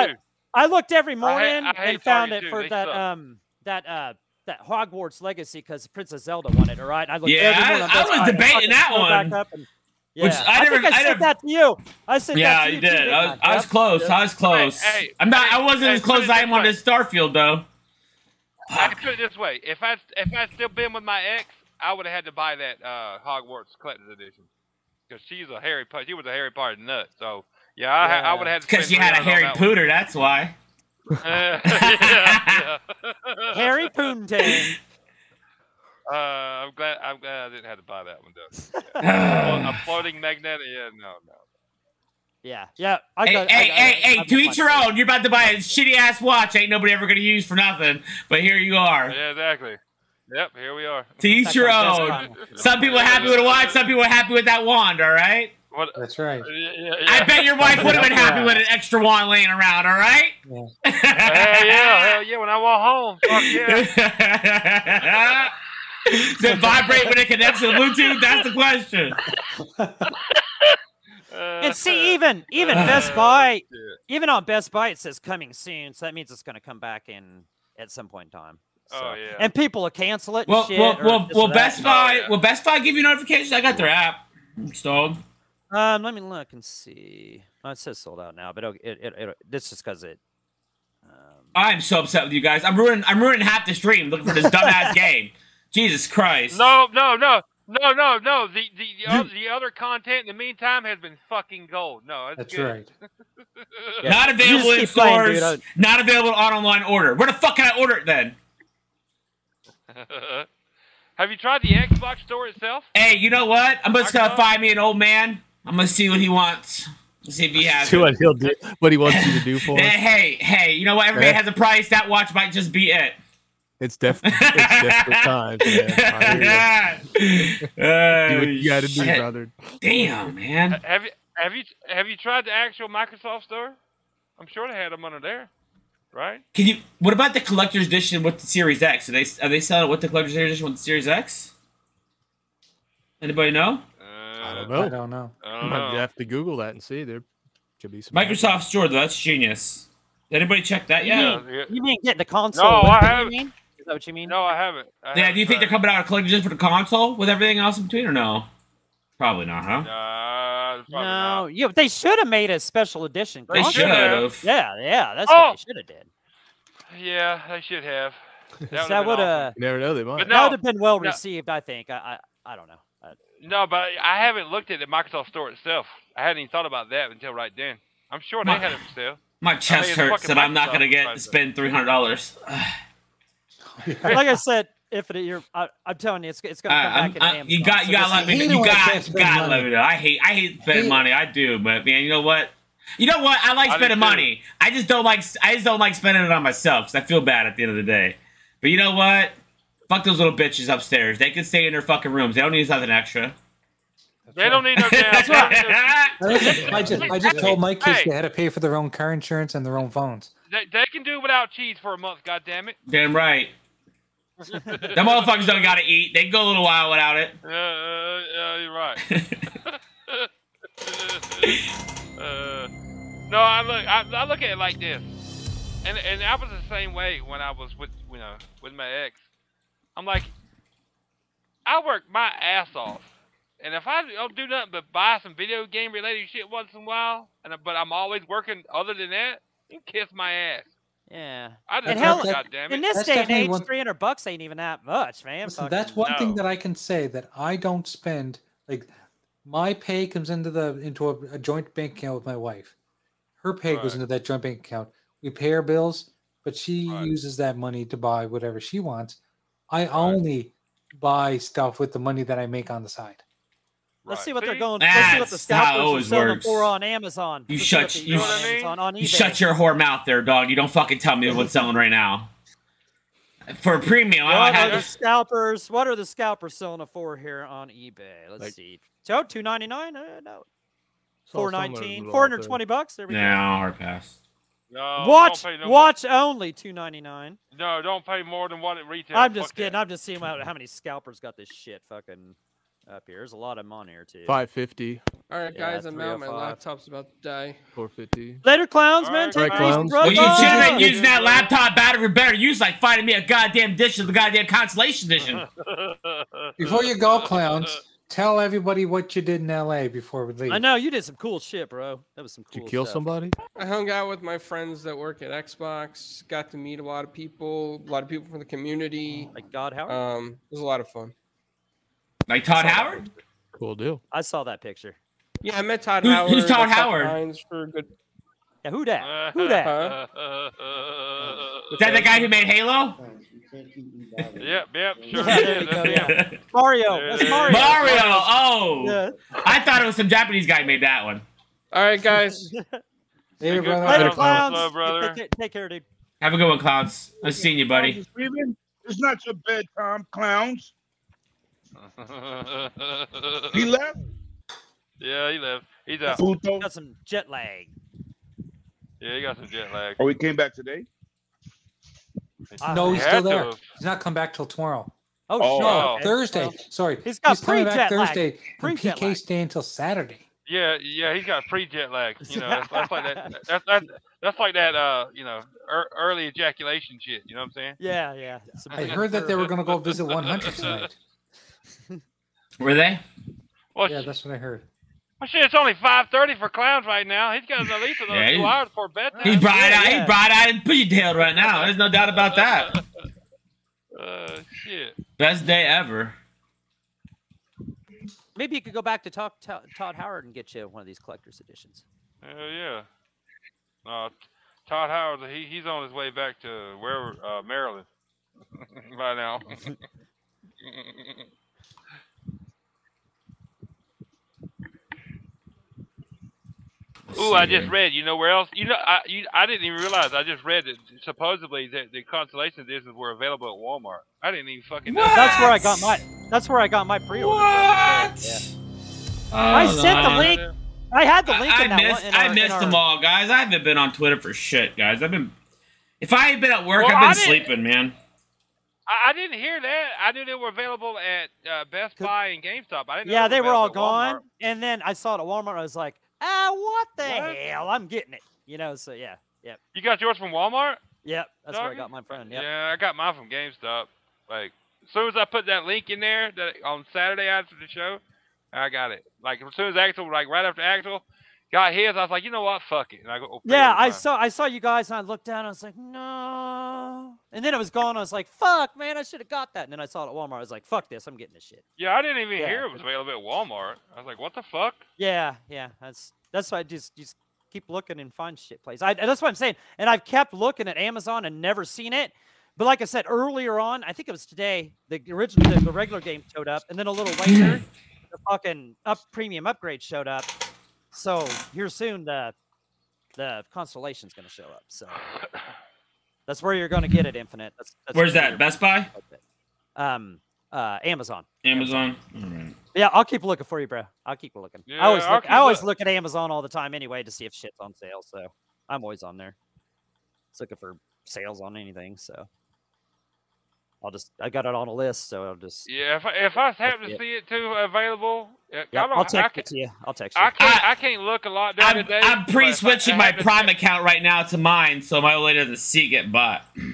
I- I looked every morning
I hate
and found
Target
it
too.
for
They
that
suck.
um that uh that Hogwarts Legacy because Princess Zelda won it. All right, I looked
Yeah,
every
I-
morning.
I
That's
was
why
debating
fucking
that
go back
one,
up and- yeah.
which I never-
think I,
I
said
never-
that to you. I said
Yeah,
that to
you
you
did.
Too,
I was, I was close. I was close.
Hey, hey,
I'm not. I wasn't
hey,
as
put
close
it
as I
this
am on
way.
this Starfield though.
I can put it this way: if I if I still been with my ex, I would have had to buy that uh, Hogwarts Collector's Edition because she's a Harry Potter. She was a Harry Potter nut, so yeah, I, ha I
Yeah.
would have had to.
Because you
spend
had a
$300
hairy
on that
pooter. That's why.
one. [laughs]
[laughs]
yeah, yeah.
Harry Poontang.
Uh, I'm glad. I'm glad I didn't have to buy that one though. Well,
hey,
a floating magnetic. Yeah, no, no.
Yeah, yeah. I
hey,
got, I
hey,
got-
hey,
I've
To
got
each your
mine.
own. You're about to buy a shitty ass watch. Ain't nobody ever gonna use for nothing. But here you are.
Yeah, exactly. Yep, here we are.
To each
That's
your
my best
own.
one.
Some people are happy with a watch. Some people are happy with that wand. All right.
[laughs] What? uh,
That's right.
I bet your wife would have been happy with an extra one laying around. All right.
Hell yeah, hell yeah. When I walk home,
[laughs]
fuck yeah.
Does it vibrate when it connects to the Bluetooth? That's the question.
And
[laughs]
Uh,
see, even even
Ah,
Best Buy, even on Best Buy, it says coming soon. So that means it's going to come back in at some point in time.
Oh,
So-
yeah.
And people will cancel it. and
Well,
shit,
well,
or Oh,
well,
this
well
or that.
Best Buy,
yeah.
will Best Buy give you notifications? I got their app installed.
Um, let me look and see. Oh, it says sold out now, but it'll- it, it, it, it's just because it. Um,
I'm so upset with you guys. I'm ruining, I'm ruining half the stream looking
[laughs]
for this dumbass game. Jesus Christ.
No, no, no. No, no, no. The the the, oth- the other content in the meantime has been fucking gold. No, that's,
That's
good.
right.
Not available in
just keep playing, dude.
stores. not available on online order. Where the fuck can I order it then?
[laughs] Have you tried the Xbox store itself?
Hey, you know what? I'm just gonna
Marco?
find me an old man. I'm gonna see what he wants. See if he has.
See
it.
what he'll do, what he wants you to do for
Eh, [laughs]
him.
Hey, hey, you know what? Everybody
Yeah.
has a price. That watch might just be it.
It's definitely it's desperate times,
[laughs]
man. I hear ya. [laughs] Do what you gotta do,
shit.
brother.
Damn,
Ha-
man.
Have you have you have you tried the actual Microsoft store? I'm sure they had them under there, right?
Can you? What about the collector's edition with the Series X? Are they are they selling it with the collector's edition with the Series X? Anybody know?
Uh,
I don't
I
know.
don't know.
I
I
don't
might
know.
have to Google that and see. There could be some
Oh, Microsoft Store. though, That's genius. Anybody check that yet?
Yeah, yeah.
you mean getting the console?
No,
with
I
it, you
haven't.
mean? Is that what you mean?
No, I haven't. I
Yeah,
haven't
do you think
tried
they're coming out with collector's edition for the console with everything else in between, or no? Probably not, huh?
it. Nah, probably not.
No, yeah, but they should have made a special edition.
They
They
console.
should have.
Yeah, yeah, that's
Oh!
what they should have did.
Yeah, they
[laughs]
should have. That,
That, uh,
would've been
would
awesome.
have
You never know. They might.
But
that
no,
would have been well
no.
received. I think. I I, I don't know.
[laughs]
Uh, I-
no, but I haven't looked at the Microsoft store itself. I hadn't even thought about that until right then. I'm sure they
My-
had it for sale.
My chest
it's
hurts
fucking
that I'm not gonna
Microsoft,
get
right?
spend three hundred dollars.
like I said, if it, you're, I, I'm telling you, it's it's gonna come back in Amazon.
You got,
So
you got
just-
to let me. know.
he don't
You
wanna
got,
spend
you got to let
money.
me know. I hate, I hate spending
He-
money. I do, but man, you know what? You know what? I like
I do
spending
too.
money. I just don't like, I just don't like spending it on myself. 'cause I feel bad at the end of the day. But you know what? Fuck those little bitches upstairs. They can stay in their fucking rooms. They don't need nothing extra.
They don't need no damn. they don't need no-
I just, I just told my kids
Hey.
they had to pay for their own car insurance and their own phones.
they, they can do without cheese for a month. God damn it.
[laughs] Damn right. Them motherfuckers don't gotta eat. They can go a little while without it.
Uh, uh, uh, you're right. [laughs] uh, no, I look. I, I look at it like this, and and I was the same way when I was with you know with my ex. I'm like, I work my ass off, and if I don't do nothing but buy some video game related shit once in a while, and I- but I'm always working. Other than that, you can kiss my ass.
yeah.
I just
And
hell,
hell-
goddamn
In
it.
this
That's
day and
definitely
age,
one-
300 bucks ain't even that much, man.
Listen,
Fucking-
that's one
no.
thing that I can say that I don't spend. Like my pay comes into the into a, a joint bank account with my wife. Her pay
Right.
goes into that joint bank account. We pay our bills, but she
Right.
uses that money to buy whatever she wants. I only buy stuff with the money that I make on the side.
Let's
Right.
see what they're
See?
going. Let's see what the
That's how it
scalpers
always
are selling
works.
for on Amazon.
You
Let's see
shut-
what they
you
got on
sh-
Amazon, on
You
eBay.
shut your whore mouth there, dog. You don't fucking tell me what's selling right now. For a premium, I
What
don't
are the
have.
scalpers? What are the scalpers selling it for here on eBay? Let's
Like-
see. Oh, 299 uh, No,
Saw somewhere
419
it was all
420 bucks. There we
No,
go.
hard pass.
No, Oh, don't
Watch,
pay no more-
watch only 299
No, don't pay more than what it retails.
I'm just
Fuck
kidding.
that.
I'm just seeing how, how many scalpers got this shit fucking up here. There's a lot of them on here too.
Five fifty,
All right,
Yeah,
guys, I'm out. My
305.
laptop's about to die.
four fifty.
Later, clowns,
All
man.
right,
Right,
Take these
clowns.
Well, you
drugs.
should have
Oh.
been using that laptop battery for better use, like finding me a goddamn dish of the goddamn consolation
[laughs]
edition.
Before you
Uh,
go, clowns, tell everybody what you did in L.A. before we leave.
I know you did some cool shit, bro. That was some cool.
Did you kill
stuff.
somebody?
I hung out with my friends that work at Xbox. Got to meet a lot of people, a lot of people from the community.
Like God,
Uh,
Howard.
Um, it was a lot of fun.
Like Todd Howard?
Cool deal.
I saw that picture.
Yeah, I met Todd
Who's-
Howard.
who's Todd
I fucked
Howard?
Hines for a good.
Yeah, who
Uh, Uh-huh.
that? [laughs] Who that?
[laughs]
Is that the guy who made Halo?
Yep, yep, [laughs] sure.
[laughs] Yeah, there we go, yeah.
[laughs]
Mario. That's
Yeah.
Mario.
Mario! Oh!
Yeah.
I thought it was some Japanese guy made that one.
All right, guys.
Later,
Later,
brother.
Later,
Clowns.
clowns.
Hello, brother.
Take, care- take care, dude.
Have a good one, Clowns. Nice seeing you, buddy.
Just leaving? It's not your
[laughs]
bedtime, clowns. He left.
[laughs] Yeah, he left. He's out.
Futo.
Got some jet lag.
Yeah, he got some jet lag.
Oh, he came back today.
no,
He
he's
had
still
to
there.
have.
He's not come back till tomorrow.
Ah. Oh,
Oh,
shit.
wow.
No, Thursday. Sorry,
He's got
coming back
pre-jet lag.
Thursday. And
Pre-jet
PK
lag.
staying till Saturday.
Yeah, yeah, he's got pre jet lag. You know, that's, that's like that. That's, that's that's like that. Uh, you know, ear early ejaculation shit. You know what I'm saying?
Yeah, yeah. Some
I
jet
heard that they were going to go visit
[laughs]
100 tonight.
Were they?
Well,
Yeah,
sh-
that's what I heard.
well, shit, it's only 5:30 for clowns right now. He's got at least another
Yeah,
two
he-
hours before bedtime.
He's bright eyed.
yeah.
He's bright eyed and pretty tailed right now. There's no doubt about that.
Uh, shit.
Best day ever.
Maybe you could go back to talk to Todd Howard and get you one of these collector's editions.
Hell yeah. Uh, Todd Howard, he he's on his way back to wherever uh, Maryland [laughs] by
[laughs]
now.
Let's
Ooh, I
see
just
here.
read. You know where else? You know, I you, I didn't even realize. I just read that supposedly that the constellation editions were available at Walmart. I didn't even fucking know.
What?
that.
That's where I got my. That's where I got my pre-order.
What?
Yeah. I
Oh,
sent the
no.
link. I had the
I-
link
I,
in that
missed,
one. in
I
our- in
missed
our-
them all, guys. I haven't been on Twitter for shit, guys. I've been. If I had been at work,
Well,
I've been
I didn't-
sleeping, man.
I, I didn't hear that. I knew they were available at uh, Best
Could-
Buy and GameStop. I didn't. know
Yeah, they were all
available at
gone.
Walmart.
And then I saw it at Walmart. I was like, ah, what the
What?
hell? I'm getting it. You know. So yeah, yep,
You got yours from Walmart?
yep. That's where I
Doggy?
got mine from. Yep.
Yeah, I got mine from GameStop. Like, as soon as I put that link in there that on Saturday after the show, I got it. Like, as soon as Axel, like right after Axel got his, I was like, you know what? Fuck it. And I go. oh,
Yeah,
pre-order
I
mine.
saw I saw you guys and I looked down and I was like, no. And then it was gone. I was like, fuck, man, I should have got that. And then I saw it at Walmart. I was like, fuck this, I'm getting this shit.
Yeah, I didn't even
Yeah.
hear it was available at Walmart. I was like, what the fuck?
Yeah, yeah. That's that's why I just just keep looking and find shit places. I that's what I'm saying. And I've kept looking at Amazon and never seen it. But like I said earlier on, I think it was today, the original the, the regular game showed up, and then
[clears throat]
a little later, the fucking up premium upgrade showed up. So here soon the the constellation's gonna show up. So that's where you're gonna get it, Infinite. That's, that's
Where's
gonna be
that? Best Buy?
your- Um uh Amazon.
Amazon? All right.
Yeah, I'll keep looking for you, bro. I'll keep looking. I always
Yeah, I'll
look, I
keep
always
loo-
look at Amazon all the time anyway to see if shit's on sale. So I'm always on there. Just looking for sales on anything. So I'll just I got it on a list, so I'll just
Yeah, if I, if I happen to
it.
see it too available, uh,
yeah,
I don't.
I'll
I
text
can,
it to you. I'll text you.
I can't.
I-
I, can't look a lot during
I'm,
the day.
I'm
but if I-
pre-switching
I
my
happen to-
Prime account right now to mine, so my only doesn't see get bought.
i-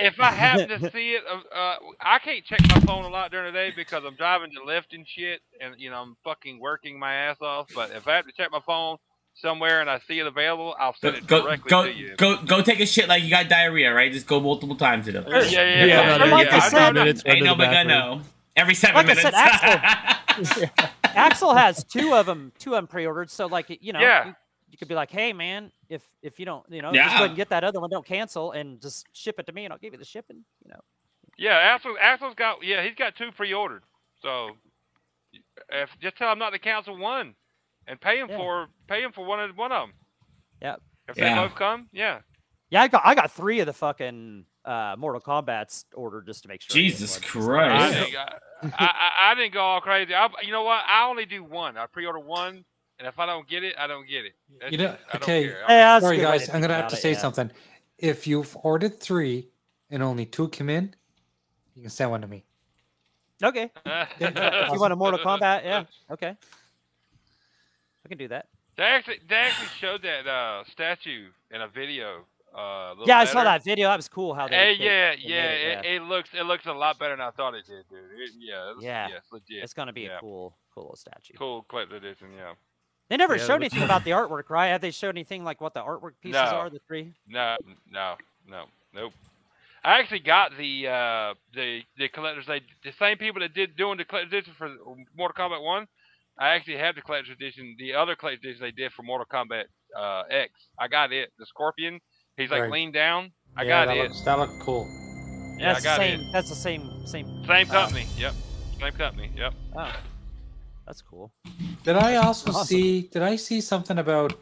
If I happen
[laughs]
to see it, uh, uh, I can't check my phone a lot during the day because I'm driving to Lyft and shit, and you know I'm fucking working my ass off. But if I have to check my phone somewhere and I see it available, I'll
Go,
send it
go,
directly
go,
to you.
go, go take a shit like you got diarrhea, right? Just go multiple times. You know.
yeah, yeah, yeah.
Yeah,
yeah,
but like I
I
said-
know-
minutes
Ain't
under the
nobody gonna
bathroom.
know. Every seven
Like I
minutes.
said,
[laughs]
Axel has two of them, two of them pre-ordered. So like you know,
Yeah.
you, you could be like, hey man, if if you don't, you know, just go
Yeah.
ahead and get that other one, don't cancel, and just ship it to me, and I'll give you the shipping. You know,
Yeah, Axel, Axel's got yeah, he's got two pre-ordered. So if just tell him not to cancel one, and pay him
Yeah.
for pay him for one of one of them.
Yep.
If
Yeah.
they both come, yeah.
yeah, I got I got three of the fucking uh, Mortal Kombat's ordered just to make sure. I
[laughs]
get
Jesus
one, so-
I,
Christ.
didn't, go- I, I, I didn't go all crazy. I, you know what? I only do one. I pre-order one, and if I don't get it, I don't get it. That's
You know-
it. I don't
okay.
care.
Yeah, that's a
Sorry,
good way
guys. I'm
think
going to
about
have to
it,
say
yeah.
something. If you've ordered three and only two come in, you can send one to me.
Okay,
[laughs]
if you want a Mortal Kombat, yeah, okay, I can do that.
They actually, they actually showed that uh, statue in a video. Uh, a little
Yeah, I saw
better.
that video. That was cool. How they,
Hey,
they-
yeah,
they made
yeah,
it,
it, it looks it looks a lot better than I thought it did, dude. It, yeah, it's,
Yeah.
yeah, it's legit.
It's gonna be
yeah.
a cool, cool little statue.
cool clip edition, yeah.
They never
Yeah, it
showed
looks
anything about the artwork, right? Have they showed anything like what the artwork pieces
No.
are? The three.
No, no, no, nope. I actually got the uh, the the collectors. They the same people that did doing the collector's edition for Mortal Kombat One. I actually have the collector's edition. The other collector's edition they did for Mortal Kombat uh, X. I got it. The Scorpion. He's like
Right.
leaned down. I
Yeah,
got
that
it.
Looks, that looked cool.
Yeah, I
that's
got
the same.
it.
That's the same. Same.
Same
uh,
company. Yep. Same company. Yep.
Oh, that's
[laughs]
cool. [laughs]
Did I also
Awesome.
see? Did I see something about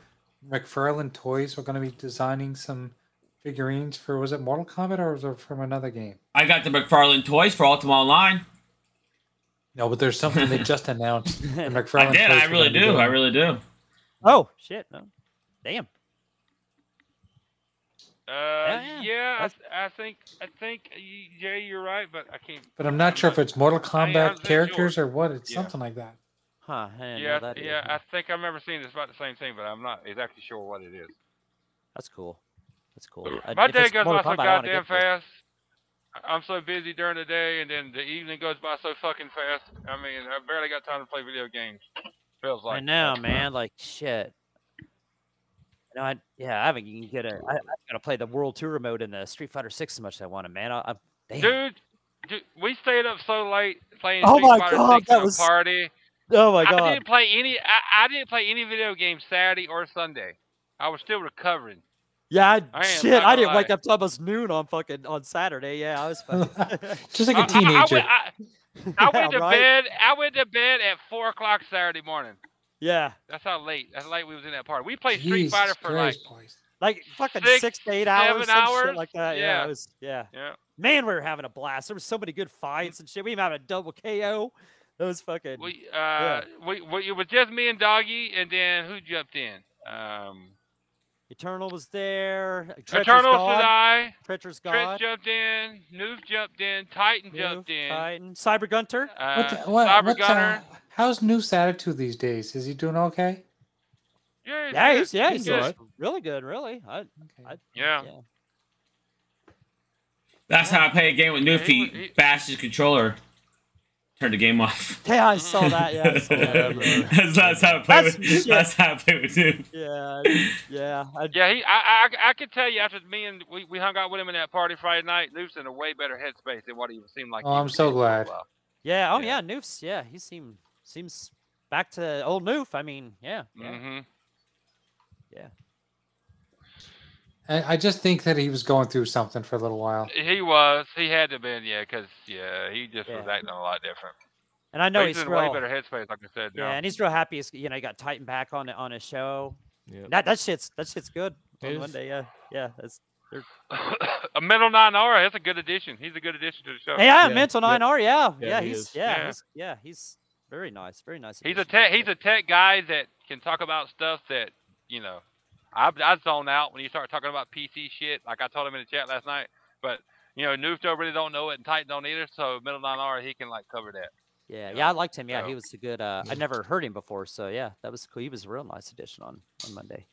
McFarlane Toys? We're going to be designing some figurines for was it Mortal Kombat or was it from another game?
I got the McFarlane toys for Ultima Online.
No, but there's something they just announced. that
I
McFarlane
did.
plays
I
for
really
them to
do.
do.
I really do.
Oh shit! No. Damn.
Uh,
Yeah, yeah.
yeah, I, th- I think I think y- Jay, you're right, but I can't.
But I'm not sure if it's Mortal
I mean,
Kombat
I think
characters
yours-
or what. It's
Yeah.
something like that.
Huh? I didn't
Yeah,
know that.
yeah,
either.
I think I remember seeing this about the same thing, but I'm not exactly sure what it is.
That's cool. That's cool. I-
My
if
day
it's
goes by so
Mortal Kombat, I wanna
goddamn
get there.
fast. I- I'm so busy during the day, and then the evening goes by so fucking fast. I mean, I barely got time to play video games. Feels like
I know, man. Like shit. No, I yeah, I haven't even get a. I, I'm gonna play the World Tour remote in the Street Fighter Six as much as I want to, man. I, I, damn.
Dude, dude, we stayed up so late playing
Oh
Street
my
Fighter
God,
6
that
in a
was-
party.
oh my god.
I didn't play any. I, I didn't play any video games Saturday or Sunday. I was still recovering.
Yeah, I,
I am
shit,
not
I
gonna
didn't wake
lie.
up till almost noon on fucking on Saturday. Yeah, I was fucking.
[laughs]
[laughs]
Just like a
I- I- I went-
teenager.
I, I
Yeah,
went to
right?
bed. I went to bed at four o'clock Saturday morning.
Yeah,
That's how late. That's how late we was in that party. We played Street
Jesus
Fighter for
Christ,
like.
boys.
like fucking
Six,
six, to eight hours,
seven
some shit
hours?
like that. Yeah,
Yeah.
it was. Yeah,
Yeah.
man, we were having a blast. There was so many good fights and shit. We even had a double KO. That was fucking.
We uh we, we it was just me and Doggy, and then who jumped in? Um,
Eternal was there. Treacher's
Eternal
God.
Sedai,
Treacher's
Trent
God.
jumped in, Noob jumped in, Titan
Move,
jumped in,
Titan. Cyber Gunter.
uh,
What the, what,
Cyber
what's, uh,
Gunner.
how's Noose attitude these days? Is he doing okay?
Yeah,
Yeah,
yeah,
he's, yeah, he's
he's alright.
really good. Really, I,
Okay.
I-
yeah.
yeah.
That's how I play a game with
Yeah,
new
he
feet.
was- he-
Bash his controller. Turn the game off.
Yeah, I [laughs] saw that. Yeah, I
[laughs]
saw that. yeah.
that's, that's how I play
That's some
with.
shit.
That's how I play with him.
Yeah, I- yeah. I,
Yeah, he. I, I, I could tell you after me and we, we hung out with him in that party Friday night. Noob's in a way better headspace than what he seemed like.
Oh,
he
I'm
was
so
in for a
glad.
while.
Yeah. Oh
Yeah.
yeah, Noof's. Yeah, he seemed seems back to old Noof. I mean, yeah. yeah.
Mhm.
I, I just think that he was going through something for a little while.
He was. He had to been. Yeah, because yeah, he just was
Yeah.
acting a lot different.
And I
No,
know
he's,
he's,
in a way
real.
better headspace, like I said.
yeah,
now.
and he's real happy. He's, you know, he got Titan back on on his show.
Yeah.
That that shit's that shit's good
It
on
is.
Monday. Yeah, yeah. That's,
[laughs] a mental nine hour. That's a good addition. He's a good addition to the show.
yeah, yeah,
yeah,
mental
yeah.
nine R. Yeah, yeah.
Yeah, he
he's
is.
yeah,
Oh, Yeah.
He's, yeah. He's very nice. Very nice.
He's a
addition.
tech. He's a tech guy that can talk about stuff that you know. I I zone out when you start talking about PC shit. Like I told him in the chat last night, but you know, Noofto really don't know it, and Titan don't either. So middle nine hour, he can like cover that.
Yeah,
you
yeah. I liked him. Yeah,
so-
he was a good. Uh, I never heard him before, so yeah, that was cool. He was a real nice addition on on Monday.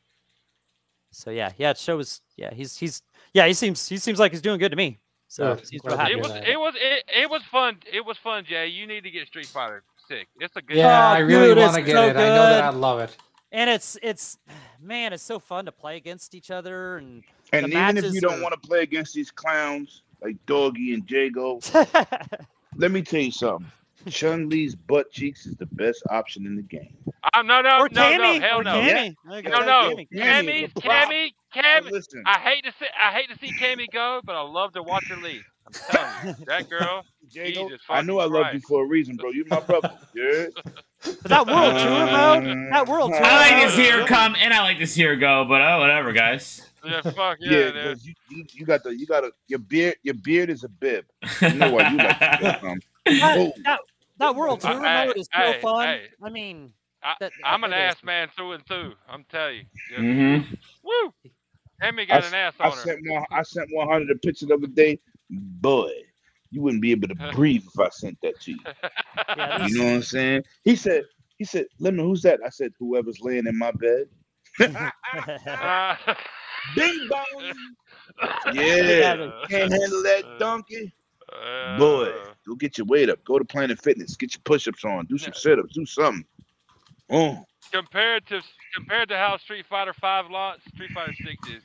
So yeah, yeah. The show was yeah. He's he's yeah. He seems he seems like he's doing good to me. So
Yeah,
he's
glad
real
to
happy.
It
hear
was
that.
it was it, it was fun. It was fun, Jay. You need to get Street Fighter Six. It's a good.
Yeah, I really
dude,
want to
it's
get
so
it. I know that I
good.
love it.
and it's it's [sighs] man it's so fun to play against each other
[laughs]
and [laughs]
And
The
even if
matches
you don't
are-
want to play against these clowns like Doggy and Jago, let me tell you something. Chun Li's butt cheeks is the best option in the game.
I'm, no, no,
or
no,
Cammy,
no, hell
or
no,
Yeah.
Cammy. I think
no,
it's
Cammy, Cammy
no,
Cammy.
Cammy,
is the prop.
Cammy,
But
Cammy.
listen,
I hate to see I hate to see Cammy go, but I love to watch her leave. I'm telling you, that girl.
Jago,
Jesus
I knew I
fucking
loved you
Christ.
for a reason, bro. You're my
[laughs]
brother. Um, Yeah.
But that world tour mode, that world tour.
I like to
mode-
see her come and I like to see her go, but oh, whatever, guys.
Yeah, fuck
Yeah,
yeah, dude.
'cause you, you, you got the you got a your beard your beard is a
[laughs]
bib. You know why you
[laughs]
like to go from.
That,
Oh.
that, that world tour
Uh, hey,
mode is so
hey,
fun.
hey.
I mean,
I-
that-
I'm an
it is.
ass man through and through. I'm telling you. Yeah.
Mm-hmm.
Woo! Emmy
Mm. I
got
s-
an ass
I
on her.
sent one I sent 100 a picture the other day. Boy, you wouldn't be able
[laughs]
to breathe if I sent that to you.
Yeah,
You
there's-
know what I'm saying? He said, he said, let me who's that? I said, whoever's laying in my bed.
[laughs] [laughs] Uh,
Ding
[laughs]
dong.
yeah.
Yeah.
[laughs]
Can't handle that donkey.
Uh,
Boy, go get your weight up. Go to Planet Fitness. Get your push-ups on. Do some sit-ups. Do something. Oh.
Compared to compared to how Street Fighter Five launched, Street Fighter Six is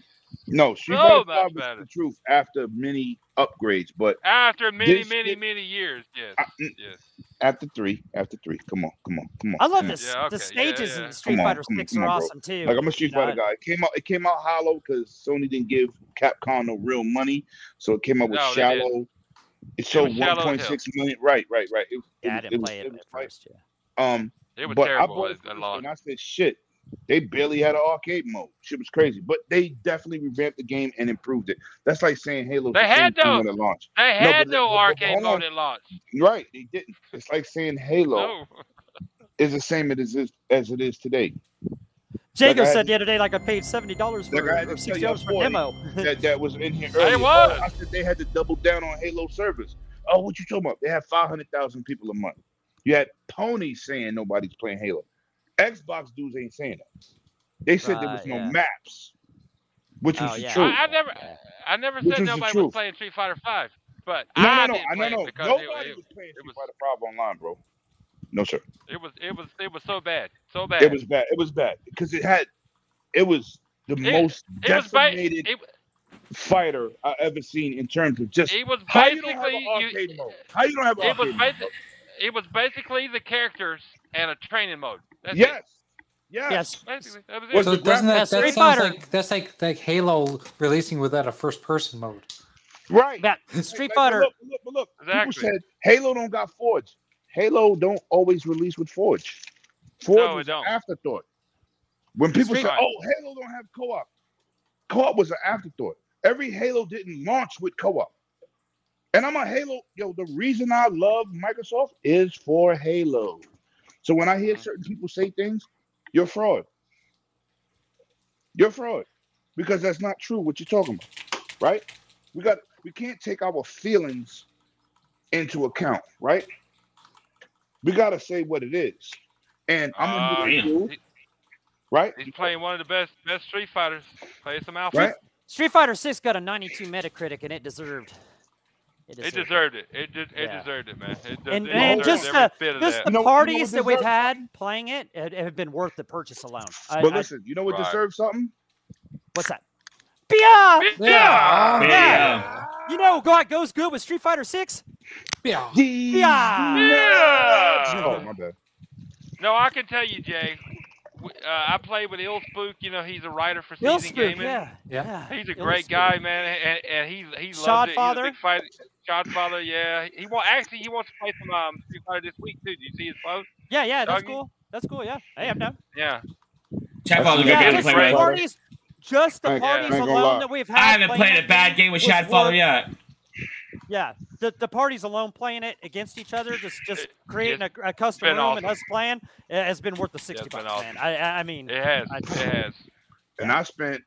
No, Street Fighter
So much
5
better.
is the truth after many upgrades, but
after many,
This
many,
shit-
many years. Yes,
I- mm.
yes.
after three, after three. Come on, come on, come on.
I love
come on.
this.
Yeah,
The
okay, yeah,
stages
yeah.
in Street
Come on,
Fighter
come on,
Six
come
are
on, bro.
awesome too.
Like I'm a Street
You know,
Fighter guy. It came out, it came out hollow because Sony didn't give Capcom no real money, so it came out with
No, they didn't.
shallow. It
was
sold
shallow as hell.
1.6 million. Right, right, right. It,
Yeah, I
was-
didn't
was-
play it at
was like-
first. Yeah.
Um,
It was
but I
terrible.
bought it
It was
first
long.
and I said, "Shit, They barely had an arcade mode. Shit was crazy, but they definitely revamped the game and improved it. That's like saying Halo.
They had no-
at launch.
They
No,
had
but-
no,
but- but
arcade
hold
mode
on.
at launch.
Right, they didn't. It's like saying Halo
No.
is the same as it is, as it is today.
Jago
Like I-
said the other day, like I paid seventy dollars for
Like I had to
or
tell
sixty
y'all
dollars for a
before,
demo.
that, that was in here
It
earlier.
was.
Oh, I said they had to double down on Halo servers. Oh, what you talking about? They have 500,000 people a month. You had ponies saying nobody's playing Halo. Xbox dudes ain't saying that. They said there was
Right,
no
Ah, yeah.
maps, which was
Oh,
the
yeah.
truth.
I, I never, I never
Which
said
is the
nobody
truth.
was playing Street Fighter Five, but
No,
I
no, no,
didn't
I
play
no,
it
no.
because it-
Nobody
it,
was playing
it
Street
was-
Fighter Five online, bro. No sir,
it was it was it was so bad, so bad.
it was bad. It was bad because it had, it was the most
it was ba-
decimated
it-
fighter I ever seen in terms of just
It was
how you
basically
don't have an
you-
arcade mode. How you don't have an
It was
arcade mode?
basi- it was basically the characters and a training mode. That's
Yes.
It.
Yes.
Yes.
Basically, that was it.
Was
So
the
doesn't
graphics-
that, that sounds
Street Fighter.
like that's like like Halo releasing without a first person mode.
Right.
That Street
Like,
Fighter.
But look, but look, but look.
Exactly.
people said Halo don't got Forge. Halo don't always release with Forge. Forge
No, it
was
don't.
an afterthought. When people
Street
say,
Fighter.
"Oh, Halo don't have co-op," co-op was an afterthought. Every Halo didn't launch with co-op. And I'm a Halo. Yo, the reason I love Microsoft is for Halo. So when I
Mm-hmm.
hear certain people say things, you're a fraud. You're a fraud because that's not true. What you're talking about, right? We got we can't take our feelings into account, right? We gotta say what it is, and I'm
Ah,
gonna do what I do,
He-
right?
He's playing one of the best best Street Fighters. Play some Alpha.
Right?
Street Fighter Six got a ninety-two Metacritic, and it deserved.
It deserved it. It did. It
Yeah.
deserved it, man. It, de-
And,
it
and
deserved
just
every
the,
bit of
just
that.
the
You know- you know what
parties that we've
deserved-
had playing it, it, it have been worth the purchase alone. I,
But
I-
listen, you know what
Right.
deserves something?
what's that? Bia,
Yeah.
Yeah.
you know, God goes good with Street Fighter Six.
Yeah.
Yeah.
Yeah.
Oh my bad.
No, I can tell you, Jay. w- Uh, I played with Il Spook. You know, he's a writer for Season
Ill Spook,
Gaming.
yeah,
Yeah.
yeah.
He's a
Ill
great
Spook.
guy, man, and, and he he loves it. He's a
Shodfather?
big fight. Godfather, yeah. He want actually he wants to play some um Street Fighter this week too. Do you see his post?
Yeah, yeah, that's
Doggy?
cool. That's cool. Yeah, hey, I'm down.
Yeah.
Chadfather's a good
Yeah,
game to
just
play with.
the
Right.
parties, just the
Ain't-
parties
ain't gonna
alone
lie.
that we've had.
I haven't
playing
played a
that
bad
game
game with
was
Shadfather
worth-
yet.
Yeah, the the parties alone playing it against each other, just just
It-
creating a,
it's
a custom
been
room and
awesome.
us playing, it has been worth the sixty
it's been
bucks,
awesome.
man. I I, I mean, oh,
It has.
I-
It has.
And I spent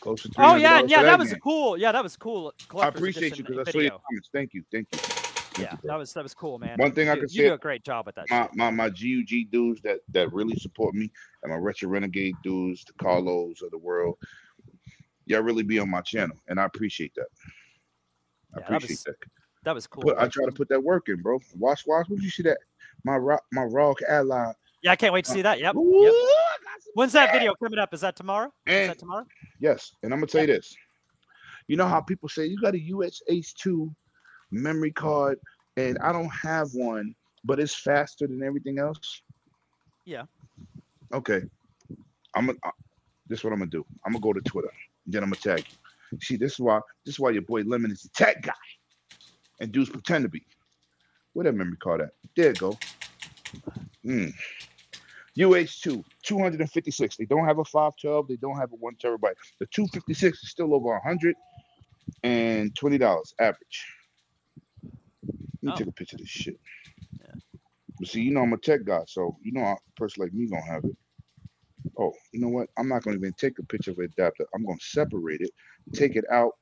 close to three.
oh yeah, yeah, that was a cool, yeah, that was cool. uh,
I
collector's
appreciate you
edition
because I saw your
video.
comments. Thank you, thank you. Thank
Yeah,
you, bro.
that was that was cool, man.
One thing I
you,
can
you
say-
do a great job with that. shit.
my my my GUG dudes that that really support me and my Retro Renegade dudes, the Carlos of the world. Y'all really be on my channel, and I appreciate that. I
Yeah, that was
appreciate that.
That was cool.
Put, I try to put that work in, bro. Watch, watch. Would you see that? My rock, my rock ally.
yeah, I can't wait to see that. Yep.
Ooh, I
yep.
got some
When's that
ass.
video coming up? Is that tomorrow? Is
And-
that tomorrow?
Yes, and I'm gonna tell you this. You know how people say you got a USH2 memory card, and I don't have one, but it's faster than everything else.
Yeah.
Okay. I'm gonna. I- This is what I'm gonna do. I'm gonna go to Twitter. Then I'm gonna tag you. See, this is why this is why your boy Lemon is the tech guy, and dudes pretend to be. Where that memory card at? There it go. Mm. UH2, 256. They don't have a 512. They don't have a one terabyte. The 256 is still over 100 and twenty dollars average. Let me
Oh.
take a picture of this shit. But see, you know I'm a tech guy, so you know a person like me gonna have it. Oh, you know what? I'm not gonna even take a picture of an adapter. I'm gonna separate it, take it out,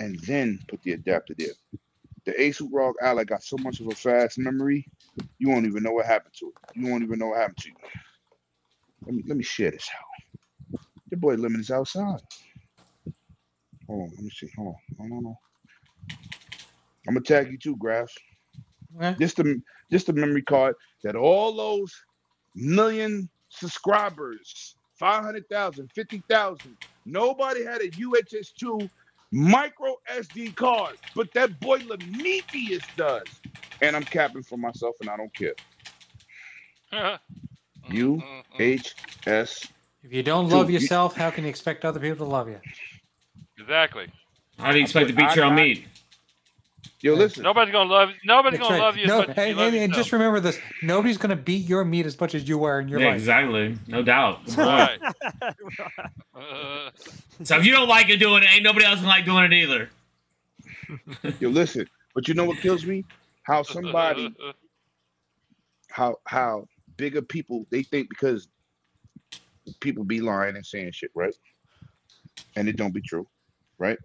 and then put the adapter there. The ASUS ROG Ally got so much of a fast memory, you won't even know what happened to it. You won't even know what happened to you. Let me let me share this out. Your boy Lemon is outside. Hold on, let me see. Hold on. No, no, no. I'm gonna tag you too, Grass.
Okay.
Just the just the memory card that all those million subscribers, 500,000, 50,000, nobody had a UHS2 micro SD card, but that boy Lemnikius does. And I'm capping for myself, and I don't care. You
Mm, mm, mm.
HS.
If you don't
Dude,
love
you-
yourself, how can you expect other people to love you?
Exactly.
How do you expect to beat
I
your own
got-
meat?
Yo, listen.
Nobody's gonna love. Nobody's
That's
gonna
right.
love you as
No,
much as you
and,
love
and, and
yourself.
just remember this: nobody's gonna beat your meat as much as you are in your
Yeah,
life.
exactly. No doubt. Good
All
point.
[laughs] right.
[laughs]
[laughs] Uh,
so if you don't like it doing it, ain't nobody else gonna like doing it either.
Yo, listen. But you know what kills me? How
[laughs]
somebody how how bigger people they think because people be lying and saying shit, right? And it don't be true, right?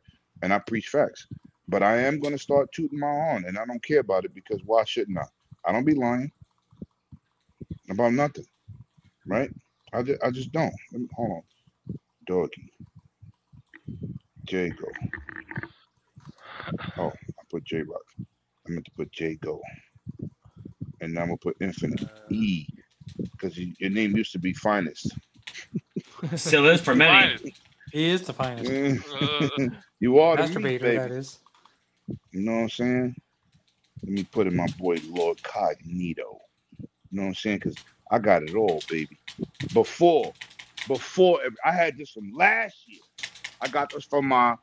And I preach facts, but I am gonna start tooting my horn, and I don't care about it because why shouldn't I? I don't be lying about nothing, right? I just I just don't. Let me- hold on, doggy, Jago. Oh, I put J Rock. I meant to put Jago and now I'm gonna put infinite
Uh,
E because your name used to be finest.
Still is for many.
[laughs] Ryan,
He is the finest
Mm.
Uh,
you are the
masturbator.
meat,
That
baby.
is.
You know what I'm saying? Let me put in my boy Lord Cognito. You know what I'm saying? Because I got it all, baby. Before, before ev- I had this from last year. I got this from my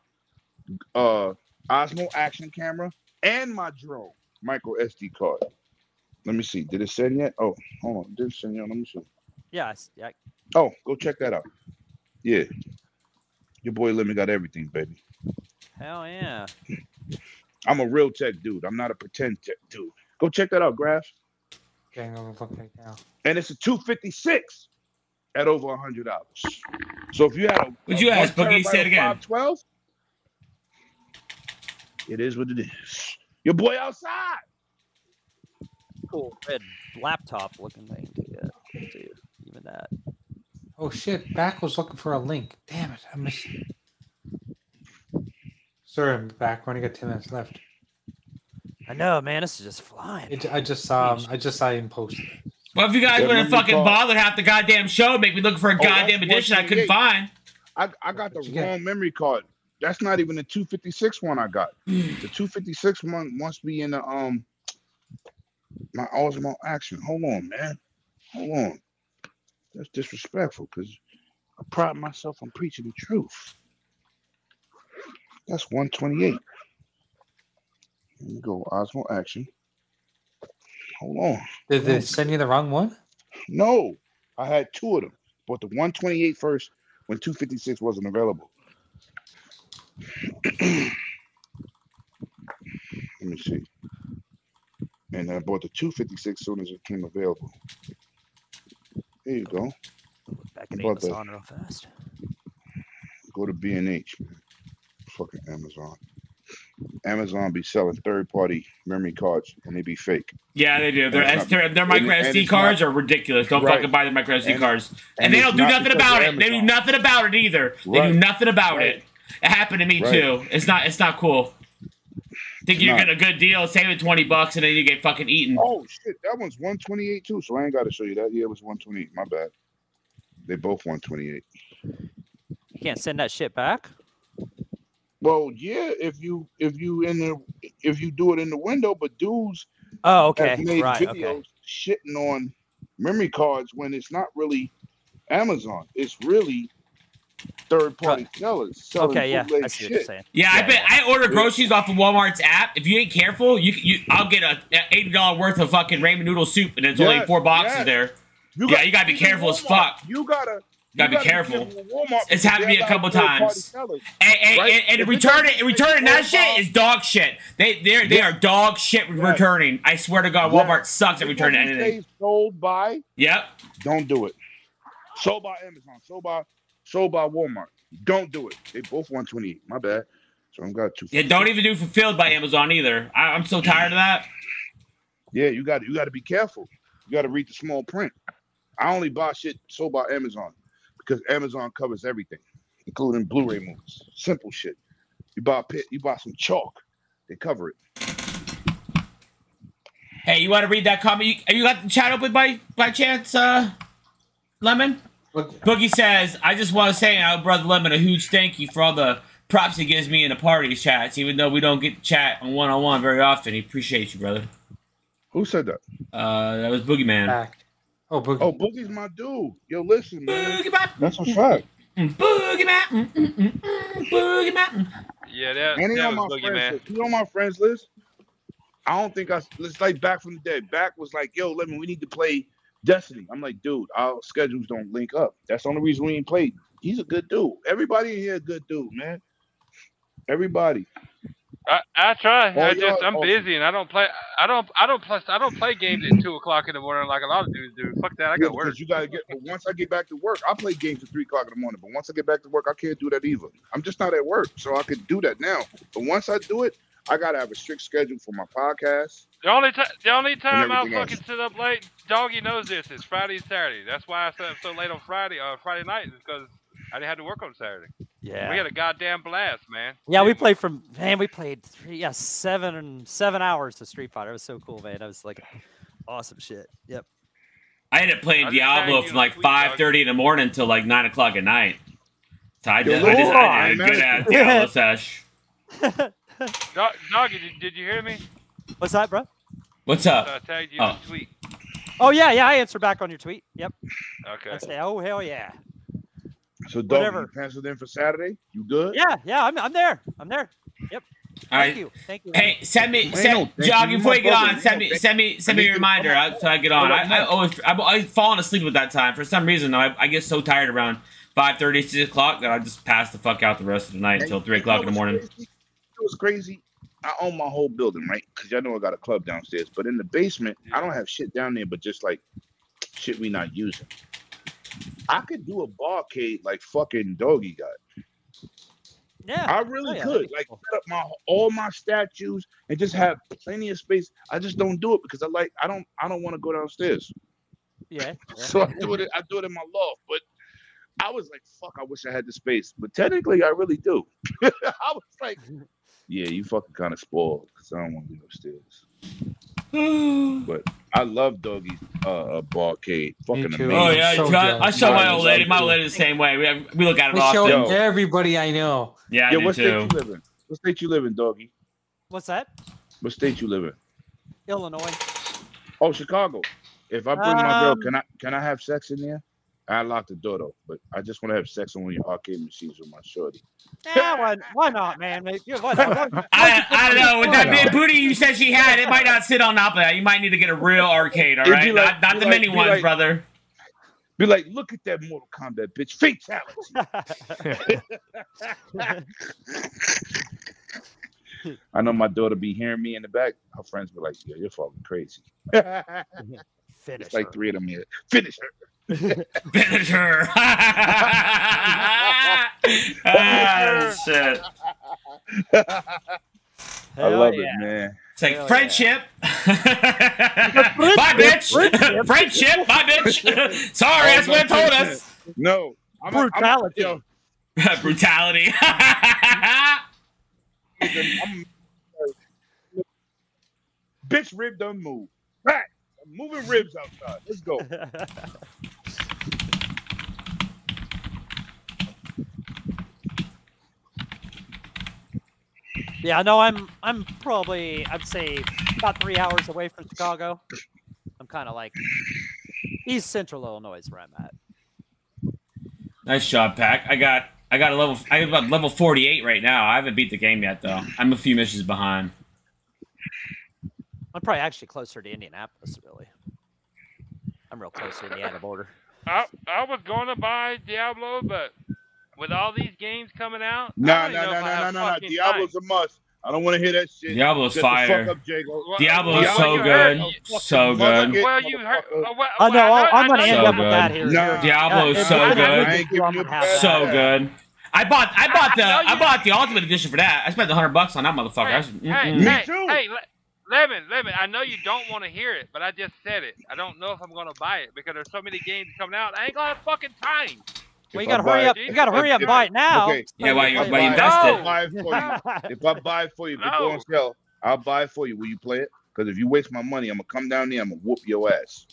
uh Osmo action camera and my drone micro SD card. Let me see. Did it send yet? Oh, hold on. Did it send yet? Let me see.
Yeah, I s- yeah,
Oh, go check that out. Yeah. Your boy Lemon got everything, baby.
hell yeah.
I'm a real tech dude. I'm not a pretend tech dude. Go check that out, Graf.
Okay, I'm gonna look right now.
And it's a 256 at over a hundred dollars. So if you had a
Would
a
you ask,
one
Boogie? Say it
terabyte or
again.
512, it is what it is. Your boy outside.
Cool red laptop looking thing to get cool too. Even that.
Oh shit! Back was looking for a link. Damn it! I missed. it. Sorry, I'm back. We only got ten minutes left.
I know, man. This is just flying.
It, I just saw. Um, I just saw him post. it.
Well, if you guys
Yeah,
would have
remember
fucking
Paul.
bothered half the goddamn show, make me look for a
Oh, that's
goddamn edition I couldn't
128.
find.
I, I got the
What you got?
wrong memory card. That's not even the 256 one I got.
Hmm.
The 256 one must be in the um my Osmo action. Hold on, man. Hold on. That's disrespectful because I pride myself on preaching the truth. That's 128. Let me go Osmo action. Hold on.
Did they send you the wrong one?
No, I had two of them. Bought the 128 first when 256 wasn't available. [clears throat] Let me see. And I bought the 256 soon as it came available. There you go.
Look back at
What the-
Amazon real fast.
Go to B&H. man. Fucking Amazon. Amazon be selling third-party memory cards and they be fake.
Yeah, they do. Their,
And it's
S- their, their
and-
micro
and
SD
it's not-
cards are ridiculous. Don't
Right.
fucking buy the micro SD
And-
cards. And,
and
they
it's
don't do
not
nothing
because
about
of
it. They do
Amazon.
nothing about it either. They
Right.
do nothing about
Right.
it. It happened to me
Right.
too. It's not. It's not cool. Think
It's
you're
not.
getting a good deal, saving twenty bucks, and then you get fucking eaten.
Oh shit, that one's 128 too. So I ain't got to show you that. Yeah, it was 128. My bad. They both 128.
You can't send that shit back.
Well, yeah, if you if you in the if you do it in the window, but dudes
Oh,
have
okay.
made
Right,
videos
okay.
shitting on memory cards when it's not really Amazon. It's really third party sellers. Selling
Okay, yeah.
bootleg
I see what
shit.
you're saying.
Yeah, I
Yeah,
bet I order groceries off of Walmart's app. If you ain't careful, you you I'll get a a eighty dollar worth of fucking ramen noodle soup, and it's only
Yes,
four boxes
yes.
there.
You
Yeah, you gotta be
even
careful as
Walmart,
fuck.
You gotta you
Gotta be careful.
careful Walmart
It's happened to me a
because
couple
they're not
times.
third-party sellers.
And, and,
Right.
and,
If
and
it
returning,
doesn't
returning that
fit your
shit is dog shit. They they they are dog shit
Yes.
returning. I swear to God,
Yes.
Walmart sucks at
If
returning
you
anything.
say Sold by
Yep.
Don't do it. Sold by Amazon. Sold by sold by Walmart. Don't do it. They both 128. My bad. So I'm got two.
Yeah. Don't even do fulfilled by Amazon either. I, I'm so tired of that.
Yeah, you got you got to be careful. You got to read the small print. I only buy shit sold by Amazon because Amazon covers everything, including Blu-ray movies. Simple shit. You buy a pit, you buy some chalk, they cover it.
Hey, you want to read that comment? You, you got the chat open by by chance, uh, Lemon?
Look,
Boogie says, I just want to say, I owe Brother Lemon a huge thank you for all the props he gives me in the party chats, even though we don't get to chat on one on one very often. He appreciates you, brother.
Who said that?
Uh, that was Boogeyman.
back. Oh, boogie.
Oh, Boogie's my dude. Yo, listen, man.
Boogeyman,
That's a fact.
mm, Boogeyman, mm, mm, mm, mm, Boogeyman.
yeah, that,
And he
that
on my
was Boogie [laughs]
friends
Man.
list. He on my friends list. I don't think I. It's like Back from the Dead. Back was like, "Yo, Lemon, we need to play Destiny." I'm like, "Dude, our schedules don't link up. That's the only reason we ain't played." He's a good dude. Everybody in here, a good dude, man. Everybody.
I, I try.
Oh,
I
y'all
just I'm
awesome.
busy and I don't play. I don't. I don't plus. I don't play games at two o'clock in the morning like a lot of dudes do. Fuck that. I
Yeah,
got
because
work.
You gotta get. But once I get back to work, I play games at three o'clock in the morning. But once I get back to work, I can't do that either. I'm just not at work, so I could do that now. But once I do it, I gotta have a strict schedule for my podcast.
The only time. The only time I'll
everything else.
fucking sit up late. Doggy knows this. It's Friday and Saturday. That's why I stay up so late on Friday. Uh, Friday night is because I didn't have to work on Saturday.
Yeah.
We had a goddamn blast, man.
Yeah, we played from man. We played three, yeah, seven seven hours of Street Fighter. It was so cool, man. That was like awesome shit. Yep. [laughs]
I ended up playing
I'm
Diablo
tagging
from
you
like
on Tweet, dog.
five thirty in the morning till like nine o'clock at night. So I did,
Yo,
I, just, I did
Lord,
a good ass
man.
Diablo sesh.
Do- Doggy, did, did you hear me?
What's that, bro?
What's
Uh,
up?
I tagged you
Oh.
in the tweet.
Oh yeah, yeah. I answered back on your tweet. Yep.
Okay.
I say, oh hell yeah.
So don't
Whatever.
you penciled in for Saturday. You good?
Yeah, yeah. I'm I'm there. I'm there.
All
Thank
right.
you. Thank you.
Hey, send me,
Man,
send,
no, thank
Jog,
you.
before you get
Motherfucker,
on, send
you
me,
don't
send me, send me
I
a
need to-
reminder I- so I get on.
Hold
I,
on,
I always, I, I fall asleep at that time for some reason. I, I get so tired around 5.30, 6 o'clock that I just pass the fuck out the rest of the night
And
until
you
three
know
o'clock in the
what's
morning.
crazy? It was crazy. I own my whole building, right? Because y'all know I got a club downstairs. But in the basement, I don't have shit down there, but just like shit we not using. I could do a barcade like fucking doggy got.
Yeah.
[laughs]
I really
Oh,
yeah, that'd
could
be
like
cool.
set up my all my statues and just have plenty of space. I just don't do it because I like I don't I don't want to go downstairs.
Yeah.
[laughs]
yeah.
So I do it I do it in my loft, but I was like, fuck, I wish I had the space. But technically I really do. [laughs] I was like, Yeah, you fucking kind of spoiled because I don't want to
[sighs]
go upstairs. I love doggies uh uh, barcade. Fucking
too.
amazing.
Oh yeah,
so
God, I
jealous.
saw my
I'm
old
so
lady. My
jealous.
old lady the same way. We have, we look at it
I show
often.
Yo.
everybody I know.
Yeah, I
yeah,
do
what state
too.
[laughs] you live in? What state you live in, doggy?
What's that?
What state you live in?
Illinois.
Oh, Chicago. If I bring my girl,
Um,
can I can I have sex in there? I locked the door though, but I just want to have sex on one of your arcade machines with my shorty.
Yeah. Why, why not, man? Like, yeah, why not? Why-
I, I don't know. With that
Florida.
big booty you said she had, it might not sit on top of that. You might need to get a real arcade, all
It'd
right?
be
not
like-
not
be
the
like-
mini
be
ones,
like- [laughs]
brother. [laughs]
Be like, look at that Mortal Kombat bitch fatality. [laughs] I know my daughter be hearing me in the back. Her friends be like, "Yo, you're fucking crazy." it's
Finish.
like
her.
three of them here. Finish her.
Finish her. ah, shit.
I
Hell
love
yeah.
it, man.
It's like
Hell
friendship. [laughs] Bye, bitch. Friendship. Bye, [laughs] bitch. Sorry,
Oh,
that's what it
no,
told
friendship.
us.
No, I'm a- I'm a-
Brutality.
yo,
[laughs] Brutality.
I'm a- bitch, rib done move. Back. I'm moving ribs outside. Let's
[laughs]
go.
yeah, no, I'm I'm probably I'd say about three hours away from Chicago. I'm kind of like East Central Illinois is where I'm at.
nice job, Pack. I got I got a level I got about level 48 right now. I haven't beat the game yet though. I'm a few missions behind.
I'm probably actually closer to Indianapolis, really. I'm real close to Indiana border.
I, I was going to buy Diablo, but with all these games coming out, I
No,
don't
no,
even know
no,
if I
no, no,
have
no, no.
fucking
Diablo's a must. I don't want to hear that shit.
Diablo's
Shut the
fire.
fuck up, Jago.
time. Well,
Diablo's
well,
so
you
good.
heard-
so good.
Well, you heard. uh,
Motherfucker.
well, well,
Oh no,
I
I'll,
know-
I'm
I
gonna
know
end
So
up with
good.
that here.
Nah.
Diablo is
Yeah,
so
I- I-
good.
I ain't giving you a pass.
So good. I bought I bought the
I know
I
you-
bought the ultimate edition for that. I spent the hundred bucks on that motherfucker. mm, I was-
Hey, hey,
mm-mm.
Me
hey,
too.
hey, Le- Lemon, Lemon, I know you don't want to hear it, but I just said it. I don't know if I'm going to buy it because there's so many games coming out. I ain't going to have fucking time.
If
Well, you
I
gotta
buy
hurry
it-
up. You gotta hurry up and buy it now.
Okay.
Yeah, while you-
If
while
I
you
buy it-
invest
I'll
it.
buy it for you.
[laughs]
If I buy it for you, if it
No.
go on sale, I'll buy it for you. Will you play it? Because if you waste my money, I'm gonna come down there. I'm gonna whoop your ass,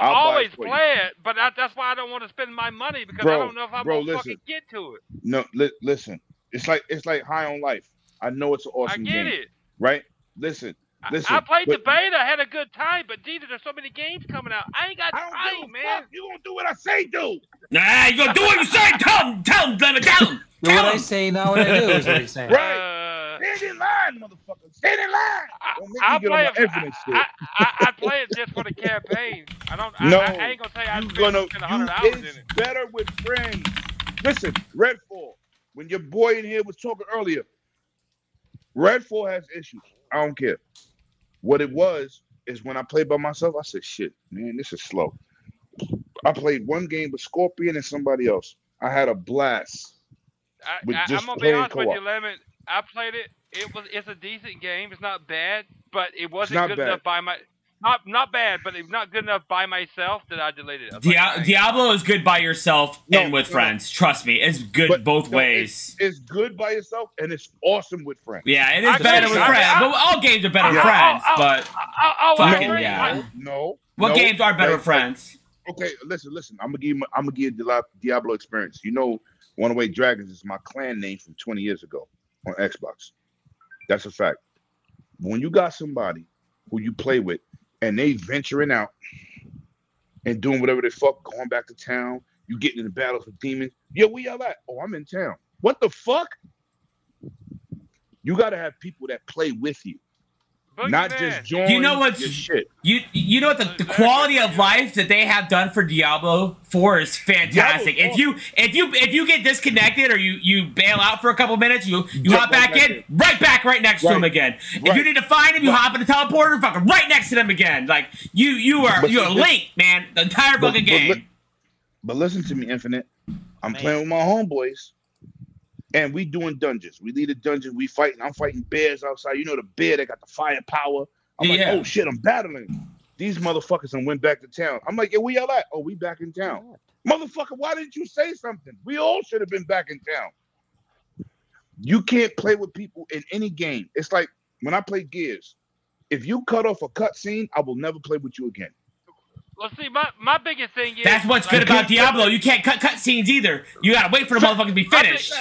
I'll buy it
always
for you.
play it, but that, that's why I don't want to spend my money because I
Bro,
don't know if I'm
bro,
going to fucking
listen.
get to it.
No, li- listen. It's like it's like high on life. I know it's an awesome
I get
game,
it.
right? Listen,
I-
listen.
I played the
but
beta, had a good time, but Jesus, there's so many games coming out. I ain't got
I don't
time,
give a
man.
fuck. You gonna do what I say, dude?
Nah, you gonna do what you say? Tell him, tell him, tell him, tell him.
[laughs]
Do what I say, not what I do is what he's saying.
Right.
Uh,
Stand in line, motherfucker. Stand in line. Don't make
I'll
me get on
play it-
my infinite shit.
I, I, I play it just for the campaign. I don't. I,
No,
I, I ain't gonna tell you. I
you
spent
gonna
spent 100
you,
hours in
it's
it.
better with friends. Listen, Redfall. When your boy in here was talking earlier, Redfall has issues. I don't care. What it was is when I played by myself, I said, "Shit, man, this is slow." I played one game with Scorpion and somebody else. I had a blast.
I,
With
I,
just
I'm gonna be
playing
honest with
co-op.
you, Lemon. I played it. It was. It's a decent game. It's not bad, but it
not
wasn't good
bad.
enough by my. Not not bad, but it's not good enough by myself that I deleted it. I was like, I
Dia-
ain't-
Diablo is good by yourself
No,
and with
no.
friends. Trust me, it's good
But,
both
no,
ways.
It's good by yourself and it's awesome with friends.
yeah, it
I
is better
can't-
with
I-
friends.
I-
but all games are better with
Yeah.
friends.
Oh, oh,
but
Oh, oh, I
Fucking
agree.
yeah.
I-
No.
what
no,
games are better
no,
with friends?
Okay, listen, listen. I'm gonna give you my, I'm gonna give you Dia- Diablo experience. You know, One Away Dragons is my clan name from 20 years ago on Xbox. That's a fact. When you got somebody who you play with and they venturing out and doing whatever they fuck, going back to town, you getting in the battles with demons. Yo, where y'all at? Oh, I'm in town. What the fuck? You gotta have people that play with you,
Boogeyman.
not just join.
You know what's-
your shit.
You you know what the, the quality of life that they have done for Diablo 4 is fantastic. If
Diablo's
you if you if you get disconnected or you you bail out for a couple minutes, you you
Jump
hop
right
back
back
in, right back right next to
Right.
him again. If
Right.
you need to find him, you hop in the teleporter, fucking right next to them again. Like you you are
But-
you're late, man. The entire
but-
fucking
but
game.
look- But listen to me, Infinite. I'm
Man.
playing with my homeboys, and we doing dungeons. We lead a dungeon. We fighting. I'm fighting bears outside. You know the bear that got the firepower. I'm
Yeah.
like, oh shit, I'm battling these motherfuckers, and went back to town. I'm like, yeah, where y'all at? Oh, we back in town, motherfucker. Why didn't you say something? We all should have been back in town. You can't play with people in any game. It's like when I play Gears. If you cut off a cutscene, I will never play with you again.
Well, see, my, my biggest thing is
That's what's good
like,
about Diablo. You can't cut cutscenes either. You gotta wait for the motherfucker to be
my big-
finished.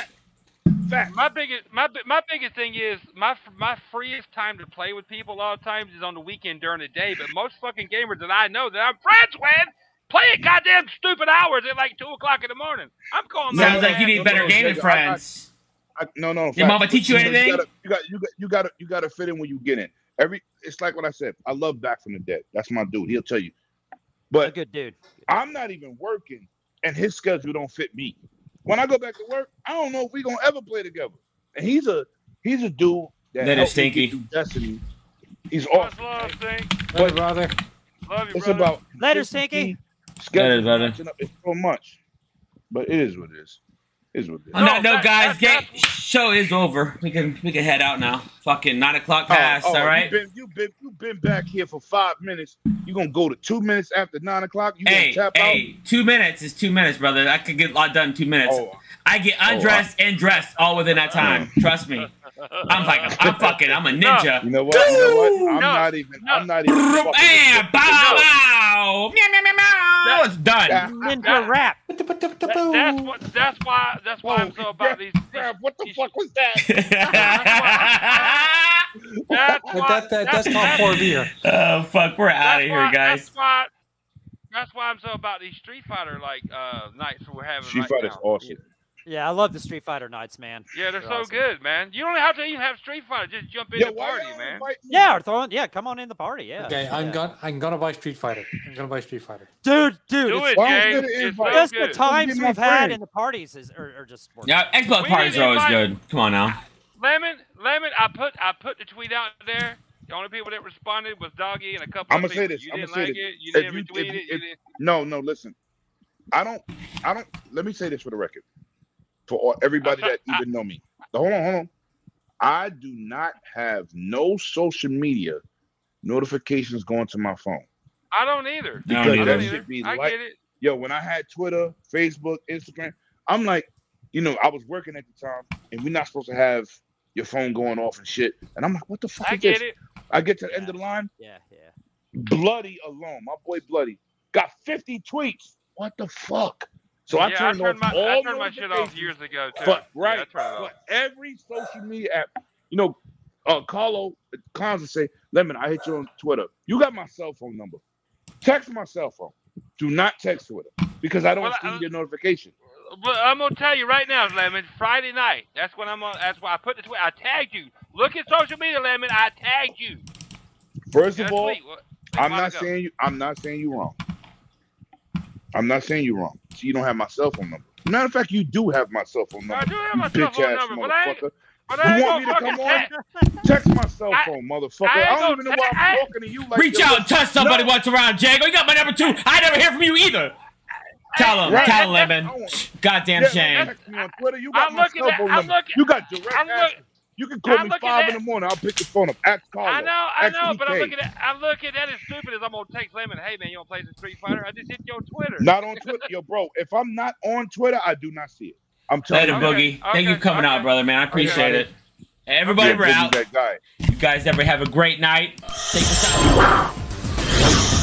Fact.
My biggest my bi- my biggest thing is my f- my freest time to play with people a lot of times is on the weekend during the day. But most fucking gamers that I know that I'm friends with play at goddamn stupid hours at like two o'clock in the morning. I'm calling.
No,
Sounds
no,
like you
no,
need
no,
better
no,
gaming
nigga, I- I-
friends.
I, no, no.
Your
facts.
mama teach you
But
anything?
gotta- You got, you got, you got, to you got to fit in when you get in. Every, it's like what I said. I love Back from the Dead. That's my dude. He'll tell you.
A
But
good [laughs] dude.
I'm not even working, and his schedule don't fit me. When I go back to work, I don't know if we gonna ever play together. And he's a, he's a dude that,
That is
helped me get
stinky.
through Destiny. He's
Much
awesome.
love, Sink.
Hey, brother.
Love you,
It's
brother.
about
Later,
discipline,
Stinky.
That is
Schedule
better.
matching up. It's so much, but it is what it is. It Is what it is.
On
No,
that note,
that-
guys,
that-
game
that's-
show is over. We can we can head out now. Fucking nine o'clock
Oh,
past. all right.
You've been, Oh, you been, you been back here for five minutes. You're going to go to two minutes after nine o'clock. you
Hey,
going to tap
hey, two minutes is two minutes, brother. I could get a lot done in two
out.
minutes.
Oh,
I get undressed and dressed all within that time.
Oh.
Trust me. I'm like
[laughs]
I'm fucking I'm a ninja.
you know what? You know what? I'm
No,
not even. I'm not even. fucking
Bam,
with
bow,
you.
bow, meow, meow, meow, meow. It's done.
Ninja rap.
That- that's what. That's why. That's why I'm
Holy
so about these.
Crap, what the fuck was that?
That's
That,
why.
that, that, that's called
that's-
four beer.
[laughs] oh fuck, we're out of
That's
here,
why-
guys.
That's why. That's why I'm so about these Street Fighter like uh nights we're having.
Street
right
Fighter's
now.
awesome.
Yeah, I love the Street Fighter nights, man.
Yeah, they're
They're
so
awesome.
good, man. You don't have to even have Street Fighter. Just jump in
Yeah,
the
why
party,
y'all
man.
invite me?
Yeah, or throwing. Yeah, come on in the party. Yeah.
Okay, I'm
yeah.
gonna I'm gonna buy Street Fighter. I'm gonna buy Street Fighter.
Dude, dude,
Do
it's
it,
Why don't
James.
you get an
It's so
invite?
just
good.
the times
Be my
we've had
friend.
in the parties is are, are just. worth it.
Yeah, Xbox
We
parties
need
are always
invite-
good. Come on now.
Lemon, lemon. I put I put the tweet out there. The only people that responded was Doggy and a couple.
I'ma
of
say
people.
this,
You
I'ma
didn't
say
like
this.
it. You
If
didn't
you-
retweet
if
it.
you-
you
if-
didn't-
No, no, listen. I don't, I don't, let me say this for the record. For all, everybody
[laughs]
that even know me. Hold on, hold on. I do not have no social media notifications going to my phone.
I don't either.
No,
Because
neither.
I don't
that
either.
should be
I
like-
get it.
Yo, when I had Twitter, Facebook, Instagram, I'm like, you know, I was working at the time and we're not supposed to have your phone going off and shit. And I'm like, what the fuck
I
is
get
this?
it.
I get to the end of the line,
Yeah, yeah.
Bloody alone, my boy Bloody, got 50 tweets. What the fuck? So I
yeah,
turned,
I turned
off
my
all
I turned my shit off
notifications.
years ago too.
But
Yeah,
right,
I turned it off.
but every social media app, you know, uh, Carlo Cons will say, "Lemon, I hit you on Twitter. You got my cell phone number. Text my cell phone. Do not text Twitter because I don't
Well,
see
I- uh,
your notification.
But I'm gonna tell you right now, Lemon. Friday night. That's when I'm on. That's why I put the tweet. I tagged you. Look at social media, Lemon. I tagged you.
First
Gotta
of all,
tweet. What-
I'm
Why'd it
not
go?
saying you. I'm not saying you wrong. I'm not saying you wrong. So you don't have my cell phone number. Matter of fact, you do have my cell phone
I
number.
do have my cell
Bitch
phone
ass
number, but I ain't,
motherfucker.
but I
You want
ain't gonna
me to
fucking
come on?
text.
Text my cell
I-
phone, motherfucker.
I
I,
ain't
don't
gonna
even know why
te-
I'm
I-
talking to you like
Reach
this.
out and touch somebody
No.
once around, Jago. You got my number two. I never hear from you either. Tell him,
Right.
tell him, Lemon.
I want-
Goddamn
Yeah,
shame.
text me on Twitter. You got
I'm
my
looking
cell
at-
phone
I'm
number.
looking-
you got direct
I'm look-
access. You can call
I'm
me
looking
five
at-
in the morning. I'll pick the phone up. Ask Carlo.
I know, I
Ask
know, but I'm
EK.
looking at I'm looking at it stupid as I'm gonna text Lemon. Hey man, you wanna play some Street Fighter? I just hit you on Twitter.
Not on Twitter, yo, bro. If I'm not on Twitter, I do not see it. I'm telling
Later,
you.
Okay,
Boogie. Thank you
okay,
for coming out,
okay.
brother, man. I appreciate
Okay.
it. Everybody,
Yeah,
we're
Boogie's
out.
That guy.
You guys, everybody, have a great night. Take us out.